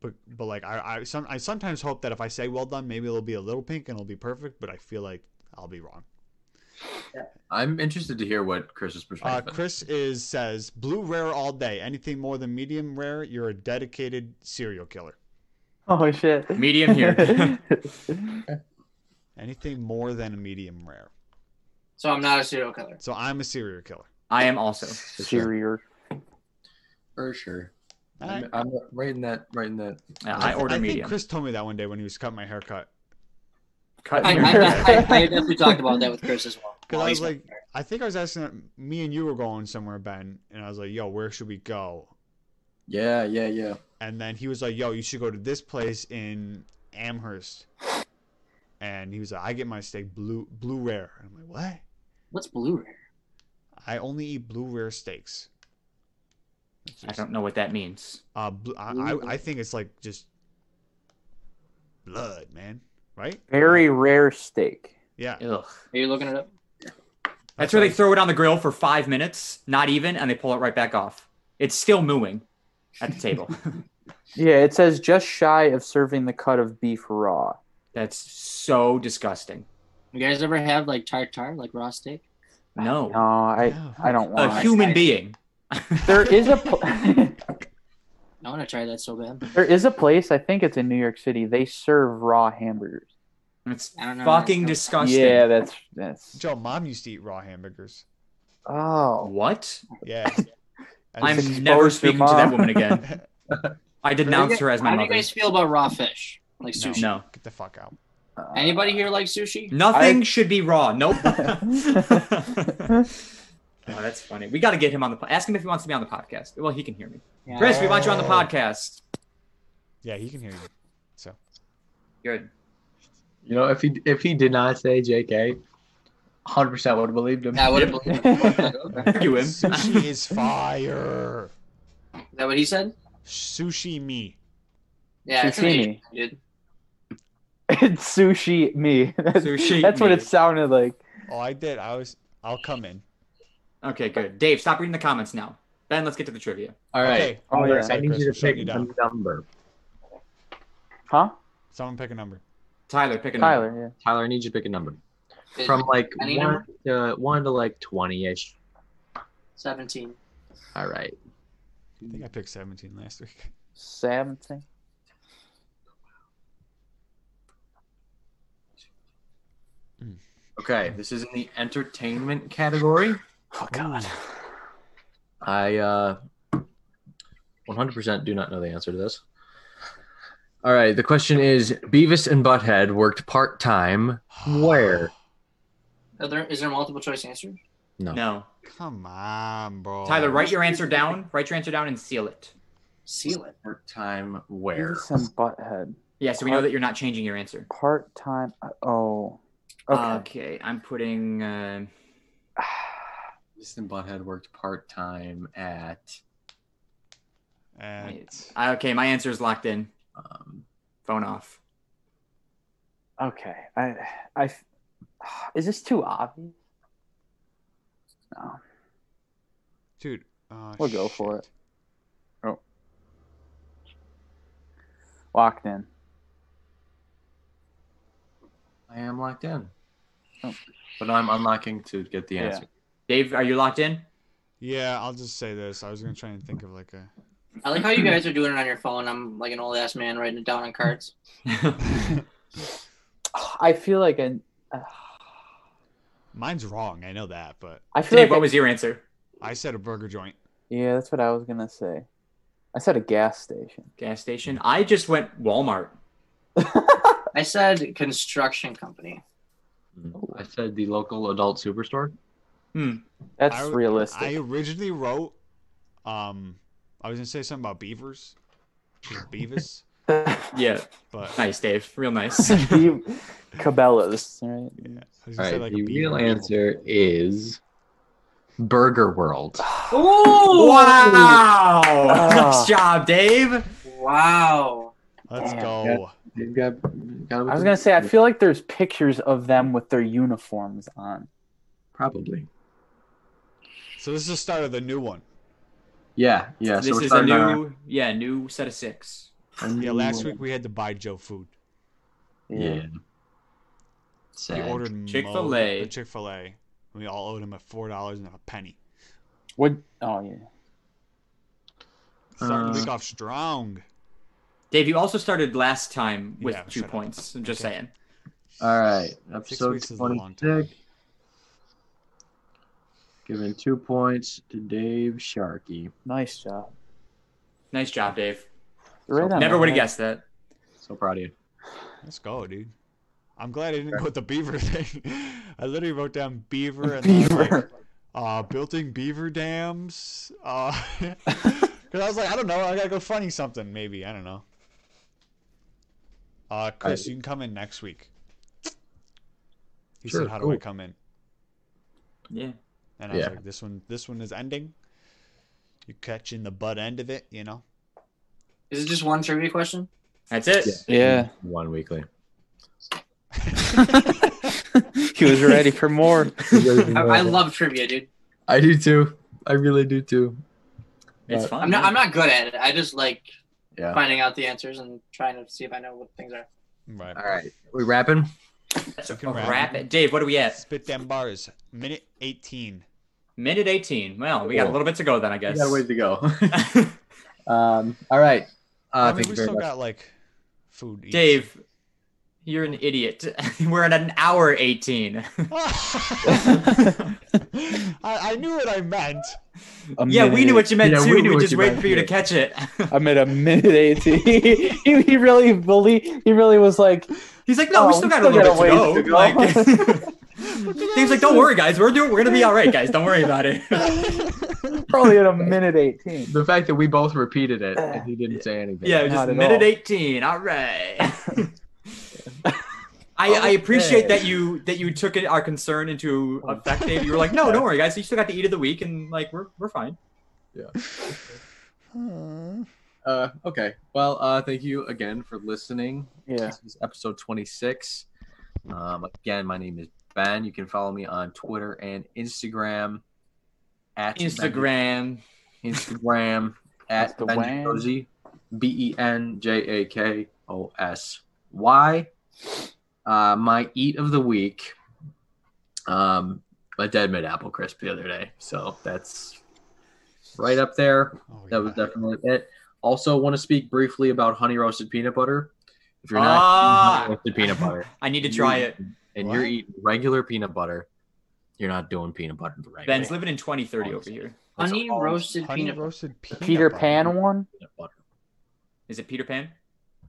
Speaker 6: but but like I I, some, I sometimes hope that if I say well done, maybe it'll be a little pink and it'll be perfect. But I feel like I'll be wrong.
Speaker 2: I'm interested to hear what Chris's
Speaker 6: Uh,
Speaker 2: perspective. is.
Speaker 6: Chris is says blue rare all day. Anything more than medium rare, you're a dedicated serial killer.
Speaker 1: Oh shit.
Speaker 4: Medium here.
Speaker 6: Anything more than a medium rare.
Speaker 5: So I'm not a serial killer.
Speaker 6: So I'm a serial killer.
Speaker 4: I am also.
Speaker 1: Superior.
Speaker 2: For sure.
Speaker 6: I,
Speaker 2: I'm, I'm writing that. Writing that.
Speaker 4: Uh, I order
Speaker 6: I think
Speaker 4: medium.
Speaker 6: Chris told me that one day when he was cutting my haircut.
Speaker 4: Cut
Speaker 5: I, I,
Speaker 4: here.
Speaker 5: I, I, I definitely talked about that with Chris as well.
Speaker 6: 'Cause I was like-
Speaker 5: there.
Speaker 6: I think I was asking me and you were going somewhere, Ben, and I was like, "Yo, where should we go?"
Speaker 2: Yeah, yeah, yeah.
Speaker 6: and then he was like, "Yo, you should go to this place in Amherst." And he was like, "I get my steak blue blue rare." And I'm like, "What?
Speaker 5: what's blue rare?
Speaker 6: I only eat blue rare steaks." It's
Speaker 4: I
Speaker 6: just-
Speaker 4: don't know what that means.
Speaker 6: Uh, blue, I, I I think it's like just blood, man. Right?
Speaker 1: Very rare steak.
Speaker 6: Yeah.
Speaker 4: Ugh.
Speaker 5: Are you looking it up?
Speaker 4: That's where they throw it on the grill for five minutes, not even, and they pull it right back off. It's still mooing at the table.
Speaker 3: Yeah, it says just shy of serving the cut of beef raw.
Speaker 4: That's so disgusting.
Speaker 5: You guys ever had like tartar, like raw steak?
Speaker 4: No.
Speaker 1: No, I
Speaker 6: No.
Speaker 1: I don't want.
Speaker 4: Oh. A
Speaker 1: it.
Speaker 4: human being.
Speaker 1: There is a pl-
Speaker 5: I want to try that so bad.
Speaker 3: There is a place, I think it's in New York City, they serve raw hamburgers.
Speaker 4: It's
Speaker 5: I don't know.
Speaker 4: fucking
Speaker 5: Yeah.
Speaker 4: disgusting.
Speaker 3: Yeah, that's that's
Speaker 6: Joe, mom used to eat raw hamburgers.
Speaker 3: oh
Speaker 4: What?
Speaker 6: Yeah.
Speaker 4: I'm
Speaker 6: And-
Speaker 4: never
Speaker 3: your
Speaker 4: speaking to that
Speaker 3: mom.
Speaker 4: woman again. I denounce her as my
Speaker 5: How do you
Speaker 4: mother.
Speaker 5: guys feel about raw fish, like
Speaker 6: No.
Speaker 5: sushi?
Speaker 4: No.
Speaker 6: Get the fuck out.
Speaker 5: Anybody here like sushi?
Speaker 4: Nothing
Speaker 1: I-
Speaker 4: should be raw. Nope. oh, that's funny. We got to get him on the po- ask him if he wants to be on the podcast. Well, he can hear me.
Speaker 5: Yeah.
Speaker 4: Chris, we want you on the podcast.
Speaker 6: Yeah, he can hear you. So
Speaker 4: Good.
Speaker 2: You know, if he if he did not say JK, 100 percent would have believed him.
Speaker 5: Yeah, I wouldn't believe it.
Speaker 4: Argue him.
Speaker 6: sushi is fire.
Speaker 5: Is that what he said?
Speaker 6: Sushi me.
Speaker 5: Yeah, it's an
Speaker 3: Sashimi.
Speaker 5: Asian dude.
Speaker 3: it's sushi me. That's,
Speaker 4: Sushi
Speaker 3: that's what
Speaker 4: me.
Speaker 3: it sounded like.
Speaker 6: Oh, I did. I was. I'll come in.
Speaker 4: Okay, good. Dave, stop reading the comments now. Ben, let's get to the trivia.
Speaker 2: All right.
Speaker 6: Okay.
Speaker 3: Oh, yeah.
Speaker 2: I need you to
Speaker 6: Chris, shut
Speaker 2: pick
Speaker 6: you
Speaker 2: a
Speaker 6: down.
Speaker 2: number.
Speaker 3: Huh?
Speaker 6: Someone pick a number.
Speaker 4: Tyler, pick a number.
Speaker 3: Tyler,
Speaker 2: Tyler, I need you to pick a number
Speaker 5: Is
Speaker 2: from like
Speaker 5: Any
Speaker 2: one to one to like 20 ish.
Speaker 5: Seventeen.
Speaker 2: All right.
Speaker 6: I think I picked 17 last week.
Speaker 3: yeah. Seventeen.
Speaker 2: Okay, this is in the entertainment category.
Speaker 3: Oh god.
Speaker 2: I uh, 100% do not know the answer to this. All right, the question is Beavis and Butthead worked part time where?
Speaker 5: Are there, is there multiple choice answer?
Speaker 4: No.
Speaker 6: Come on, bro.
Speaker 2: Oh.
Speaker 4: Tyler, write your answer down. Write your answer down and seal it.
Speaker 5: Seal it.
Speaker 2: Part time where?
Speaker 3: Beavis and Butthead.
Speaker 4: Yeah, so we know that you're not changing your answer.
Speaker 3: Part time oh. Okay.
Speaker 4: okay I'm putting. Uh,
Speaker 2: Beavis and Butthead worked part time at.
Speaker 6: And
Speaker 4: wait. I- okay, my answer is locked in.
Speaker 2: Um,
Speaker 4: Phone off.
Speaker 3: okay. I I is this too obvious? No.
Speaker 6: dude, oh,
Speaker 3: We'll go for
Speaker 6: shit.
Speaker 4: Oh.
Speaker 3: Locked in.
Speaker 2: I am locked in.
Speaker 3: Oh.
Speaker 2: But I'm unlocking to get the
Speaker 3: Yeah.
Speaker 2: answer.
Speaker 4: Dave, are you locked in?
Speaker 6: Yeah, I'll just say this. I was gonna try and think of like a.
Speaker 5: I like how you guys are doing it on your phone. I'm like an old ass man writing it down on cards.
Speaker 3: I feel like I uh,
Speaker 6: Mine's wrong. I know that, but
Speaker 3: I feel
Speaker 4: Dave,
Speaker 3: like I-
Speaker 4: what was your answer?
Speaker 6: I said a burger joint.
Speaker 3: Yeah, that's what I was gonna say. I said a gas station.
Speaker 4: Gas station. I just went Walmart.
Speaker 5: I said construction company.
Speaker 2: I said the local adult superstore.
Speaker 3: That's
Speaker 6: I-
Speaker 3: realistic.
Speaker 6: I originally wrote. Um, I was gonna say something about beavers. Beavis,
Speaker 4: Yeah,
Speaker 6: but
Speaker 4: nice, Dave. Real nice.
Speaker 3: Steve Cabela's, right?
Speaker 6: yeah, I was
Speaker 2: All
Speaker 6: gonna say
Speaker 2: right,
Speaker 6: like
Speaker 2: the
Speaker 6: a beaver.
Speaker 2: real answer is Burger World.
Speaker 5: Ooh!
Speaker 4: wow!
Speaker 3: Ah.
Speaker 4: nice job, Dave.
Speaker 5: Wow.
Speaker 6: Let's
Speaker 3: Damn,
Speaker 6: go.
Speaker 3: I was gonna say I feel like there's pictures of them with their uniforms on.
Speaker 2: probably.
Speaker 6: So this is the start of the new one.
Speaker 2: Yeah, yeah.
Speaker 4: this
Speaker 2: we're
Speaker 4: is a
Speaker 2: starting
Speaker 4: new,
Speaker 2: on our-
Speaker 4: yeah, new set of six.
Speaker 6: Yeah, last week we had to buy Joe food.
Speaker 2: Yeah.
Speaker 6: We
Speaker 2: Sad.
Speaker 6: ordered mo-
Speaker 4: Chick-fil-A.
Speaker 6: uh, Chick-fil-A. We all owed him a four dollars and a penny.
Speaker 3: What? Oh yeah.
Speaker 6: Started the
Speaker 2: Uh,
Speaker 6: week off strong.
Speaker 4: Dave, you also started last time with
Speaker 6: Yeah,
Speaker 4: two
Speaker 6: shut up.
Speaker 4: points. I'm just
Speaker 6: Okay.
Speaker 4: saying.
Speaker 2: All right,
Speaker 6: Six
Speaker 2: episode
Speaker 6: weeks is a long time.
Speaker 2: twenty-six. Giving two points to Dave Sharkey.
Speaker 3: Nice job.
Speaker 4: Nice job, Dave.
Speaker 3: Right
Speaker 2: Oh,
Speaker 3: on,
Speaker 4: Never would have
Speaker 3: man.
Speaker 4: guessed that.
Speaker 2: So proud of you.
Speaker 6: Let's go, dude. I'm glad I didn't put the beaver thing. I literally wrote down beaver and then I was like,
Speaker 3: Beaver.
Speaker 6: uh, building beaver dams. Uh, because I was like, I don't know, I gotta go finding something. Maybe I don't know. Uh, Chris, you can come in next week. He
Speaker 2: Sure,
Speaker 6: said, "How do I
Speaker 2: cool.
Speaker 6: come in?"
Speaker 4: Yeah.
Speaker 6: And I was
Speaker 2: Yeah.
Speaker 6: like, "This one, this one is ending. You catching the butt end of it, you know."
Speaker 5: Is it just one trivia question?
Speaker 4: That's it.
Speaker 3: Yeah.
Speaker 2: One weekly.
Speaker 3: he was ready for more.
Speaker 5: I, I love trivia, dude.
Speaker 2: I do too. I really do too.
Speaker 4: It's
Speaker 2: But-
Speaker 4: fun.
Speaker 5: I'm not.
Speaker 4: yeah.
Speaker 5: I'm not good at it. I just like
Speaker 2: Yeah.
Speaker 5: finding out the answers and trying to see if I know what things are.
Speaker 6: Right.
Speaker 2: All right, we wrapping.
Speaker 4: That's
Speaker 6: You can
Speaker 4: a
Speaker 6: wrap.
Speaker 4: wrap it. Dave, what are we at?
Speaker 6: Spit them bars. Minute eighteen.
Speaker 4: Minute 18. Well, we got a
Speaker 2: Cool.
Speaker 4: little bit to go then, I
Speaker 2: We
Speaker 4: guess.
Speaker 2: got a ways to go. um. All right. Uh,
Speaker 6: I mean,
Speaker 2: thank
Speaker 6: we
Speaker 2: you very
Speaker 6: still
Speaker 2: much.
Speaker 6: got like food. each.
Speaker 4: Dave, you're an idiot. We're at an hour 18.
Speaker 3: Um,
Speaker 6: I, I knew what I meant.
Speaker 3: A
Speaker 4: yeah, we knew
Speaker 3: minute-
Speaker 4: what you meant
Speaker 2: Yeah,
Speaker 4: too.
Speaker 2: we
Speaker 4: We,
Speaker 2: knew what
Speaker 4: just
Speaker 2: you
Speaker 4: waited
Speaker 2: meant,
Speaker 4: for you
Speaker 2: yeah.
Speaker 4: to catch it.
Speaker 3: I'm at a minute eighteen. he, he really believed. He really was like,
Speaker 4: He's like, no, we
Speaker 3: Oh,
Speaker 4: still got a little bit
Speaker 3: got
Speaker 4: to go.
Speaker 3: a ways to
Speaker 4: Like, Dave's like, don't worry, guys. We're doing. We're gonna be all right, guys. Don't worry about it.
Speaker 3: probably at a minute eighteen.
Speaker 2: The fact that we both repeated it and he didn't say anything.
Speaker 4: yeah,
Speaker 3: Not
Speaker 4: just
Speaker 3: at
Speaker 4: minute
Speaker 3: all.
Speaker 4: 18. All right. I, I appreciate that you that you took it, our concern into effect, Dave. You were like, no, don't worry, guys. You still got to eat of the week, and like, we're we're fine.
Speaker 2: Uh, okay. Well, uh, thank you again for listening.
Speaker 3: Yeah.
Speaker 2: This is episode 26. Um, again, my name is Ben. You can follow me on Twitter and Instagram at
Speaker 4: Instagram.
Speaker 2: Ben- Instagram
Speaker 3: That's
Speaker 2: at
Speaker 3: the
Speaker 2: Ben
Speaker 3: wang.
Speaker 2: Jacozzi, B E N J A K O S Y. Uh, my eat of the week. Um, a dead mid apple crisp the other day, so that's right up there
Speaker 6: Oh,
Speaker 2: that was
Speaker 6: yeah.
Speaker 2: definitely it. Also, want to speak briefly about honey roasted peanut butter. If you're not
Speaker 4: Ah!
Speaker 2: eating honey roasted peanut butter
Speaker 4: I need to try it.
Speaker 2: and you're
Speaker 6: What?
Speaker 2: eating regular peanut butter, you're not doing peanut butter the right
Speaker 4: Ben's
Speaker 2: way.
Speaker 4: living in 2030 over here.
Speaker 2: That's
Speaker 5: Honey
Speaker 2: all
Speaker 5: roasted
Speaker 6: Honey
Speaker 5: peanut. butter.
Speaker 6: roasted peanut
Speaker 3: Peter
Speaker 6: butter.
Speaker 3: Pan one.
Speaker 2: peanut butter.
Speaker 4: Is it Peter Pan?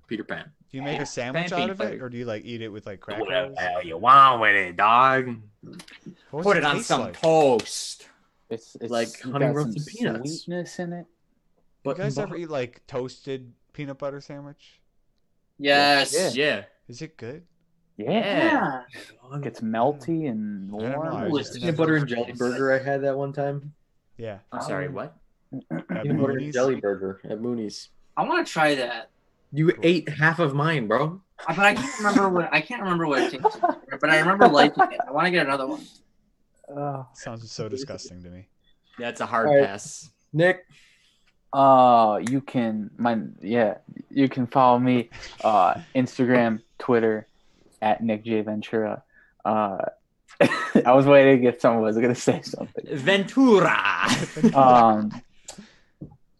Speaker 2: Peter Pan.
Speaker 6: Do you make a sandwich
Speaker 4: Pan
Speaker 6: out
Speaker 4: peanut
Speaker 6: of it,
Speaker 4: butter.
Speaker 6: or do you like eat it with like
Speaker 2: Do whatever
Speaker 6: crackers?
Speaker 2: the hell you want with it, dog.
Speaker 6: What was
Speaker 4: Put it on
Speaker 6: taste
Speaker 4: some
Speaker 6: like?
Speaker 4: toast.
Speaker 3: It's, it's
Speaker 2: Like
Speaker 3: got
Speaker 2: honey
Speaker 3: some
Speaker 2: roasted peanuts.
Speaker 3: Sweetness in it.
Speaker 6: You
Speaker 2: But
Speaker 6: guys ever eat like toasted peanut butter sandwich?
Speaker 5: Yes.
Speaker 3: Yeah.
Speaker 4: Yeah.
Speaker 6: Is it good?
Speaker 4: Yeah.
Speaker 3: It's melty and
Speaker 6: I don't know, I
Speaker 3: warm.
Speaker 6: was just-
Speaker 2: peanut butter and jelly burger I had that one time.
Speaker 6: Yeah.
Speaker 4: I'm sorry, what?
Speaker 2: Peanut
Speaker 6: at
Speaker 2: butter and
Speaker 6: Mooney's?
Speaker 2: jelly burger at Mooney's.
Speaker 5: I want to try that,
Speaker 2: You ate half of mine, bro.
Speaker 5: Uh, but I can't remember what I can't remember what it tasted. like, But I remember liking it. I want to get another one.
Speaker 3: Ugh.
Speaker 6: Sounds so disgusting to me.
Speaker 4: That's a hard
Speaker 2: All right.
Speaker 4: pass.
Speaker 2: Nick,
Speaker 3: Uh, you can my yeah, you can follow me, uh, Instagram, Twitter, at Nick J Ventura. Uh, I was waiting if someone was gonna say something.
Speaker 4: Ventura.
Speaker 3: Um,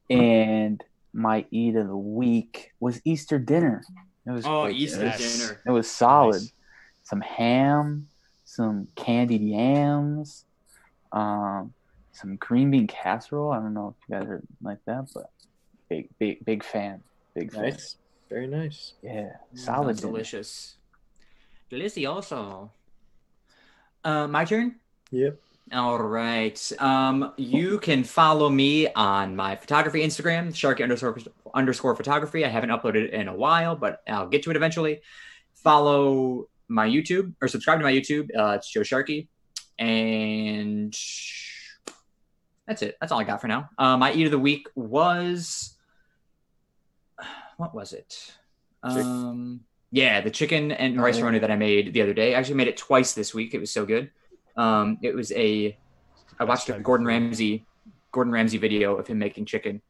Speaker 3: and my eat of the week was Easter dinner. It was
Speaker 4: oh, Easter
Speaker 6: Yes.
Speaker 4: dinner.
Speaker 3: it was solid.
Speaker 6: Nice.
Speaker 3: Some ham, some candied yams, um, some green bean casserole. I don't know if you guys are like that, but big, big, big fan. Big fan.
Speaker 2: nice, very nice.
Speaker 3: Yeah,
Speaker 4: Sounds
Speaker 3: solid. dinner.
Speaker 4: delicious. Delicioso. Uh, my turn?
Speaker 2: Yep.
Speaker 4: All right. Um, you can follow me on my photography Instagram, sharky underscore underscore photography. I haven't uploaded it in a while, but I'll get to it eventually. Follow my YouTube or subscribe to my YouTube. Uh, it's Joe Sharkey, and that's it. That's all I got for now. Uh, my eat of the week was what was it? Um, yeah, the chicken and rice roni that I made the other day. I actually made it twice this week. It was so good. Um, it was a I watched a
Speaker 6: Hashtag
Speaker 4: Gordon
Speaker 6: food.
Speaker 4: Ramsay Gordon Ramsay video of him making chicken,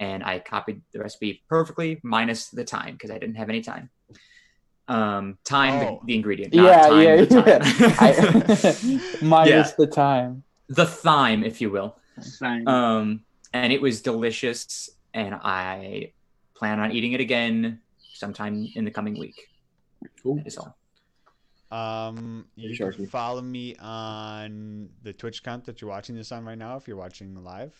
Speaker 4: and I copied the recipe perfectly, minus the time because I didn't have any time. Um, time
Speaker 6: Oh.
Speaker 4: the, the ingredient, not
Speaker 3: yeah,
Speaker 4: time,
Speaker 3: yeah,
Speaker 4: the time.
Speaker 3: yeah. I, minus
Speaker 4: Yeah.
Speaker 3: the time.
Speaker 4: the thyme, if you will.
Speaker 5: Fine.
Speaker 4: Um, and it was delicious, and I plan on eating it again sometime in the coming week.
Speaker 2: Cool.
Speaker 4: That is all.
Speaker 6: Um, you
Speaker 2: Sure.
Speaker 6: can follow me on the Twitch account that you're watching this on right now, if you're watching live,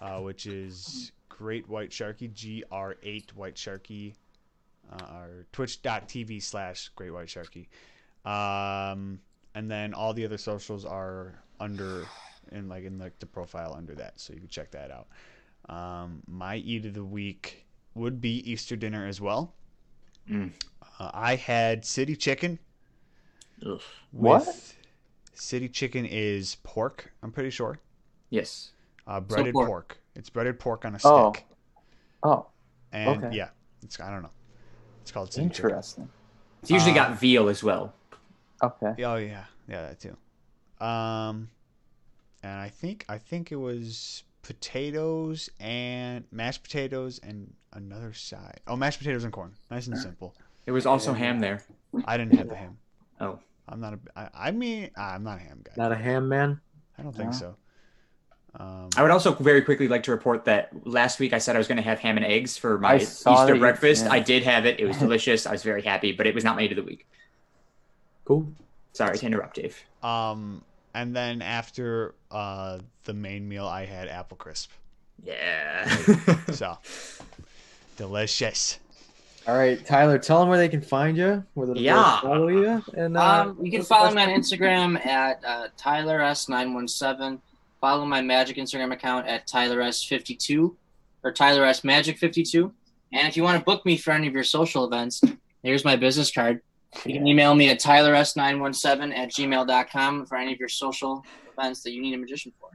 Speaker 6: uh, which is Great White Sharky, GR8 White Sharky, uh, or twitch.tv slash Great White Sharky. Um, and then all the other socials are under, in like in like the profile under that, so you can check that out. Um, my eat of the week would be Easter dinner as well.
Speaker 4: Mm.
Speaker 6: Uh, I had city chicken
Speaker 4: Ugh.
Speaker 3: What?
Speaker 6: with- City chicken is pork, I'm pretty sure.
Speaker 4: Yes.
Speaker 6: Uh, breaded pork.
Speaker 5: pork.
Speaker 6: It's breaded pork on a stick.
Speaker 3: Oh. Oh,
Speaker 6: and
Speaker 3: okay.
Speaker 6: yeah, it's I don't know. It's called city chicken.
Speaker 3: interesting.
Speaker 4: It's usually
Speaker 6: Uh,
Speaker 4: got veal as well.
Speaker 3: Okay.
Speaker 6: Yeah, Oh yeah, yeah, that too. Um, and I think I think it was potatoes and mashed potatoes and another side. Oh, mashed potatoes and corn. Nice and simple.
Speaker 4: There was also ham there.
Speaker 6: I didn't have the ham.
Speaker 4: Oh.
Speaker 6: I'm not a. I, I mean, I'm not a ham guy.
Speaker 2: Not a ham man.
Speaker 6: I don't think
Speaker 3: No.
Speaker 6: so. Um,
Speaker 4: I would also very quickly like to report that last week I said I was going to have ham and eggs for
Speaker 3: I
Speaker 4: my
Speaker 3: saw that
Speaker 4: Easter
Speaker 3: you-
Speaker 4: breakfast.
Speaker 3: yeah.
Speaker 4: I did have it. It was delicious. I was very happy, but it was not my eat of the week.
Speaker 2: Cool.
Speaker 4: Sorry to interrupt, Dave.
Speaker 6: Um, and then after uh, the main meal, I had apple crisp.
Speaker 4: Yeah.
Speaker 6: So delicious.
Speaker 2: All right, Tyler, tell them where they can find you, where they
Speaker 4: Yeah.
Speaker 2: follow you, and uh,
Speaker 5: Um, you can
Speaker 2: what's the
Speaker 5: follow
Speaker 2: best-
Speaker 5: me on Instagram at uh, TylerS917. Follow my Magic Instagram account at TylerS52 or TylerSMagic52. And if you want to book me for any of your social events, here's my business card. You can email me at TylerS917 at gmail.com for any of your social events that you need a magician for.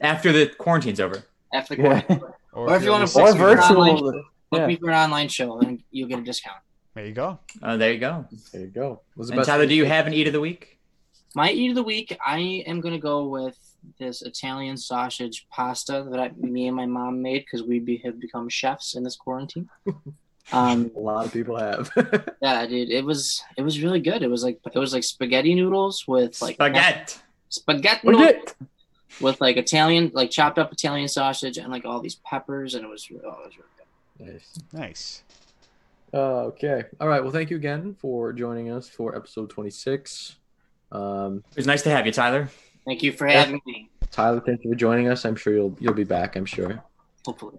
Speaker 4: After the quarantine's over.
Speaker 5: After the
Speaker 3: Yeah.
Speaker 5: quarantine, Or if you wanna
Speaker 6: to
Speaker 5: Six
Speaker 3: Or
Speaker 5: years online.
Speaker 3: virtual.
Speaker 5: book
Speaker 3: Yeah.
Speaker 5: me for an online show and you'll get a discount.
Speaker 6: There you go.
Speaker 4: Uh, there you go.
Speaker 2: There you go. What's the
Speaker 4: And
Speaker 2: best
Speaker 4: Tyler, do you
Speaker 2: thing-
Speaker 4: have an eat of the week?
Speaker 5: My eat of the week, I am gonna go with this Italian sausage pasta that I, me and my mom made because we be, have become chefs in this quarantine. Um,
Speaker 2: A lot of people have.
Speaker 5: yeah, dude, it was it was really good. It was like it was like spaghetti noodles with like
Speaker 4: Spaghetti.
Speaker 5: spaghetti
Speaker 3: Look
Speaker 5: noodles
Speaker 3: it.
Speaker 5: with like Italian like chopped up Italian sausage and like all these peppers and it was, oh, it was really good.
Speaker 6: Nice.
Speaker 2: Uh, okay. All right. Well, thank you again for joining us for episode 26. Um,
Speaker 4: It was nice to have you, Tyler.
Speaker 5: Thank you for having me.
Speaker 2: Tyler, thank you for joining us. I'm sure you'll you'll be back. I'm sure.
Speaker 5: Hopefully,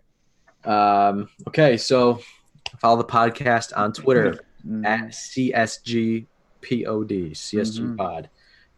Speaker 2: Um, okay, so follow the podcast on Twitter
Speaker 3: Mm.
Speaker 2: at CSGPOD, CSG
Speaker 6: Mm-hmm.
Speaker 3: Mhm.
Speaker 2: Pod.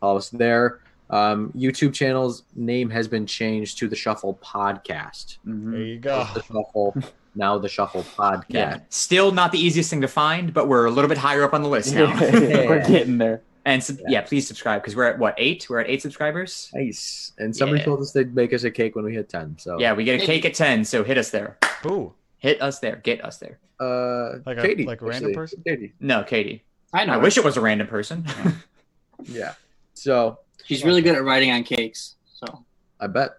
Speaker 2: Follow us there. Um, YouTube channel's name has been changed to the Shuffle Podcast.
Speaker 3: Mhm.
Speaker 6: There you go.
Speaker 2: The Shuffle, now the Shuffle Podcast.
Speaker 4: Yeah. Still not the easiest thing to find, but we're a little bit higher up on the list now.
Speaker 2: Yeah.
Speaker 3: We're getting there.
Speaker 4: and sub- yeah, please subscribe because we're at what eight? We're at eight subscribers.
Speaker 2: Nice. And somebody
Speaker 4: Yeah.
Speaker 2: told us they'd make us a cake when we hit 10. So,
Speaker 4: Yeah, we get a
Speaker 5: Hey.
Speaker 4: cake at ten, so hit us there.
Speaker 6: Ooh.
Speaker 4: Hit us there. Get us there.
Speaker 2: Uh,
Speaker 6: Like a-
Speaker 2: Katie,
Speaker 6: like a random
Speaker 2: actually.
Speaker 6: person?
Speaker 2: Katie.
Speaker 4: No, Katie.
Speaker 5: I know.
Speaker 4: I wish it was a random person.
Speaker 2: Yeah. So,
Speaker 5: she's really good at writing on cakes. So
Speaker 2: I bet.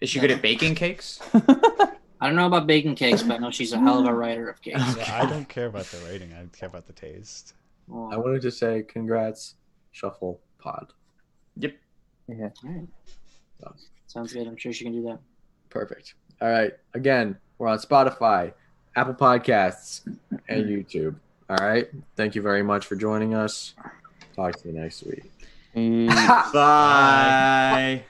Speaker 4: Is she good at baking cakes?
Speaker 5: I don't know about baking cakes, but I know she's a hell of a writer of cakes.
Speaker 6: So I don't care about the rating. I care about the taste.
Speaker 5: Well,
Speaker 2: I wanted to say congrats, Shuffle Pod.
Speaker 5: Sounds good. I'm sure she can do that.
Speaker 2: Perfect. All right. Again, we're on Spotify, Apple Podcasts, and YouTube. All right. Thank you very much for joining us. Talk to you next week.
Speaker 3: Yeah.
Speaker 4: Bye.